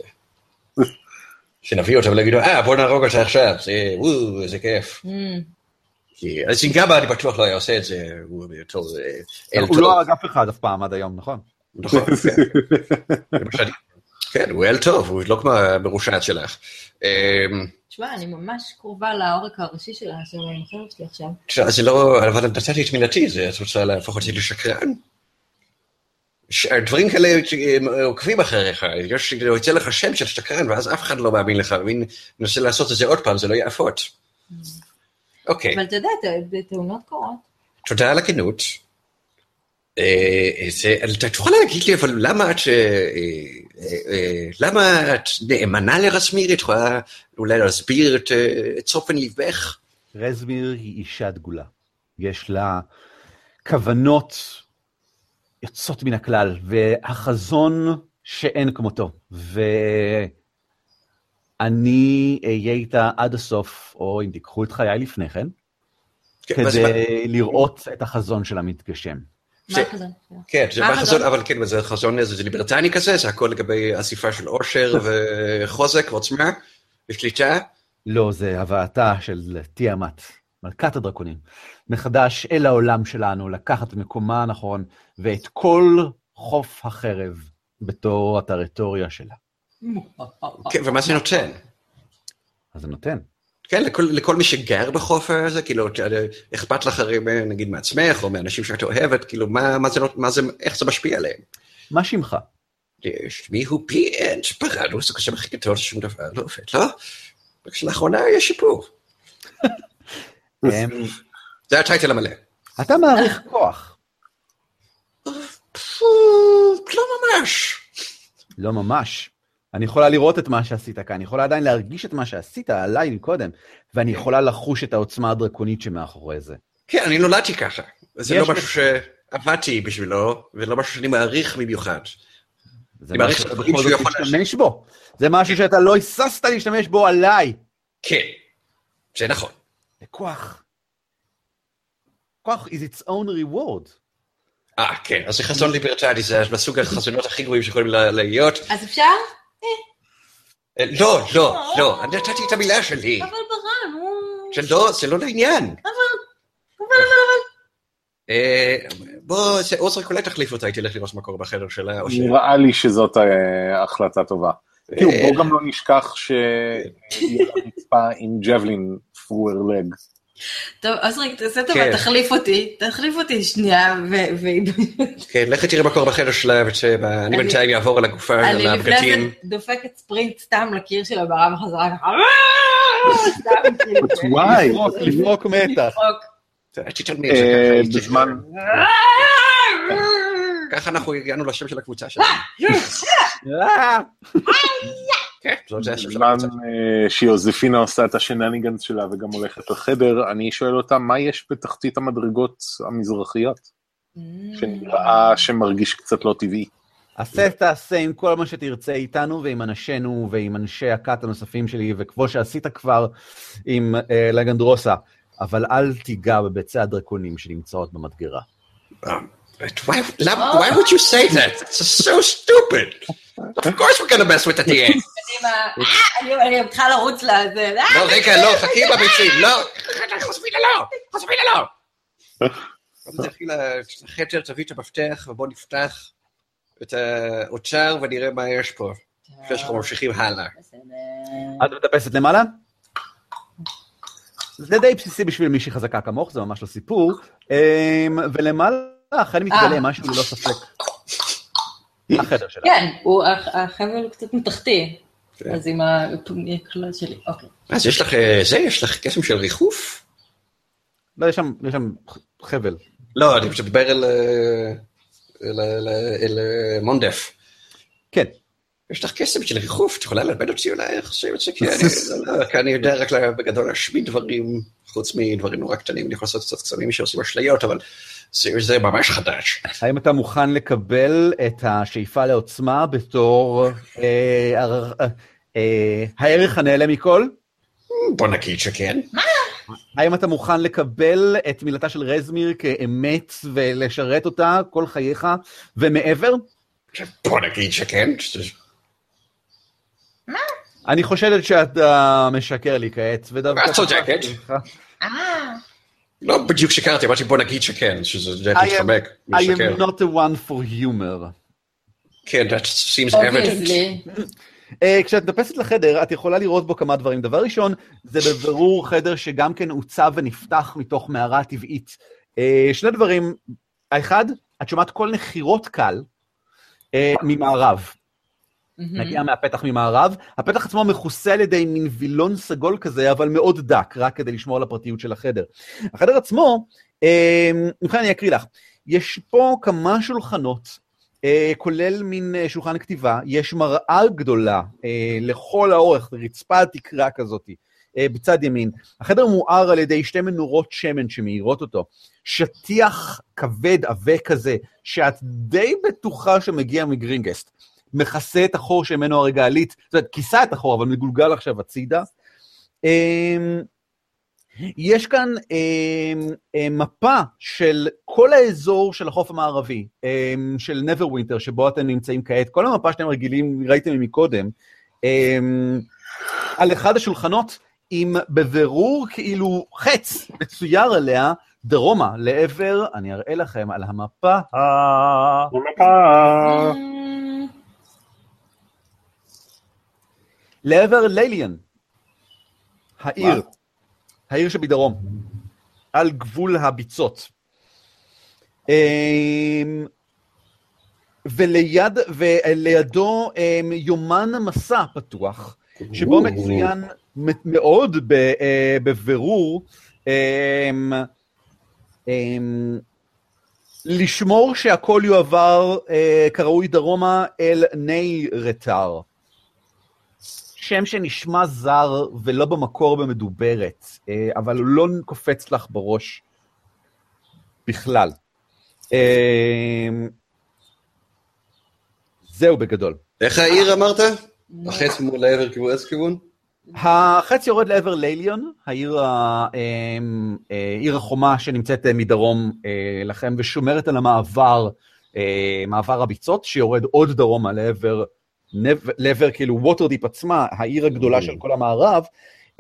S2: שנביא אותם ולהגידו, אה, בוא נהרוג אותה עכשיו, זה, וואו, איזה כיף.
S3: אמ,
S2: כי אז אם גם אני בטוח לא היה עושה את זה, הוא בתור אה, אל
S1: הוא לא
S2: טוב.
S1: הרג אף אחד אף פעם עד היום, נכון?
S2: נכון, כן. זה מה שאני- כן, הוא אל טוב, הוא לא כמו המרושעת שלך. אה,
S3: תשמע, אני ממש קרובה לעורק הראשי שלה, של המחרב שלי עכשיו.
S2: תשמע, זה לא, אבל נתתי את מילתי, זה, את רוצה להפוך אותי לשקרן? ש- הדברים כאלה אה, עוקבים אחריך, יש, יוצא לך שם של שקרן, ואז אף אחד לא מאמין לך, ואם ננסה לעשות את זה עוד פעם, זה לא יעפות. אוקיי,
S3: אבל אתה יודע, ת- תאונות קורות.
S2: תודה על הכנות. אה, זה- אתה תוכל להגיד לי, אבל למה את... אה, אה, אה, למה את נאמנה לרסמיר? את יכולה אולי להסביר את אה, את צופן ליבך?
S1: רזמיר היא אישה דגולה. יש לה כוונות יוצאות מן הכלל, והחזון שאין כמותו. ואני אהיה איתה עד הסוף, או אם תיקחו את חיי לפני כן,
S2: כן, ואז מה-
S1: כדי לראות את החזון שלה מתגשם.
S3: מה
S2: זה-
S3: כזה?
S2: כן, זה
S3: מה
S2: מה
S3: החזון?
S2: חזון, אבל כן, זה חזון איזה ליברטני כזה, זה הכל לגבי אסיפה של עושר וחוזק ועוצמה, בשליטה?
S1: לא, זה הבאתה של תיאמת, מלכת הדרקונים, מחדש אל העולם שלנו, לקחת את מקומה הנכון ואת כל חוף החרב בתור הטריטוריה שלה.
S2: כן, ומה זה נותן?
S1: אז זה נותן.
S2: כן, לכל, לכל מי שגר בחוף הזה, כאילו, ת- אכפת לך הרי, נגיד, מעצמך, או מאנשים שאת אוהבת, כאילו, מה, מה זה, נות- מה זה, איך זה משפיע עליהם?
S1: מה שמך?
S2: שמי הוא פי אנט, פרדוס, הקשב הכי גדול ששום דבר לא עובד, לא? רק שלאחרונה יש שיפור.
S1: אמ,
S2: זה הטייטל המלא.
S1: אתה מעריך כוח.
S2: פפו, לא ממש.
S1: לא ממש. אני יכולה לראות את מה שעשית כאן, אני יכולה עדיין להרגיש את מה שעשית עליי קודם, ואני יכולה לחוש את העוצמה הדרקונית שמאחורי זה.
S2: כן, אני נולדתי ככה. זה
S1: יש
S2: לא
S1: לך.
S2: משהו שעבדתי בשבילו, ולא משהו שאני מעריך במיוחד.
S1: זה
S2: אני מעריך
S1: משהו שאתה
S2: שאומרים
S1: בכל
S2: שהוא
S1: זאת
S2: יכול
S1: להשתמש בו. זה משהו שאתה לא היססת להשתמש בו עליי.
S2: כן, זה נכון.
S1: לכוח. כוח is its own reward.
S2: אה, כן, אז זה חזון ליברטלי, זה מסוג החזונות הכי גרועים שיכולים לה- להיות.
S3: אז אפשר?
S2: אה, לא, לא, לא, אני נתתי את המילה שלי.
S3: אבל ברן, הוא...
S2: זה לא, זה לא לעניין. אה, בוא, זה- עוזריק אולי תחליף אותה, היא תלך לראות מקור בחדר שלה, או ש...
S4: נראה לי שזאת אה, החלטה טובה. כאילו, בוא גם לא נשכח שהיא על הרצפה עם ג'בלין פור לג.
S3: טוב, אוסריק, תעשה
S2: כן.
S3: טובה, תחליף אותי, תחליף אותי שנייה, ו- ו-
S2: כן, לכי תראה מקור בחדר שלה, ותשמע, אני
S3: אני-
S2: בינתיים אעבור על הגופה,
S3: אני
S2: על
S3: לפני זה
S2: הבגדים.
S3: דופקת ספרינט סתם לקיר של הברה בחזרה ככה, "אה!" סתם כאילו,
S4: וואי,
S1: לפרוק, לפרוק מתח.
S3: צחוק.
S2: תתעלמי, זה
S4: אה,
S2: ככה.
S4: בזמן...
S2: ככה אנחנו הגענו לשם של הקבוצה שלנו.
S1: אה,
S2: כן, זאת- זה השם של
S4: בזמן
S2: הקבוצה.
S4: אה, שיוזיפינה עושה את השנניגנס שלה וגם הולכת לחדר, אני שואל אותה, מה יש בתחתית המדרגות המזרחיות?
S3: אמ,
S4: שנראה שמרגיש קצת לא טבעי.
S1: עשה תעשה עם כל מה שתרצה איתנו ועם אנשינו ועם אנשי הכת הנוספים שלי, וכמו שעשית כבר עם אה, לגנדרוסה, אבל אל תיגע בביצי הדרקונים שנמצאות במדגרה.
S2: But why, love, why would you say that? It's so stupid. Of course we're gonna mess with the DA.
S3: קדימה, "אה!" אני- אני מתחילה לרוץ לזה, "אה!"
S2: לא, רגע, לא, חכי עם הביצים, לא. חוספינה לא, חוספינה לא. אז תלכי לחדר, תביא את המפתח, ובוא נפתח את האוצר ונראה מה יש פה. לפני שאנחנו ממשיכים הלאה.
S3: בסדר.
S1: את מטפסת למעלה? זה די בסיסי בשביל מישהי חזקה כמוך, זה ממש לא סיפור. אמ, ולמעלה אכן מתגלה
S3: אה.
S1: משהו ללא ספק. החדר שלה.
S3: כן, הוא- הח- החבל הוא קצת מתחתי, אז עם הקלוד שלי, אוקיי.
S2: אז יש לך אה, זה, יש לך קסם של ריחוף?
S1: לא, יש שם- יש שם חבל.
S2: לא, אני פשוט מדבר אל... אה, אל- אל- אל אה, מונדף.
S1: כן.
S2: יש לך קסם של ריחוף, את יכולה ללמד אותי אולי איך עושים את זה, כי אני, לא, לא, כי אני יודע רק לה- בגדול להשמיד דברים, חוץ מדברים נורא קטנים, אני יכול לעשות קצת קסמים שעושים אשליות, אבל זה, זה ממש חדש.
S1: האם אתה מוכן לקבל את השאיפה לעוצמה בתור אה, הר- אה, הערך הנעלה מכל?
S2: בוא נגיד שכן.
S1: האם אתה מוכן לקבל את מילתה של רזמיר כאמת ולשרת אותה כל חייך ומעבר?
S2: בוא נגיד שכן.
S1: אני חושדת שאתה משקר לי כעת, ודווקא...
S2: את צודקת. לא בדיוק שיקרתי, אמרתי בוא נגיד שכן, שזה זה
S1: I am-
S2: מתחמק,
S1: I am
S2: משקר.
S1: not the one for humor.
S2: כן, that seems
S3: אוקיי,
S2: evident.
S3: אובייסלי.
S1: Uh, כשאת מטפסת לחדר, את יכולה לראות בו כמה דברים. דבר ראשון, זה בבירור חדר שגם כן הוצב ונפתח מתוך מערה טבעית. Uh, שני דברים, האחד, את שומעת קול נחירות קל uh, ממערב. מגיע מהפתח ממערב. הפתח עצמו מכוסה על ידי מין וילון סגול כזה, אבל מאוד דק, רק כדי לשמור על הפרטיות של החדר. החדר עצמו, אה, ובכן אני אקריא לך, יש פה כמה שולחנות, אה, כולל מין אה, שולחן כתיבה, יש מראה גדולה אה, לכל האורך, רצפה על תקרה כזאת. אה, בצד ימין. החדר מואר על ידי שתי מנורות שמן שמאירות אותו. שטיח כבד עבה כזה, שאת די בטוחה שמגיע מגרינגסט. מכסה את החור שממנו הרגע עלית, זאת אומרת, כיסה את החור, אבל מגולגל עכשיו הצידה. אמ, יש כאן אמ, אמ, מפה של כל האזור של החוף המערבי, אמ, של נברווינטר, שבו אתם נמצאים כעת. כל המפה שאתם רגילים, ראיתם מקודם, אמ, על אחד השולחנות עם בבירור כאילו חץ מצויר עליה דרומה לעבר, אני אראה לכם על המפה. לעבר ליליאן, העיר, העיר שבדרום, על גבול הביצות. אמ, וליד, ולידו אמ, יומן מסע פתוח, שבו מצוין מ- מאוד ב- אה, בבירור אמ, אמ, לשמור שהכל יועבר אה, כראוי דרומה אל ני רטר. שם שנשמע זר ולא במקור במדוברת, אה, אבל הוא לא קופץ לך בראש בכלל. אה, זהו בגדול.
S6: איך העיר אמרת?
S3: אה,
S6: החץ מול לעבר
S1: כאילו,
S6: כיוון, איזה כיוון?
S1: החץ יורד לעבר ליליון, העיר, ה- אמ, אה, עיר החומה שנמצאת אה, מדרום אה, לכם ושומרת על המעבר, אה, מעבר הביצות, שיורד עוד דרומה לעבר, נב- לעבר כאילו ווטרדיפ עצמה, העיר הגדולה של כל המערב,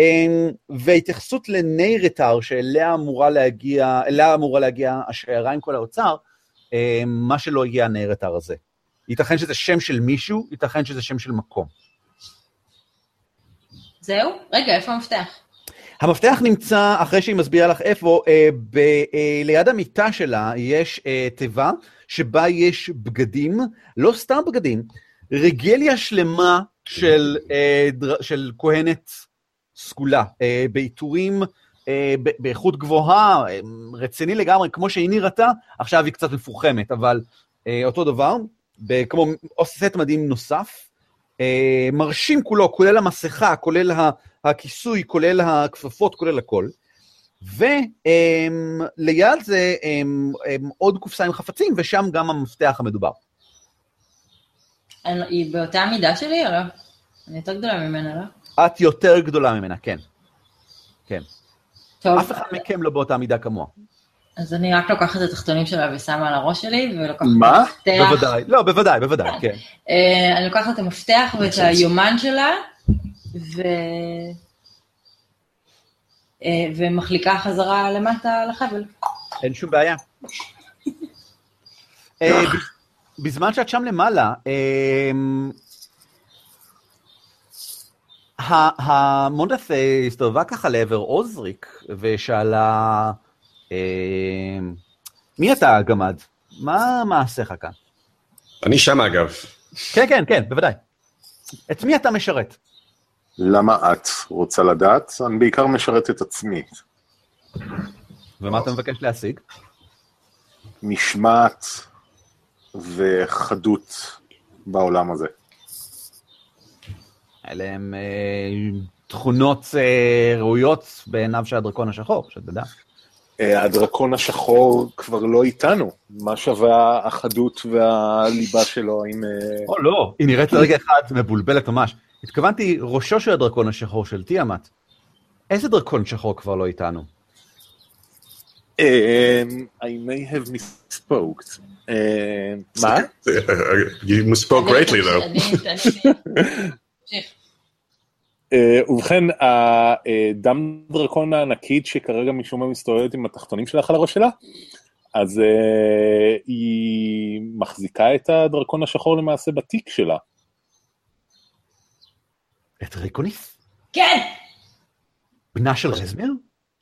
S1: אמ, והתייחסות לניירטר, שאליה אמורה להגיע, אליה אמורה להגיע השיירה עם כל האוצר, אמ, מה שלא יהיה הניירטר הזה. ייתכן שזה שם של מישהו, ייתכן שזה שם של מקום.
S3: זהו? רגע, איפה המפתח?
S1: המפתח נמצא, אחרי שהיא מסבירה לך איפה, אה, ב, אה, ליד המיטה שלה יש אה, תיבה שבה יש בגדים, לא סתם בגדים, רגליה שלמה של, אה, דר, של כהנת סגולה, אה, בעיטורים אה, ב- באיכות גבוהה, אה, רציני לגמרי, כמו שהיא נראתה, עכשיו היא קצת מפוחמת, אבל אה, אותו דבר, ב- כמו סט מדהים נוסף, אה, מרשים כולו, כולל המסכה, כולל ה... הכיסוי, כולל הכפפות, כולל הכל. וליד זה אמ, אמ, עוד קופסה עם חפצים, ושם גם המפתח המדובר.
S3: אני- לא, היא באותה מידה שלי או לא? אני יותר גדולה ממנה, לא?
S1: את יותר גדולה ממנה, כן.
S3: טוב,
S1: אף אחד מכם לא באותה מידה כמוה.
S3: אז אני רק לוקחת את התחתונים שלה ושמה על הראש שלי, ולוקחת
S4: מה?
S3: את המפתח.
S1: בוודאי, לא, בוודאי, בוודאי, כן.
S3: אה, אני לוקחת את המפתח ואת היומן שלה, ו... אה, ומחליקה חזרה למטה לחבל.
S1: אין שום בעיה. אה, ב- בזמן שאת שם למעלה, אמ, ה- המונדף אה, הסתובבה ככה לעבר עוזריק ושאלה, אמ, מי אתה הגמד? מה מעשיך כאן?
S6: אני שם אגב.
S1: כן, כן, כן, בוודאי. את מי אתה משרת?
S4: למה את רוצה לדעת? אני בעיקר משרת את עצמי.
S1: ומה אתה מבקש להשיג?
S4: משמעת וחדות בעולם הזה.
S1: אלה הם אה, תכונות אה, ראויות בעיניו של הדרקון השחור, שאתה יודע.
S4: אה, הדרקון השחור כבר לא איתנו. מה שווה החדות והליבה שלו עם... אה,
S1: או לא, היא נראית לרגע אחד מבולבלת ממש. התכוונתי, ראשו של הדרקון השחור של תיאמת. איזה דרקון שחור כבר לא איתנו?
S4: Um, I may have misspoke. Um, מה?
S6: You spoke greatly though.
S3: אני- אני- תמשיך.
S4: Uh, ובכן, הדם דרקון הענקית שכרגע משום מה מסתובבת עם התחתונים שלך על הראש שלה, אז uh, היא מחזיקה את הדרקון השחור למעשה בתיק שלה.
S1: את ריקוניס?
S3: כן!
S1: בנה של רזמיר?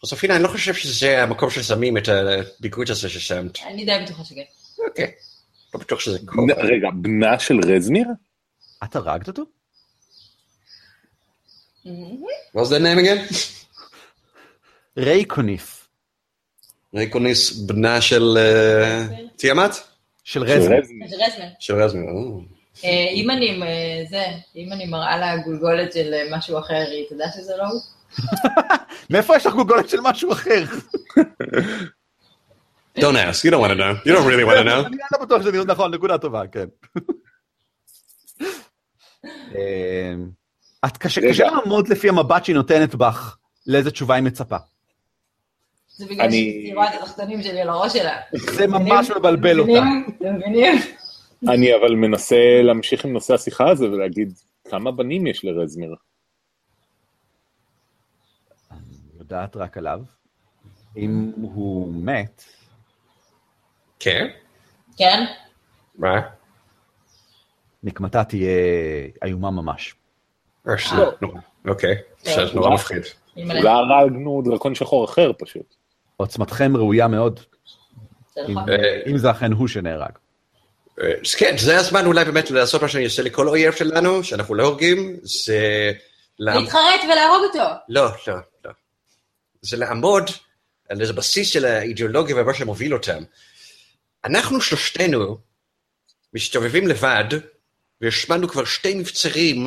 S2: בסוף הנה, אני לא חושב שזה המקום ששמים את הביקורת הזה ששמת.
S3: אני די בטוחה שכן.
S2: אוקיי. לא בטוח שזה
S4: בנ-
S2: קורה.
S4: רגע, בנה של רזמיר?
S1: את הרגת אותו?
S6: What was that name again?
S1: רייקוניס.
S6: ריקוניס בנה של אה,
S2: uh,
S6: תיאמת?
S1: של
S4: של
S1: רזמיר.
S4: רזמיר.
S3: זה רזמן.
S6: של רזמיר.
S2: Oh.
S6: או.
S3: אה, אם אני, אה, זה, אם אני מראה לה גולגולת של אה, משהו אחר, היא תדע שזה לא הוא?
S1: מאיפה יש לך גוגולת של משהו אחר?
S6: Don't ask, you don't want to know. You don't really want to know.
S1: אני לא בטוח שזה נראה נכון, נקודה טובה, כן. אמ, את קשה
S4: רגע.
S1: קשה לעמוד לפי המבט שהיא נותנת בך לאיזה תשובה היא מצפה.
S3: זה בגלל
S4: אני-
S3: שהיא רואה את התחתונים שלי על הראש שלה.
S1: זה ממש מבלבל אותה.
S3: מבינים? אתם מבינים?
S4: אני אבל מנסה להמשיך עם נושא השיחה הזה ולהגיד כמה בנים יש לרזמיר.
S1: לדעת רק עליו. אם הוא מת,
S2: כן?
S3: כן?
S2: מה?
S1: נקמתה תהיה איומה ממש.
S2: אה, שזה נורא. אוקיי, שזה נורא מפחיד.
S3: אלמלא.
S4: אולי הרגנו דרקון שחור אחר פשוט.
S1: עוצמתכם ראויה מאוד,
S3: זה
S1: אם-
S3: נכון.
S2: אה,
S1: אם זה אכן הוא שנהרג.
S2: אה, אז כן, זה הזמן אולי באמת לעשות מה שאני עושה לכל אויב שלנו, שאנחנו לא הורגים, זה... לעמוד-
S3: להתחרט ולהרוג אותו.
S2: לא, לא, לא. זה לעמוד על איזה בסיס של האידיאולוגיה ומה שמוביל אותם. אנחנו שלושתנו מסתובבים לבד, והשמענו כבר שתי מבצרים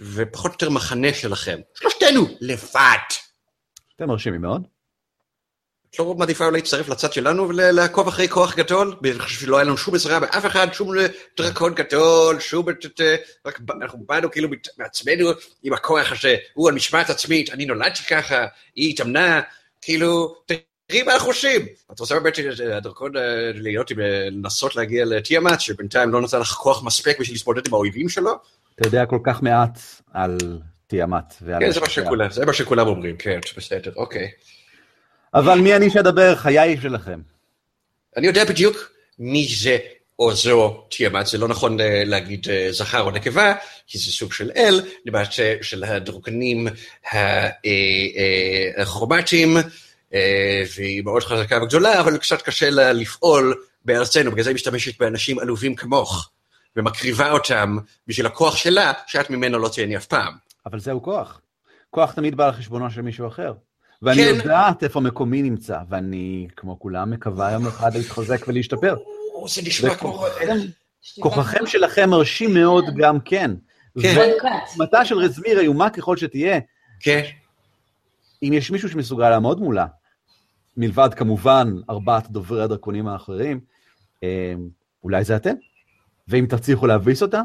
S2: ופחות או יותר מחנה שלכם. שלושתנו לבד.
S1: אתם מרשימים מאוד.
S2: את לא מעדיפה אולי להצטרף לצד שלנו ולעקוב אחרי כוח גדול? בשביל לא היה לנו שום עזרה מאף אחד, שום דרקון גדול, שום... את- את- רק ב- אנחנו באנו כאילו מת- מעצמנו עם הכוח הזה, הוא על משמעת עצמית, אני נולדתי ככה, היא התאמנה, כאילו, תראי מה אנחנו עושים. את רוצה באמת שהדרקון אה, להיות עם... אה, לנסות להגיע לתיאמת, שבינתיים לא נתן לך כוח מספיק בשביל להתמודד עם האויבים שלו?
S1: אתה יודע כל כך מעט על תיאמת ועל...
S2: כן, זה מה שכולם, זה מה שכולם אומרים, כן, בסדר, אוקיי.
S1: אבל מי אני שאדבר? חיי שלכם.
S2: אני יודע בדיוק מי זה או זו תיאמת, זה לא נכון אה, להגיד אה, זכר או נקבה, כי זה סוג של אל, למעשה של הדרוקנים אה, הכרומטיים, אה, והיא מאוד חזקה וגדולה, אבל קצת קשה לה לפעול בארצנו, בגלל זה היא משתמשת באנשים עלובים כמוך, ומקריבה אותם בשביל הכוח שלה, שאת ממנו לא תהני אף פעם.
S1: אבל זהו כוח. כוח תמיד בא על חשבונו של מישהו אחר. ואני
S2: כן.
S1: יודעת איפה מקומי נמצא, ואני, כמו כולם, מקווה יום אחד להתחזק ולהשתפר.
S2: או, זה נשמע כמו...
S1: וכוחכם-
S3: שתיקה.
S1: כוחכם שלכם מרשים מאוד גם כן.
S2: כן.
S3: One cut.
S1: ועוצמתה של רזמיר איומה ככל שתהיה,
S2: כן,
S1: אם יש מישהו שמסוגל לעמוד מולה, מלבד כמובן ארבעת דוברי הדרקונים האחרים, אה, אולי זה אתם? ואם תצליחו להביס אותה,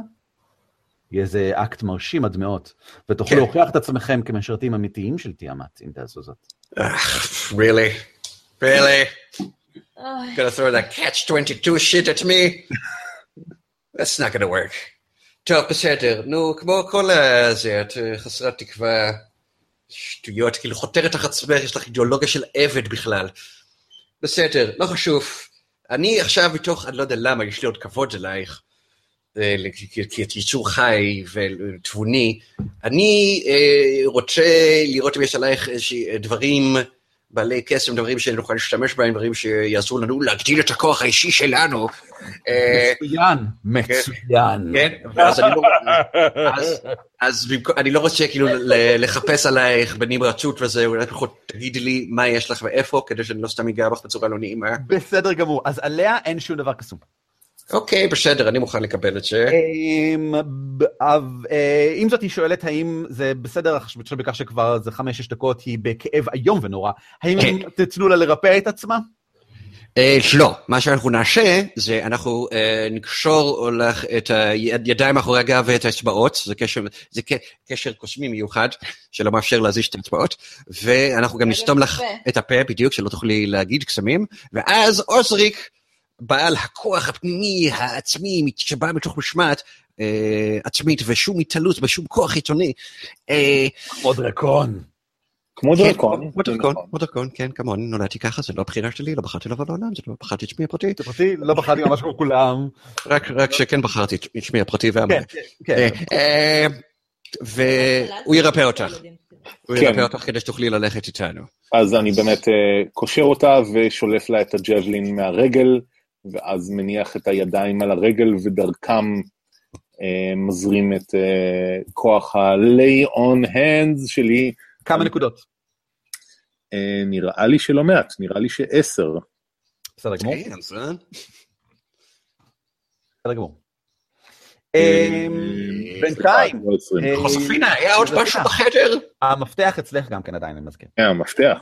S1: יהיה זה אקט מרשים עד מאוד, ותוכלו
S2: כן.
S1: להוכיח את עצמכם כמשרתים אמיתיים של תיאמת, אם תעשו זאת.
S2: really? really?
S3: אוי,
S2: gonna throw that catch 22 shit at me? That's not gonna work. טוב, בסדר. נו, כמו כל הזה, את אה, חסרת תקווה. שטויות, כאילו חותרת תחת עצמך, יש לך אידיאולוגיה של עבד בכלל. בסדר, לא חשוב. אני עכשיו מתוך, אני לא יודע למה, יש לי עוד כבוד אלייך, אה, כי- כי את יצור חי ותבוני. אני אה, רוצה לראות אם יש עלייך איזשהם דברים בעלי קסם, דברים שנוכל להשתמש בהם, דברים שיעזרו לנו להגדיל את הכוח האישי שלנו. אה,
S1: מצוין, מצוין.
S2: כן, ואז אני לא... אז, אז במקום, אני לא רוצה כאילו ל- לחפש עלייך בנמרצות וזה, אולי פחות תגידי לי מה יש לך ואיפה, כדי שאני לא סתם אגע בך בצורה לא נעימה.
S1: בסדר גמור, אז עליה אין שום דבר קסום.
S2: אוקיי, בסדר, אני מוכן לקבל את זה.
S1: אמ, ב- אב- אה, עם זאת, היא שואלת האם זה בסדר, עכשיו בהתחשב בכך שכבר זה חמש-שש דקות, היא בכאב איום ונורא, האם
S2: כן.
S1: תתנו לה לרפא את עצמה?
S2: אה, לא, מה שאנחנו נעשה, זה אנחנו אה, נקשור לך את הידיים מאחורי הגב ואת האצבעות, זה קשר, זה ק- קשר קוסמי מיוחד, שלא מאפשר להזיז את האצבעות, ואנחנו גם
S3: וגם
S2: נסתום לך
S3: הפה.
S2: את הפה, בדיוק, שלא תוכלי להגיד קסמים, ואז עוזריק, בעל הכוח הפנימי העצמי שבא מתוך משמעת אה, עצמית ושום התעלות בשום כוח חיצוני, אה,
S1: כמו דרקון.
S4: כמו
S2: כן,
S4: דרקון.
S2: כמו דרקון,
S4: נכון.
S2: כמו דרקון, כן, כמוני, נולדתי ככה, זה לא הבחירה שלי, לא בחרתי לבוא לעולם, זה לא בחרתי את שמי הפרטי.
S1: אותי לא בחרתי ממש כמו כולם.
S2: רק, רק שכן בחרתי את שמי הפרטי והמלא. אה,
S1: כן, כן.
S3: לא
S2: והוא אה, ירפא אותך, הוא
S4: כן.
S2: ירפא אותך כדי שתוכלי ללכת איתנו.
S4: אז אני באמת אה, קושר אותה ושולף לה את הג'בלין מהרגל, ואז מניח את הידיים על הרגל ודרכם אה, מזרים את אה, כוח ה-lay on hands שלי.
S1: כמה נקודות.
S4: אה, נראה לי שלא מעט, נראה לי שעשר.
S1: בסדר גמור.
S2: כן, זה-
S1: בסדר גמור.
S2: אה,
S1: אמ, בינתיים,
S4: לא אה, עשרים.
S1: אה,
S2: חוספינה, היה עוד משהו בחדר?
S1: המפתח אצלך גם כן עדיין, אני מזכיר.
S4: כן, המפתח.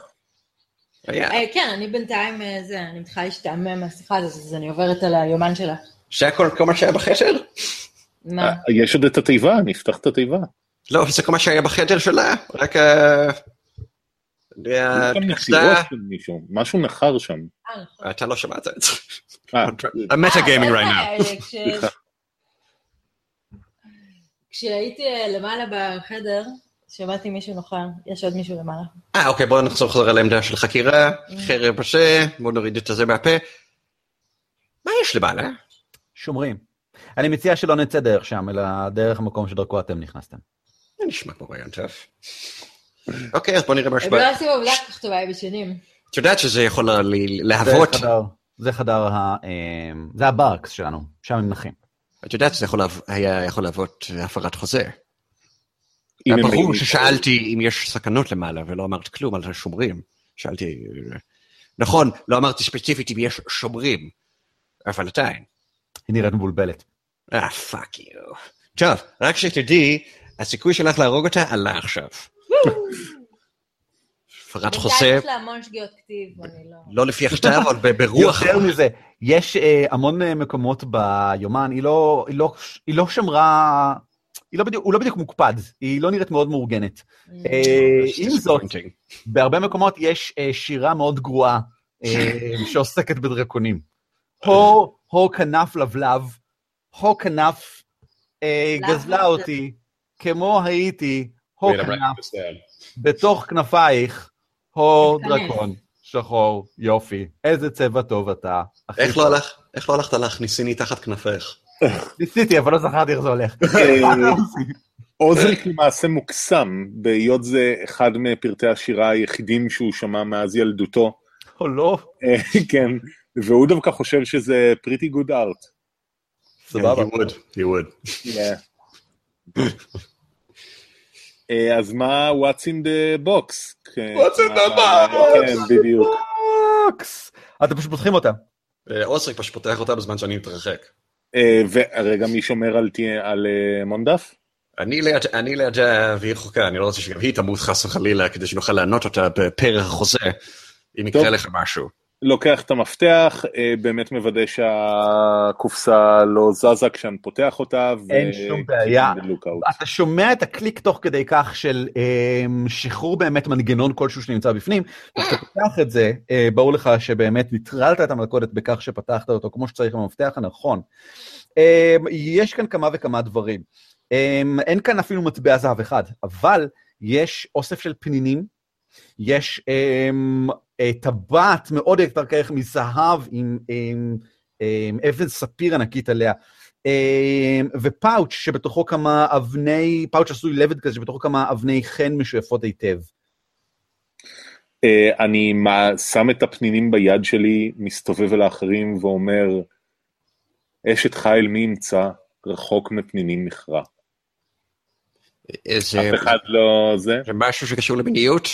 S2: היה.
S3: אה, כן, אני בינתיים אה, זה, אני מתחילה להשתעמם מהשיחה הזאת, אז אני עוברת על היומן שלה.
S2: זה הכל כל מה שהיה בחדר?
S3: מה?
S4: אה, יש עוד את התיבה, נפתח את התיבה.
S2: לא, זה כל מה שהיה בחדר שלה, רק אה, ה... לא
S7: אה,
S4: יש שם נסירות של מישהו, משהו נחר שם.
S3: אה, נכון.
S2: אתה לא שמעת את זה.
S4: אה,
S2: I'm metagaming right now.
S3: אה, אה, כש-
S4: סליחה.
S3: כשהייתי אה, למעלה בחדר, שמעתי מישהו נוחה, יש עוד מישהו למעלה.
S2: אה, אוקיי, בואו נחזור חזרה לעמדה של חקירה, חרב בשה, בואו נוריד את הזה מהפה. מה יש למעלה?
S1: שומרים. אני מציע שלא נצא דרך שם, אלא דרך המקום שדרכו אתם נכנסתם.
S2: זה נשמע כמו רעיון טוב. אוקיי, אז בואו נראה מה
S3: הם
S2: שבא.
S3: לא עשו עבודה כל כך טובה, הם ישנים.
S2: את יודעת שזה יכול ל-
S1: זה
S2: להוות,
S1: חדר- זה חדר ה... אמ, זה הברקס שלנו, שם הם נחים.
S2: את יודעת שזה יכול להב- היה יכול להוות הפרת חוזה.
S4: אם
S2: היה
S4: הם
S2: ברור
S4: היו-
S2: ששאלתי אם יש סכנות למעלה, ולא אמרת כלום על השומרים. שאלתי... נכון, לא אמרתי ספציפית אם יש שומרים, אבל עדיין.
S1: היא נראית מבולבלת.
S2: אה, פאק יו. טוב, רק שתדעי, הסיכוי שלך להרוג אותה עלה עכשיו. הפרת
S3: בינתיים
S2: חוזה,
S3: יש לה המון שגיאות כתיב, אני לא...
S2: לא לפי הכתב, אבל ב- ברוח.
S1: יותר מזה, יש אה, המון אה, מקומות ביומן, היא לא, היא לא, היא לא שמרה, היא לא בדיוק, הוא לא בדיוק מוקפד, היא לא נראית מאוד מאורגנת. אה, עם זאת, בהרבה מקומות יש אה, שירה מאוד גרועה אה, שעוסקת בדרקונים. הו, הו כנף לבלב, הו כנף אה,
S3: לבלב.
S1: גזלה אותי, כמו הייתי, הו
S7: Wait, I'm writing
S1: כנף,
S7: this down.
S1: בתוך כנפייך, הו
S3: מתכנס.
S1: דרקון, שחור, יופי, איזה צבע טוב אתה. אחי
S2: איך
S1: טוב.
S2: לא הלך? איך לא הלכת להכניסיני תחת כנפך?
S1: ניסיתי, אבל לא זכרתי איך זה הולך.
S4: אה, עוזריק למעשה מוקסם, בהיות זה אחד מפרטי השירה היחידים שהוא שמע מאז ילדותו.
S1: או לא,
S4: אה, כן, והוא דווקא חושב שזה pretty good art.
S2: סבבה. He would, he would.
S4: Yeah. אה, אז מה what's in the box? כן,
S7: What's in the
S4: מה-
S7: box?
S4: כן, בדיוק.
S1: בוקס! אה, אתם פשוט פותחים אותה.
S2: אה, אוסריק פשוט פותח אותה בזמן שאני מתרחק.
S4: אה, ורגע, מי שומר על תה- על אה, מונדף?
S2: אני ליד- אני לידה והיא רחוקה, אני לא רוצה שגם היא תמות חס וחלילה, כדי שנוכל לענות אותה בפרח החוזה, אם יקרה
S4: טוב.
S2: לך משהו.
S4: לוקח את המפתח, אה, באמת מוודא שהקופסה לא זזה כשאני פותח אותה. ו-
S1: אין שום בעיה.
S4: keep on the lookout.
S1: אתה שומע את הקליק תוך כדי כך של אה, שחרור באמת מנגנון כלשהו שנמצא בפנים, וכשאתה פותח את זה, אה, ברור לך שבאמת נטרלת את המלכודת בכך שפתחת אותו כמו שצריך עם המפתח הנכון. אה, יש כאן כמה וכמה דברים. אה, אין כאן אפילו מטבע זהב אחד, אבל יש אוסף של פנינים, יש אה, אה, טבעת מאוד יותר כרך מזהב עם אה, אה, אבן ספיר ענקית עליה. אמ, ופאוץ' שבתוכו כמה אבני, פאוץ' עשוי לבד כזה שבתוכו כמה אבני חן משויפות היטב.
S4: אה, אני מה- שם את הפנינים ביד שלי, מסתובב אל האחרים ואומר, אשת חיל מי ימצא? רחוק מפנינים מכרע.
S2: אה, זה
S4: אף אחד לא זה?
S2: זה משהו שקשור למיניות?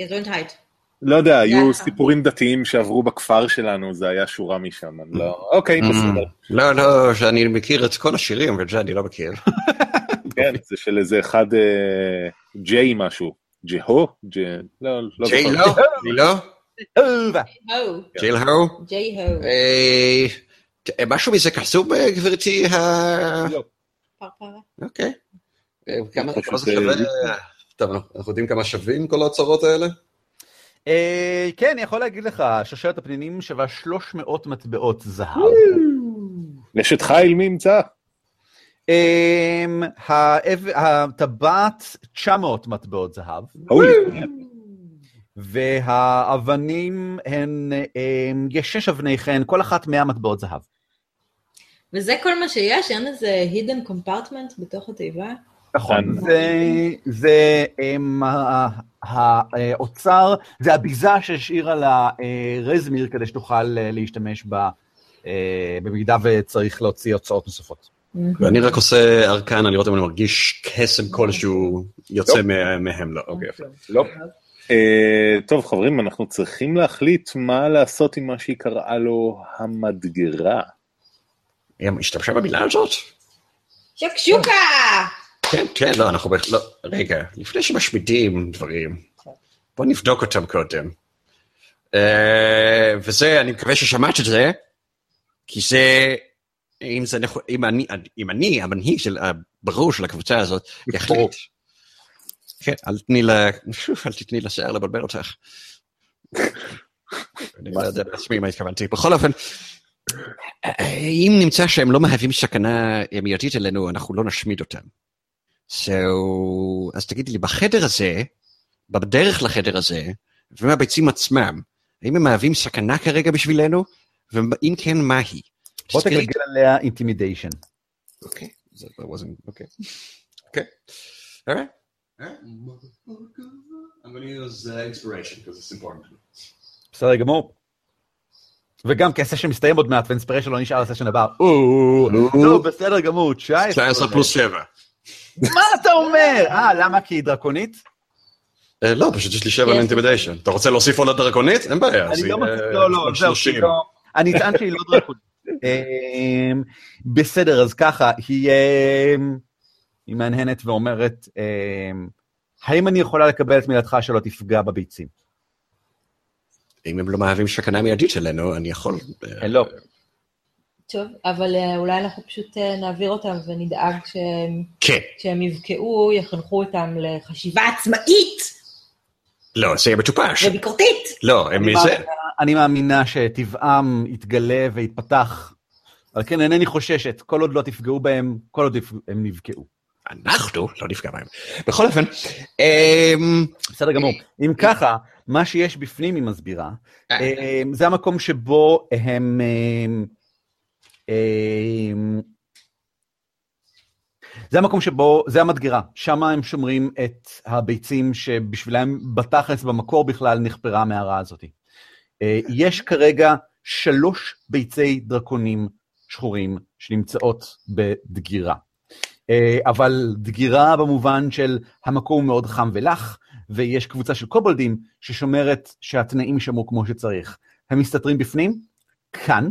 S3: גזונטהייט.
S4: לא יודע, היו
S3: יאללה.
S4: סיפורים דתיים שעברו בכפר שלנו, זה היה שורה משם, אני לא...
S2: אה.
S4: אוקיי, בסדר.
S2: לא, לא, שאני מכיר את כל השירים, ואת זה אני לא מכיר. אוקיי.
S4: כן, זה של איזה אחד, אה, ג'יי משהו. ג'הו? ג'- לא, לא כן.
S2: ג'יי
S4: זוכר.
S2: לו? ג'יי לו?
S1: אהובה.
S3: הו,
S2: ג'יי לו?
S3: ג'יי הו,
S2: אה, ת- משהו מזה כתוב, אה, גברתי ה... לא?
S4: לא.
S3: פרפרה.
S2: אוקיי. אה, כמה
S4: פשוט,
S2: כמה זה שווה?
S4: אה,
S2: טוב, אנחנו יודעים כמה שווים כל האוצרות האלה?
S1: אה, כן, אני יכול להגיד לך, שושלת הפנינים שווה 300 מטבעות זהב.
S4: אשת חיל מי ימצא?
S1: אמ, האב- הטבעת 900 מטבעות זהב,
S4: הולי.
S1: והאבנים הן, אמ, יש שש אבני חן, כל אחת 100 מטבעות זהב.
S3: וזה כל מה שיש? אין איזה hidden compartment בתוך התיבה?
S1: נכון.
S4: נכון.
S1: זה, זה אמ, ה- ה- האוצר, זה הביזה שהשאירה לה אה, רזמיר כדי שתוכל אה, להשתמש בה אה, במידה וצריך להוציא הוצאות נוספות.
S2: ואני רק עושה ארכן, לראות אם אני מרגיש קסם כלשהו יוצא מה- מהם. לא, אוקיי. יפה.
S4: לא. אה, טוב, חברים, אנחנו צריכים להחליט מה לעשות עם מה שהיא קראה לו המדגרה.
S2: היא השתמשה במילה הזאת?
S3: שקשוקה!
S2: כן, כן, לא, אנחנו בהחלט... לא, רגע, לפני שמשמידים דברים, בואו נבדוק אותם קודם. אה, וזה, אני מקווה ששמעת את זה, כי זה... אם זה נכון, אם אני, אם אני המנהיג של הברור של הקבוצה הזאת, יחליט. כן, אל תתני לה, אל תתני לשיער לבלבל אותך. אני לא יודע בעצמי מה התכוונתי. בכל אופן, אה, אם נמצא שהם לא מהווים סכנה מיידית אלינו, אנחנו לא נשמיד אותם. So, אז תגידי לי, בחדר הזה, בדרך לחדר הזה, ומהביצים עצמם, האם הם מהווים סכנה כרגע בשבילנו? ואם כן, מה היא?
S1: בוא תגלגל עליה אינטימידיישן.
S2: אוקיי, זה לא היה... אוקיי. אוקיי. אוקיי.
S5: I'm going to use uh, inspiration because it's important.
S1: בסדר גמור. וגם כי הסשן מסתיים עוד מעט והאינספיריישן לא נשאר לסשן הבא. לא, בסדר גמור, 19.
S2: 19 פלוס 7.
S1: מה אתה אומר? אה, למה? כי היא דרקונית?
S2: לא, פשוט יש לי 7 לאינטימידיישן. אתה רוצה להוסיף עוד לדרקונית? אין בעיה.
S1: כן. אני
S6: אה,
S1: לא מוסיף, לא, לא, זהו, אני אטען שהיא לא דרקונית. אמ, בסדר, אז ככה, היא אמ, מהנהנת ואומרת, אמ, האם אני יכולה לקבל את מילתך שלא תפגע בביצים?
S2: אם הם לא מהווים סכנה מיידית שלנו, אני יכול...
S1: לא.
S3: טוב, אבל אה, אולי אנחנו פשוט נעביר אותם ונדאג שהם...
S2: כן.
S3: שהם יבקעו, יחנכו אותם לחשיבה עצמאית!
S2: לא, זה יהיה מטופש.
S3: וביקורתית!
S2: לא, הם מזה...
S1: אני מאמינה שטבעם יתגלה ויתפתח. על כן אינני חוששת, כל עוד לא תפגעו בהם, כל עוד הם נבקעו.
S2: אנחנו לא נפגע בהם. בכל אופן, אמ,
S1: בסדר גמור. אם ככה, מה שיש בפנים, היא מסבירה,
S2: אה,
S1: אה. אמ, זה המקום שבו הם... אמ, זה המקום שבו, זה המדגרה, שם הם שומרים את הביצים שבשבילם בתכלס במקור בכלל נחפרה המערה הזאת. אה, יש כרגע שלוש ביצי דרקונים שחורים שנמצאות בדגירה. אה, אבל דגירה במובן של המקום מאוד חם ולח, ויש קבוצה של קובלדים ששומרת שהתנאים שמרו כמו שצריך. הם מסתתרים בפנים, כאן,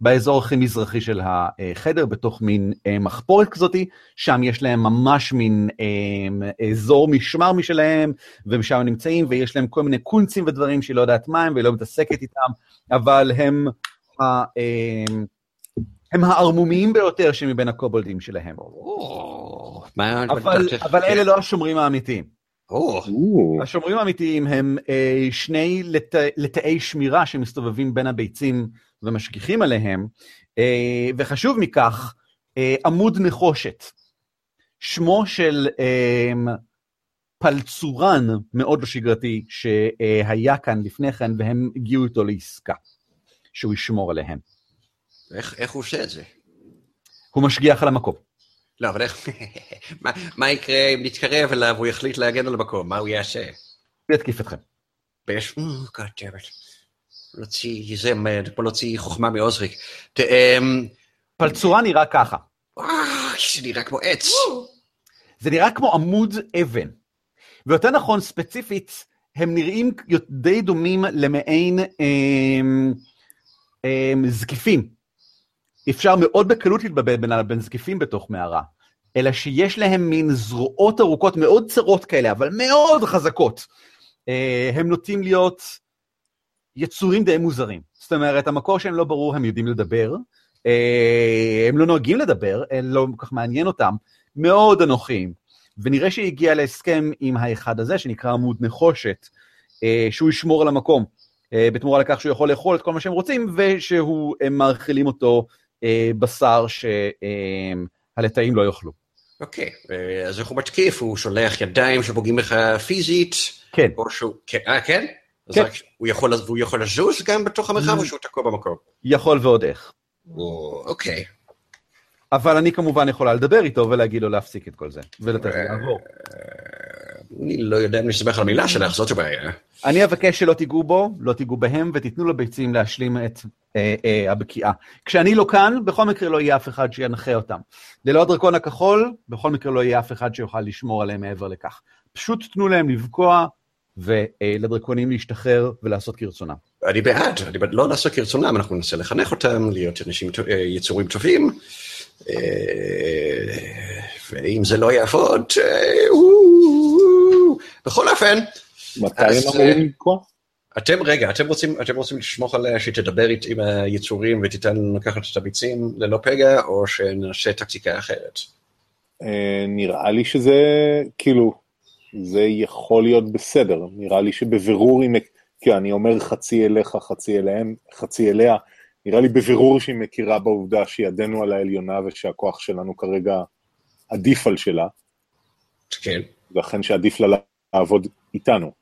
S1: באזור הכי מזרחי של החדר, בתוך מין אה, מחפורת כזאתי, שם יש להם ממש מין אה, אזור משמר משלהם, והם שם נמצאים, ויש להם כל מיני קונצים ודברים שהיא לא יודעת מה הם, והיא לא מתעסקת איתם, אבל הם, אה, אה, הם הערמומיים ביותר שמבין הקובלדים שלהם. אבל, אבל אלה לא השומרים האמיתיים.
S2: אה,
S1: השומרים האמיתיים הם אה, שני לת... לתאי שמירה שמסתובבים בין הביצים ומשגיחים עליהם, אה, וחשוב מכך, אה, עמוד נחושת. שמו של אה, פלצורן מאוד לא שגרתי שהיה כאן לפני כן, והם הגיעו איתו לעסקה, שהוא ישמור עליהם.
S2: איך, איך הוא עושה את זה?
S1: הוא משגיח על המקום.
S2: לא, אבל איך... מה, מה יקרה אם נתקרב אליו, הוא יחליט להגן על המקום, מה הוא יעשה?
S1: הוא יתקיף אתכם.
S2: ויש... אה, God damn it. להוציא אה, זה, פה להוציא חוכמה מעוזריק.
S1: פלצורה נראה ככה.
S2: זה נראה כמו עץ.
S1: זה נראה כמו עמוד אבן. ויותר נכון, ספציפית, הם נראים די דומים למעין אמ, זקיפים. אפשר מאוד בקלות להתבלבל בין, בין זקיפים בתוך מערה, אלא שיש להם מין זרועות ארוכות מאוד צרות כאלה, אבל מאוד חזקות. אה, הם נוטים להיות יצורים די מוזרים. זאת אומרת, המקור שהם לא ברור, הם יודעים לדבר, הם לא נוהגים לדבר, לא כל כך מעניין אותם, מאוד אנוכיים. ונראה שהיא הגיעה להסכם עם האחד הזה, שנקרא עמוד נחושת, אה, שהוא ישמור על המקום, אה, בתמורה לכך שהוא יכול לאכול את כל מה שהם רוצים, ושהוא, הם מאכילים אותו אה, בשר שהלטאים לא יאכלו.
S2: אוקיי, אז איך הוא מתקיף? הוא שולח ידיים שפוגעים לך פיזית?
S1: כן.
S2: או שהוא... אה, כן? אז רק הוא יכול, הוא יכול לזוז גם בתוך המרחב או שהוא תקוע במקום?
S1: יכול ועוד איך.
S2: אוקיי.
S1: אבל אני כמובן יכולה לדבר איתו ולהגיד לו להפסיק את כל זה, ולתת לי לעבור.
S2: אני לא יודע אם נסתמך על המילה שלך, זאת הבעיה.
S1: אני אבקש שלא תיגעו בו, לא תיגעו בהם, ותיתנו לביצים להשלים את אה, אה, הבקיעה. כשאני לא כאן, בכל מקרה לא יהיה אף אחד שינחה אותם. ללא הדרקון הכחול, בכל מקרה לא יהיה אף אחד שיוכל לשמור עליהם מעבר לכך. פשוט תנו להם לבקוע, ולדרקונים להשתחרר ולעשות כרצונם.
S2: אני בעד, אני בעד לא לעשות כרצונם, אנחנו ננסה לחנך אותם, להיות אנשים, אה, יצורים טובים, אה, ואם זה לא יעבוד, בכל אופן.
S4: מתי הם אמורים לקרוא?
S2: אתם, רגע, אתם רוצים, אתם רוצים לשמור עליה שהיא תדבר עם היצורים ותיתן לנו לקחת את הביצים ללא פגע, או שנעשה טקטיקה אחרת?
S4: אה, נראה לי שזה, כאילו, זה יכול להיות בסדר, נראה לי שבבירור אם, כי אני אומר חצי אליך, חצי אליהם, חצי אליה, נראה לי בבירור שהיא מכירה בעובדה שידנו על העליונה ושהכוח שלנו כרגע עדיף על שלה,
S2: כן.
S4: ואכן שעדיף לה לעבוד איתנו.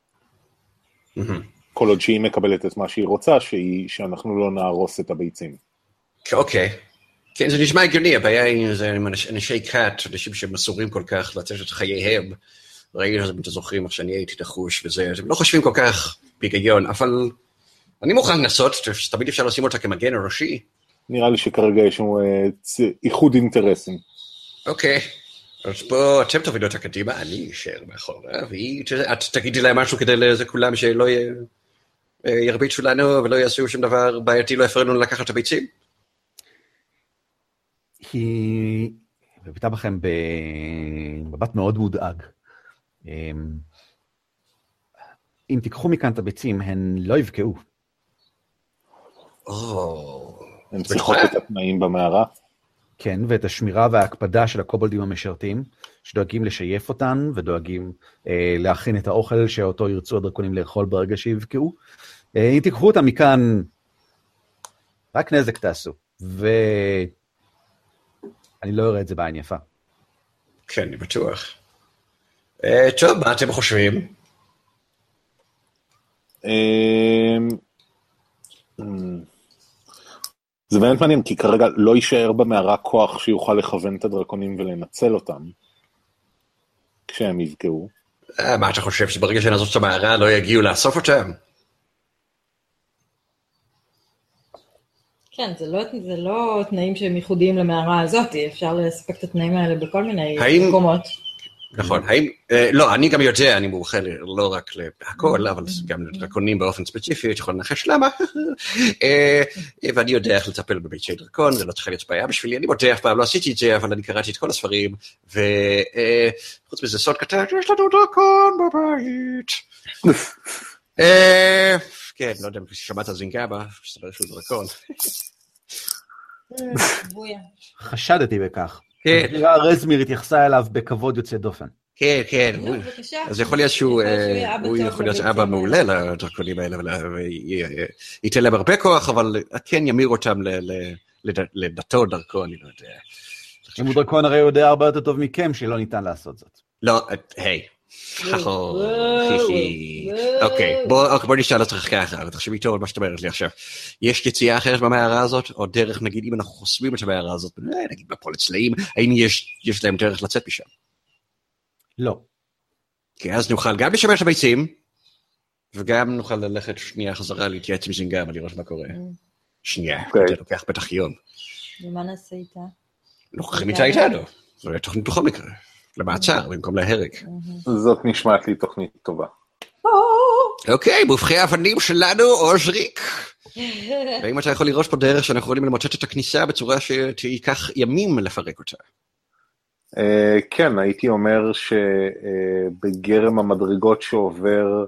S4: כל עוד שהיא מקבלת את מה שהיא רוצה, שהיא, שאנחנו לא נהרוס את הביצים.
S2: אוקיי. כן, זה נשמע הגיוני, הבעיה היא זה עם אנש- אנשי כת, אנשים שמסורים כל כך לתת את חייהם. ראינו את זה, אם אתם זוכרים, איך שאני הייתי נחוש וזה, אז הם לא חושבים כל כך בהיגיון, אבל אני מוכן לנסות, תמיד אפשר לשים אותה כמגן אנושי.
S4: נראה לי שכרגע יש לנו אה, צ- איחוד אינטרסים.
S2: אוקיי, אז בואו אתם תובילו אותה קדימה, אני אשאר מאחורה, והיא, את תגידי להם משהו כדי לזה כולם שלא י- אה, ירביצו לנו ולא יעשו שום דבר בעייתי, לא יפריעו לנו לקחת את הביצים?
S1: היא מביטה בכם במבט מאוד מודאג. אמ, אם תיקחו מכאן את הביצים, הן לא יבקעו.
S2: או...
S4: הן צריכות את התנאים במערה.
S1: כן, ואת השמירה וההקפדה של הקובלדים המשרתים, שדואגים לשייף אותן ודואגים אה, להכין את האוכל שאותו ירצו הדרקונים לאכול ברגע שיבקעו. אה, אם תיקחו אותם מכאן, רק נזק תעשו. ואני לא אראה את זה בעין יפה.
S2: כן, אני בטוח. אה, טוב, מה אתם חושבים?
S4: אמ, אמ, זה באמת מעניין, כי כרגע לא יישאר במערה כוח שיוכל לכוון את הדרקונים ולנצל אותם כשהם יבקעו.
S2: אה, מה אתה חושב, שברגע שנעזוב את המערה לא יגיעו לאסוף אותם?
S3: כן, זה לא, זה לא תנאים שהם ייחודיים למערה הזאת, אפשר לספק את התנאים האלה בכל מיני
S2: האם-
S3: מקומות.
S2: נכון, האם... אה, לא, אני גם יודע, אני מומחה ל- לא רק להכל, אבל גם לדרקונים באופן ספציפי, אתה יכול לנחש למה. אה, ואני יודע איך לטפל בביצי דרקון, זה לא צריכה להיות בעיה בשבילי, אני מודה, אף פעם לא עשיתי את זה, אבל אני קראתי את כל הספרים, וחוץ מזה סוד קטן, יש לנו דרקון בבית. אה, כן, לא יודע אם שמעת על זינגאבה, מסתבר שהוא דרקון.
S3: בויה.
S1: חשדתי בכך.
S2: כן,
S1: נראה רזמיר התייחסה אליו בכבוד יוצא דופן.
S2: כן, כן.
S3: נו,
S2: הוא-
S3: בבקשה.
S2: אז יכול להיות שהוא
S3: יכול להיות
S2: אה,
S3: שהוא יהיה אבא
S2: הוא
S3: טוב
S2: יכול להיות
S3: לביצים
S2: אבא
S3: האלה.
S2: מעולה לא? לדרקונים האלה, ול- ויה- אה, ייתן להם הרבה כוח, אבל כן ימיר אותם ל- ל- לד- לדתו, דרכו, אני לא יודע.
S1: אם הוא דרקון הרי הוא יודע הרבה יותר טוב מכם שלא ניתן לעשות זאת.
S2: לא, אה, היי.
S3: אה,
S2: חחו, חישי. אוקיי, בוא אוקיי, בוא נשאל אותך ככה, אבל תחשבי טוב על מה שאת אומרת לי עכשיו. יש יציאה אחרת במערה הזאת, או דרך, נגיד, אם אנחנו חוסמים את המערה הזאת, אה, נגיד בפולת סלעים, האם יש יש להם דרך לצאת משם?
S1: לא.
S2: כי אז נוכל גם לשמר את הביצים, וגם נוכל ללכת שנייה חזרה להתייעץ עם זינגאמה לראות מה
S3: אה,
S2: קורה. שנייה,
S4: אוקיי.
S2: זה לוקח בטח יום.
S3: ומה נעשה איתה?
S2: לוקחים איתה איתנו, זו הייתה תוכנית בכל מקרה, למעצר במקום להרג.
S4: זאת נשמעת לי תוכנית טובה.
S2: אה, אוקיי, מופחי האבנים שלנו, אוזריק. ואם אתה יכול לראות פה דרך שאנחנו יכולים למוצץ את הכניסה בצורה שתיקח ימים לפרק אותה.
S4: אה, כן, הייתי אומר שבגרם המדרגות שעובר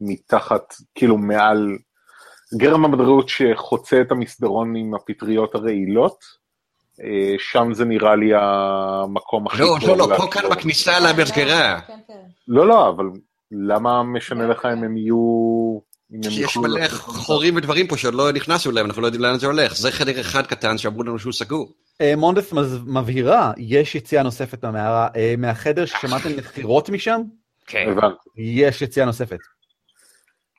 S4: מתחת, כאילו מעל, גרם המדרגות שחוצה את המסדרון עם הפטריות הרעילות, אה, שם זה נראה לי המקום הכי
S2: לא,
S4: טוב
S2: לא, לא, פה
S4: להשאיר.
S2: כאן בכניסה למסגרה.
S3: כן, כן.
S4: לא, לא, אבל למה משנה לך אם הם יהיו... אם הם
S2: יש
S4: יוכלו
S2: מלא
S4: לעשות את זה?
S2: חורים ודברים פה שעוד לא נכנסנו אליהם, אנחנו לא יודעים לאן זה הולך. זה חדר אחד קטן שאמרו לנו שהוא סגור.
S1: אה, מונדף מז- מבהירה, יש יציאה נוספת מהמערה, אה, מהחדר ששמעתם נחירות משם,
S2: כן.
S4: הבנתי.
S1: יש יציאה נוספת,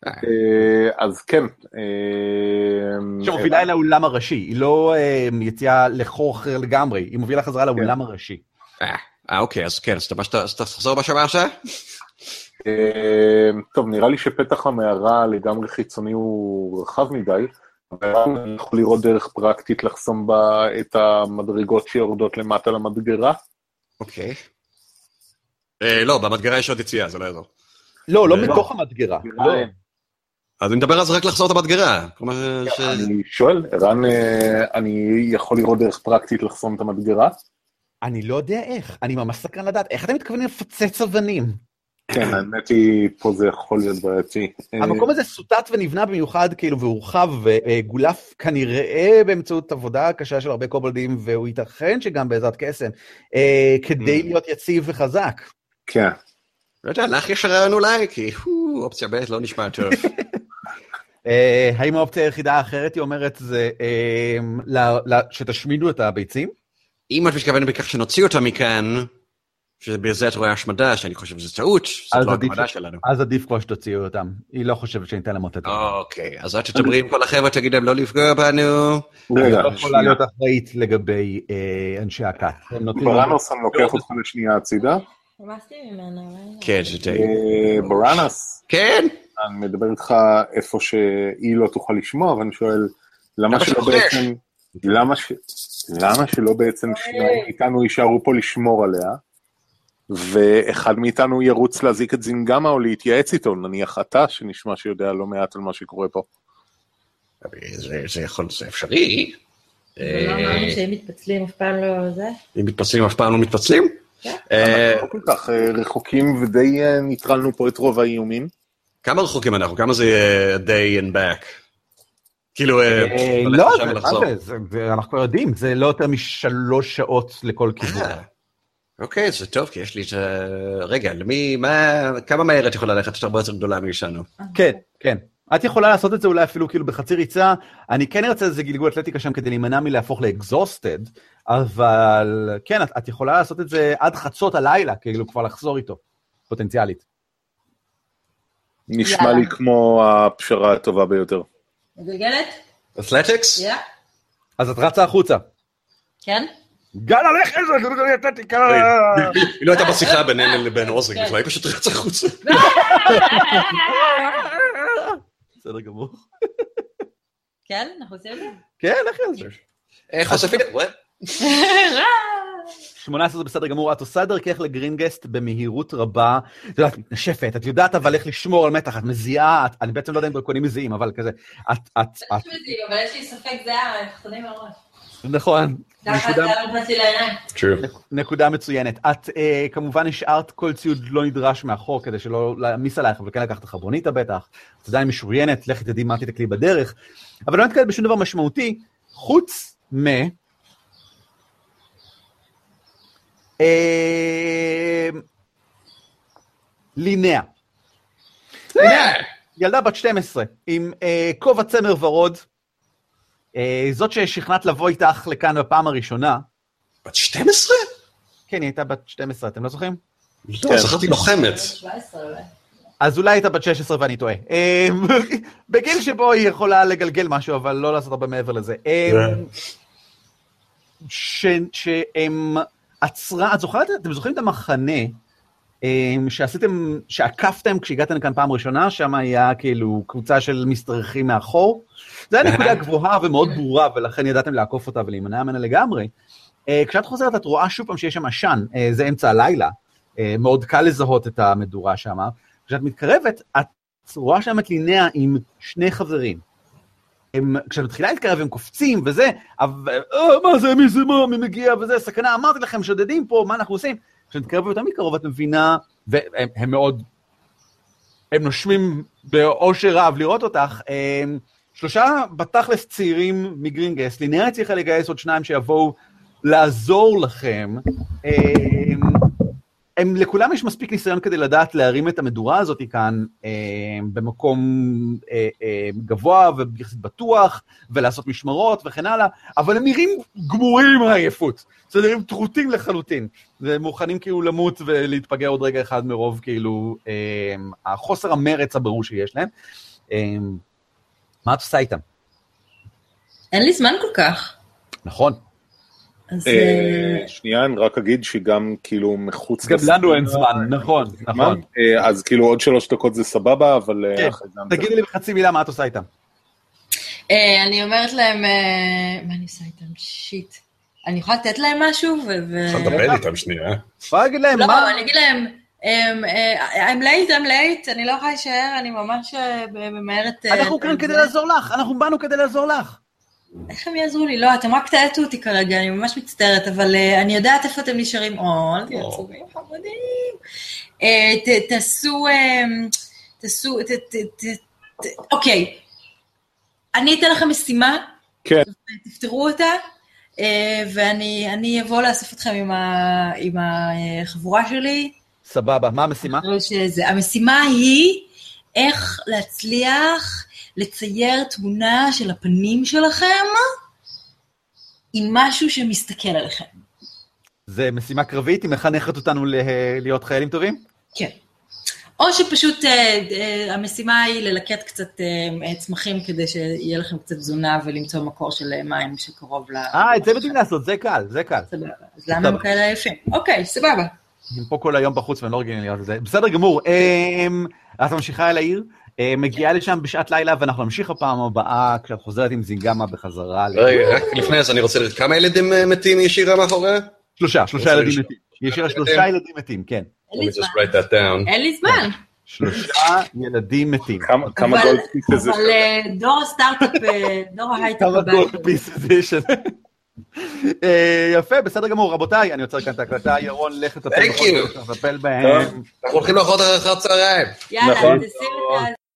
S4: אה, אז כן. אה,
S1: שמובילה אל האולם הראשי, היא לא אה, יציאה לחור אחר לגמרי, היא מובילה חזרה לאולם הראשי.
S2: אה, אוקיי, אז כן, אז אתה- מה שאתה- אז תחזור מה שאמרת?
S4: אה, טוב, נראה לי שפתח המערה לגמרי חיצוני הוא רחב מדי, אבל אני יכול לראות דרך פרקטית לחסום בה את המדרגות שיורדות למטה למדגרה.
S2: אוקיי. אה, לא, במדגרה יש עוד יציאה, זה לא יעזור.
S1: לא, לא
S2: לא.
S1: מתוך המדגרה. לא.
S2: אז אני מדבר אז רק לחזור את המדגרה. כלומר,
S1: כן.
S2: ש-
S4: אני שואל, ערן, אה, אני יכול לראות דרך פרקטית לחסום את המדגרה?
S1: אני לא יודע איך, אני ממש סקרן לדעת, איך אתם מתכוונים לפוצץ אבנים?
S4: כן, האמת היא, פה זה יכול להיות בעייתי. אה,
S1: המקום הזה סוטט ונבנה במיוחד, כאילו, והורחב וגולף כנראה באמצעות עבודה קשה של הרבה קובלדים, והוא ייתכן שגם בעזרת קסם, אה, כדי
S2: Mm.
S1: להיות יציב וחזק.
S4: כן.
S2: לא יודע, לך יש רעיון אולי, כי הו, אופציה ב' לא נשמע טוב.
S1: אה, האם האופציה היחידה האחרת, היא אומרת, זה אה, ל- ל- שתשמידו את הביצים?
S2: אם את מתכוונת בכך שנוציא אותה מכאן, שבזה את רואה השמדה, שאני חושב שזו טעות,
S1: אז
S2: זאת לא
S1: עדיף
S2: הגמדה
S1: ש-
S2: שלנו.
S1: אז עדיף כבר שתוציאו אותם. היא לא חושבת שניתן להם אותה.
S2: אוקיי, אז עד שתדברי עם כל החבר'ה, תגיד להם לא לפגוע בנו.
S1: היא
S4: רגע,
S1: לא יכולה
S4: שנייה.
S1: להיות אחראית לגבי אה, אנשי הכת. הם נותנים לנו-
S4: ברנוס, אני לוקח אותך לשנייה הצידה.
S1: אוקיי.
S3: תמאסתי ממנה, אבל...
S2: כן, זה די.
S4: אה, ברנס,
S2: כן?
S4: אני מדבר איתך איפה שהיא לא תוכל לשמוע, ואני שואל, למה
S2: למה
S4: שלא
S2: שחודש?
S4: בעצם... למה ש... למה שלא בעצם שניים מאיתנו יישארו פה לשמור עליה, ואחד מאיתנו ירוץ להזיק את זינגמה או להתייעץ איתו, נניח אתה, שנשמע שיודע לא מעט על מה שקורה פה.
S2: זה- זה יכול, זה אפשרי.
S3: לא אמרנו
S2: אה,
S3: שהם מתפצלים אף פעם לא זה?
S2: אם מתפצלים אף פעם לא מתפצלים?
S3: כן.
S2: אה,
S4: אנחנו לא כל כך אה, רחוקים ודי אה, ניטרלנו פה את רוב האיומים.
S2: כמה רחוקים אנחנו? כמה זה אה, day and back? כאילו, אה,
S1: אה,
S2: הולך
S1: לא,
S2: לשם
S1: זה-
S2: ולחזור.
S1: מה זה? זה- זה- אנחנו כבר יודעים, זה לא יותר משלוש שעות לכל כיוון.
S2: אה, אוקיי, זה טוב, כי יש לי את ה... רגע, למי, מה, כמה מהר את יכולה ללכת? את הרבה יותר גדולה מאיתנו.
S1: כן, כן. את יכולה לעשות את זה אולי אפילו כאילו בחצי ריצה, אני כן ארצה איזה גלגול אתלטיקה שם כדי להימנע מלהפוך לאקזוסטד, אבל כן, את, את יכולה לעשות את זה עד חצות הלילה, כאילו כבר לחזור איתו, פוטנציאלית.
S4: נשמע
S3: יאללה.
S4: לי כמו הפשרה הטובה ביותר.
S3: מגלגלת?
S2: אתלטיקס?
S3: יא?
S1: אז את רצה החוצה.
S3: כן?
S1: גל עליך איזה גלגול אתלטיקה!
S2: היא לא הייתה בשיחה בינינו לבין עוזרי,
S1: כן.
S2: בכלל, היא פשוט רצה החוצה.
S1: בסדר גמור.
S3: כן? אנחנו עושים את זה?
S1: כן, לכי על זה.
S2: אה, חושפים, what?
S1: 18 זה בסדר גמור, את עושה דרכך לגרינגסט במהירות רבה, את יודעת, את נשפת, את יודעת אבל איך לשמור על מתח, את מזיעה, את, אני בעצם לא יודע אם דרקונים מזיעים, אבל כזה, את, את, את,
S3: אבל יש לי ספק, זה היה מפחדים מהראש.
S1: נכון,
S3: ככה זה
S1: נקודה-
S3: היה נכנס לי לעיניים.
S2: כן.
S1: נקודה מצוינת. את אה, כמובן השארת כל ציוד לא נדרש מאחור כדי שלא להעמיס עלייך, אבל כן לקחת חרבוניתה בטח, את עדיין משוריינת, לכי תדעי מה תתקלי בדרך, אבל לא נתקלת בשום דבר משמעותי, חוץ מ... אה, לינאה. לינאה, ילדה בת 12, עם אה, כובע צמר ורוד, אה, זאת ששכנעת לבוא איתך לכאן בפעם הראשונה,
S2: בת 12?
S1: כן, היא הייתה בת 12, אתם לא זוכרים?
S2: לא,
S6: כן.
S2: זכרתי לוחמת.
S3: 17 אולי.
S1: אז אולי הייתה בת 16 ואני טועה. אמ, בגיל שבו היא יכולה לגלגל משהו, אבל לא לעשות הרבה מעבר לזה. אמ, ש- שהם עצרה, את זוכרת, אתם זוכרים את המחנה אמ, שעשיתם, שעקפתם כשהגעתם לכאן פעם ראשונה, שם היה כאילו קבוצה של משתרכים מאחור? זו הייתה נקודה גבוהה ומאוד ברורה, ולכן ידעתם לעקוף אותה ולהימנע ממנה לגמרי. אה, כשאת חוזרת את רואה שוב פעם שיש שם עשן, אה, זה אמצע הלילה, אה, מאוד קל לזהות את המדורה שם. כשאת מתקרבת, את רואה שם את לינאה עם שני חברים. הם, כשאת מתחילה להתקרב הם קופצים וזה, אבל "אה, מה זה, מי זה, מה, מי מגיע וזה, סכנה, אמרתי לכם, שודדים פה, מה אנחנו עושים? כשאת מתקרבת יותר מקרוב את מבינה, והם הם מאוד, הם נושמים באושר רב לראות אותך, הם, שלושה בתכלס צעירים מגרינגס, לינאה הצליחה לגייס עוד שניים שיבואו לעזור לכם. הם, הם, לכולם יש מספיק ניסיון כדי לדעת להרים את המדורה הזאת כאן אה, במקום אה, אה, גבוה ויחסית בטוח, ולעשות משמרות וכן הלאה, אבל הם נראים גמורים מעייפות. זה נראים טרוטים לחלוטין. והם מוכנים כאילו למות ולהתפגע עוד רגע אחד מרוב כאילו אה, החוסר המרץ הברור שיש להם. אה, מה את עושה איתם?
S3: אין לי זמן כל כך.
S1: נכון.
S3: אז...
S4: אה,
S3: אה,
S4: שנייה, אני רק אגיד שגם כאילו מחוץ...
S1: גם לנו אין
S4: לסדרה-
S1: זמן, נכון,
S4: מה?
S1: נכון.
S4: אה, אז כאילו עוד שלוש דקות זה סבבה, אבל אה,
S1: כן,
S4: אחרי זה... אני-
S1: תגידי לי בחצי מילה מה את עושה איתם.
S3: אה, אני אומרת להם... אה, מה אני עושה איתם? שיט. אני יכולה לתת להם משהו? ו... ו-
S2: אפשר לדבר איתם שנייה.
S1: בוא נגיד להם מה...
S3: לא, אני אגיד להם... אמ, אה, I'm late, I'm late, אני לא יכולה להישאר, אני ממש אה, ממהרת... אה,
S1: אנחנו כאן
S3: זה-
S1: כדי לעזור לך, אנחנו באנו כדי לעזור לך.
S3: איך הם יעזרו לי? לא, אתם רק תעטו אותי כרגע, אני ממש מצטערת, אבל אה, אני יודעת איפה אתם נשארים. או, אל תהיו
S2: או.
S3: עצובים, חמודים. אה, ת- תעשו, אה, תעשו, ת- ת- ת- ת- אוקיי. אני אתן לכם משימה.
S4: כן.
S3: תפתרו אותה, אה, ואני אני אבוא לאסוף אתכם עם ה- עם החבורה שלי.
S1: סבבה, מה המשימה?
S3: אחרי שזה. המשימה היא איך להצליח לצייר תמונה של הפנים שלכם עם משהו שמסתכל עליכם.
S1: זה משימה קרבית, היא מחנכת אותנו ל- להיות חיילים טובים?
S3: כן. או שפשוט אה, אה, המשימה היא ללקט קצת אה, צמחים כדי שיהיה לכם קצת תזונה ולמצוא מקור של אה, מים שקרוב ל...
S1: אה, את זה בדיוק לעשות, זה קל, זה קל.
S3: סבבה. אז למה הם כאלה עייפים? אוקיי, סבבה.
S1: הם פה כל היום בחוץ והם לא רגילים להיות לזה. בסדר גמור, אמ, את ממשיכה אל העיר, אמ, מגיעה לשם בשעת לילה ואנחנו נמשיך הפעם הבאה כשאת חוזרת עם זינגמה בחזרה. ל-
S6: רגע, רק לפני זה אני רוצה לראות כמה ילדים אה, מתים ישירה מאחוריה?
S1: שלושה, שלושה
S6: רוצה
S1: ילדים
S6: לשאול.
S1: מתים. יש לה שלושה ילדים מתים, כן.
S3: אין
S6: Let
S3: לי
S6: me just
S3: זמן.
S6: write that down.
S3: אין לי זמן.
S1: שלושה ילדים מתים.
S4: כמה- כמה
S3: אבל-
S4: גולד פיסס זה?
S3: אבל אה, דור הסטארט-אפ, אה, דור ההייטק
S1: כמה
S3: הבא.
S1: גולד פיסס יש לזה. אה, יפה, בסדר גמור, רבותיי, אני עוצר כאן את ההקלטה, ירון, לך תטפל
S6: Thank
S1: בכל
S6: you.
S1: מה שאתה מטפל בהם.
S6: אנחנו הולכים לאכול אחר הצהריים.
S3: יאללה,
S4: נכון.
S3: תשים את ה...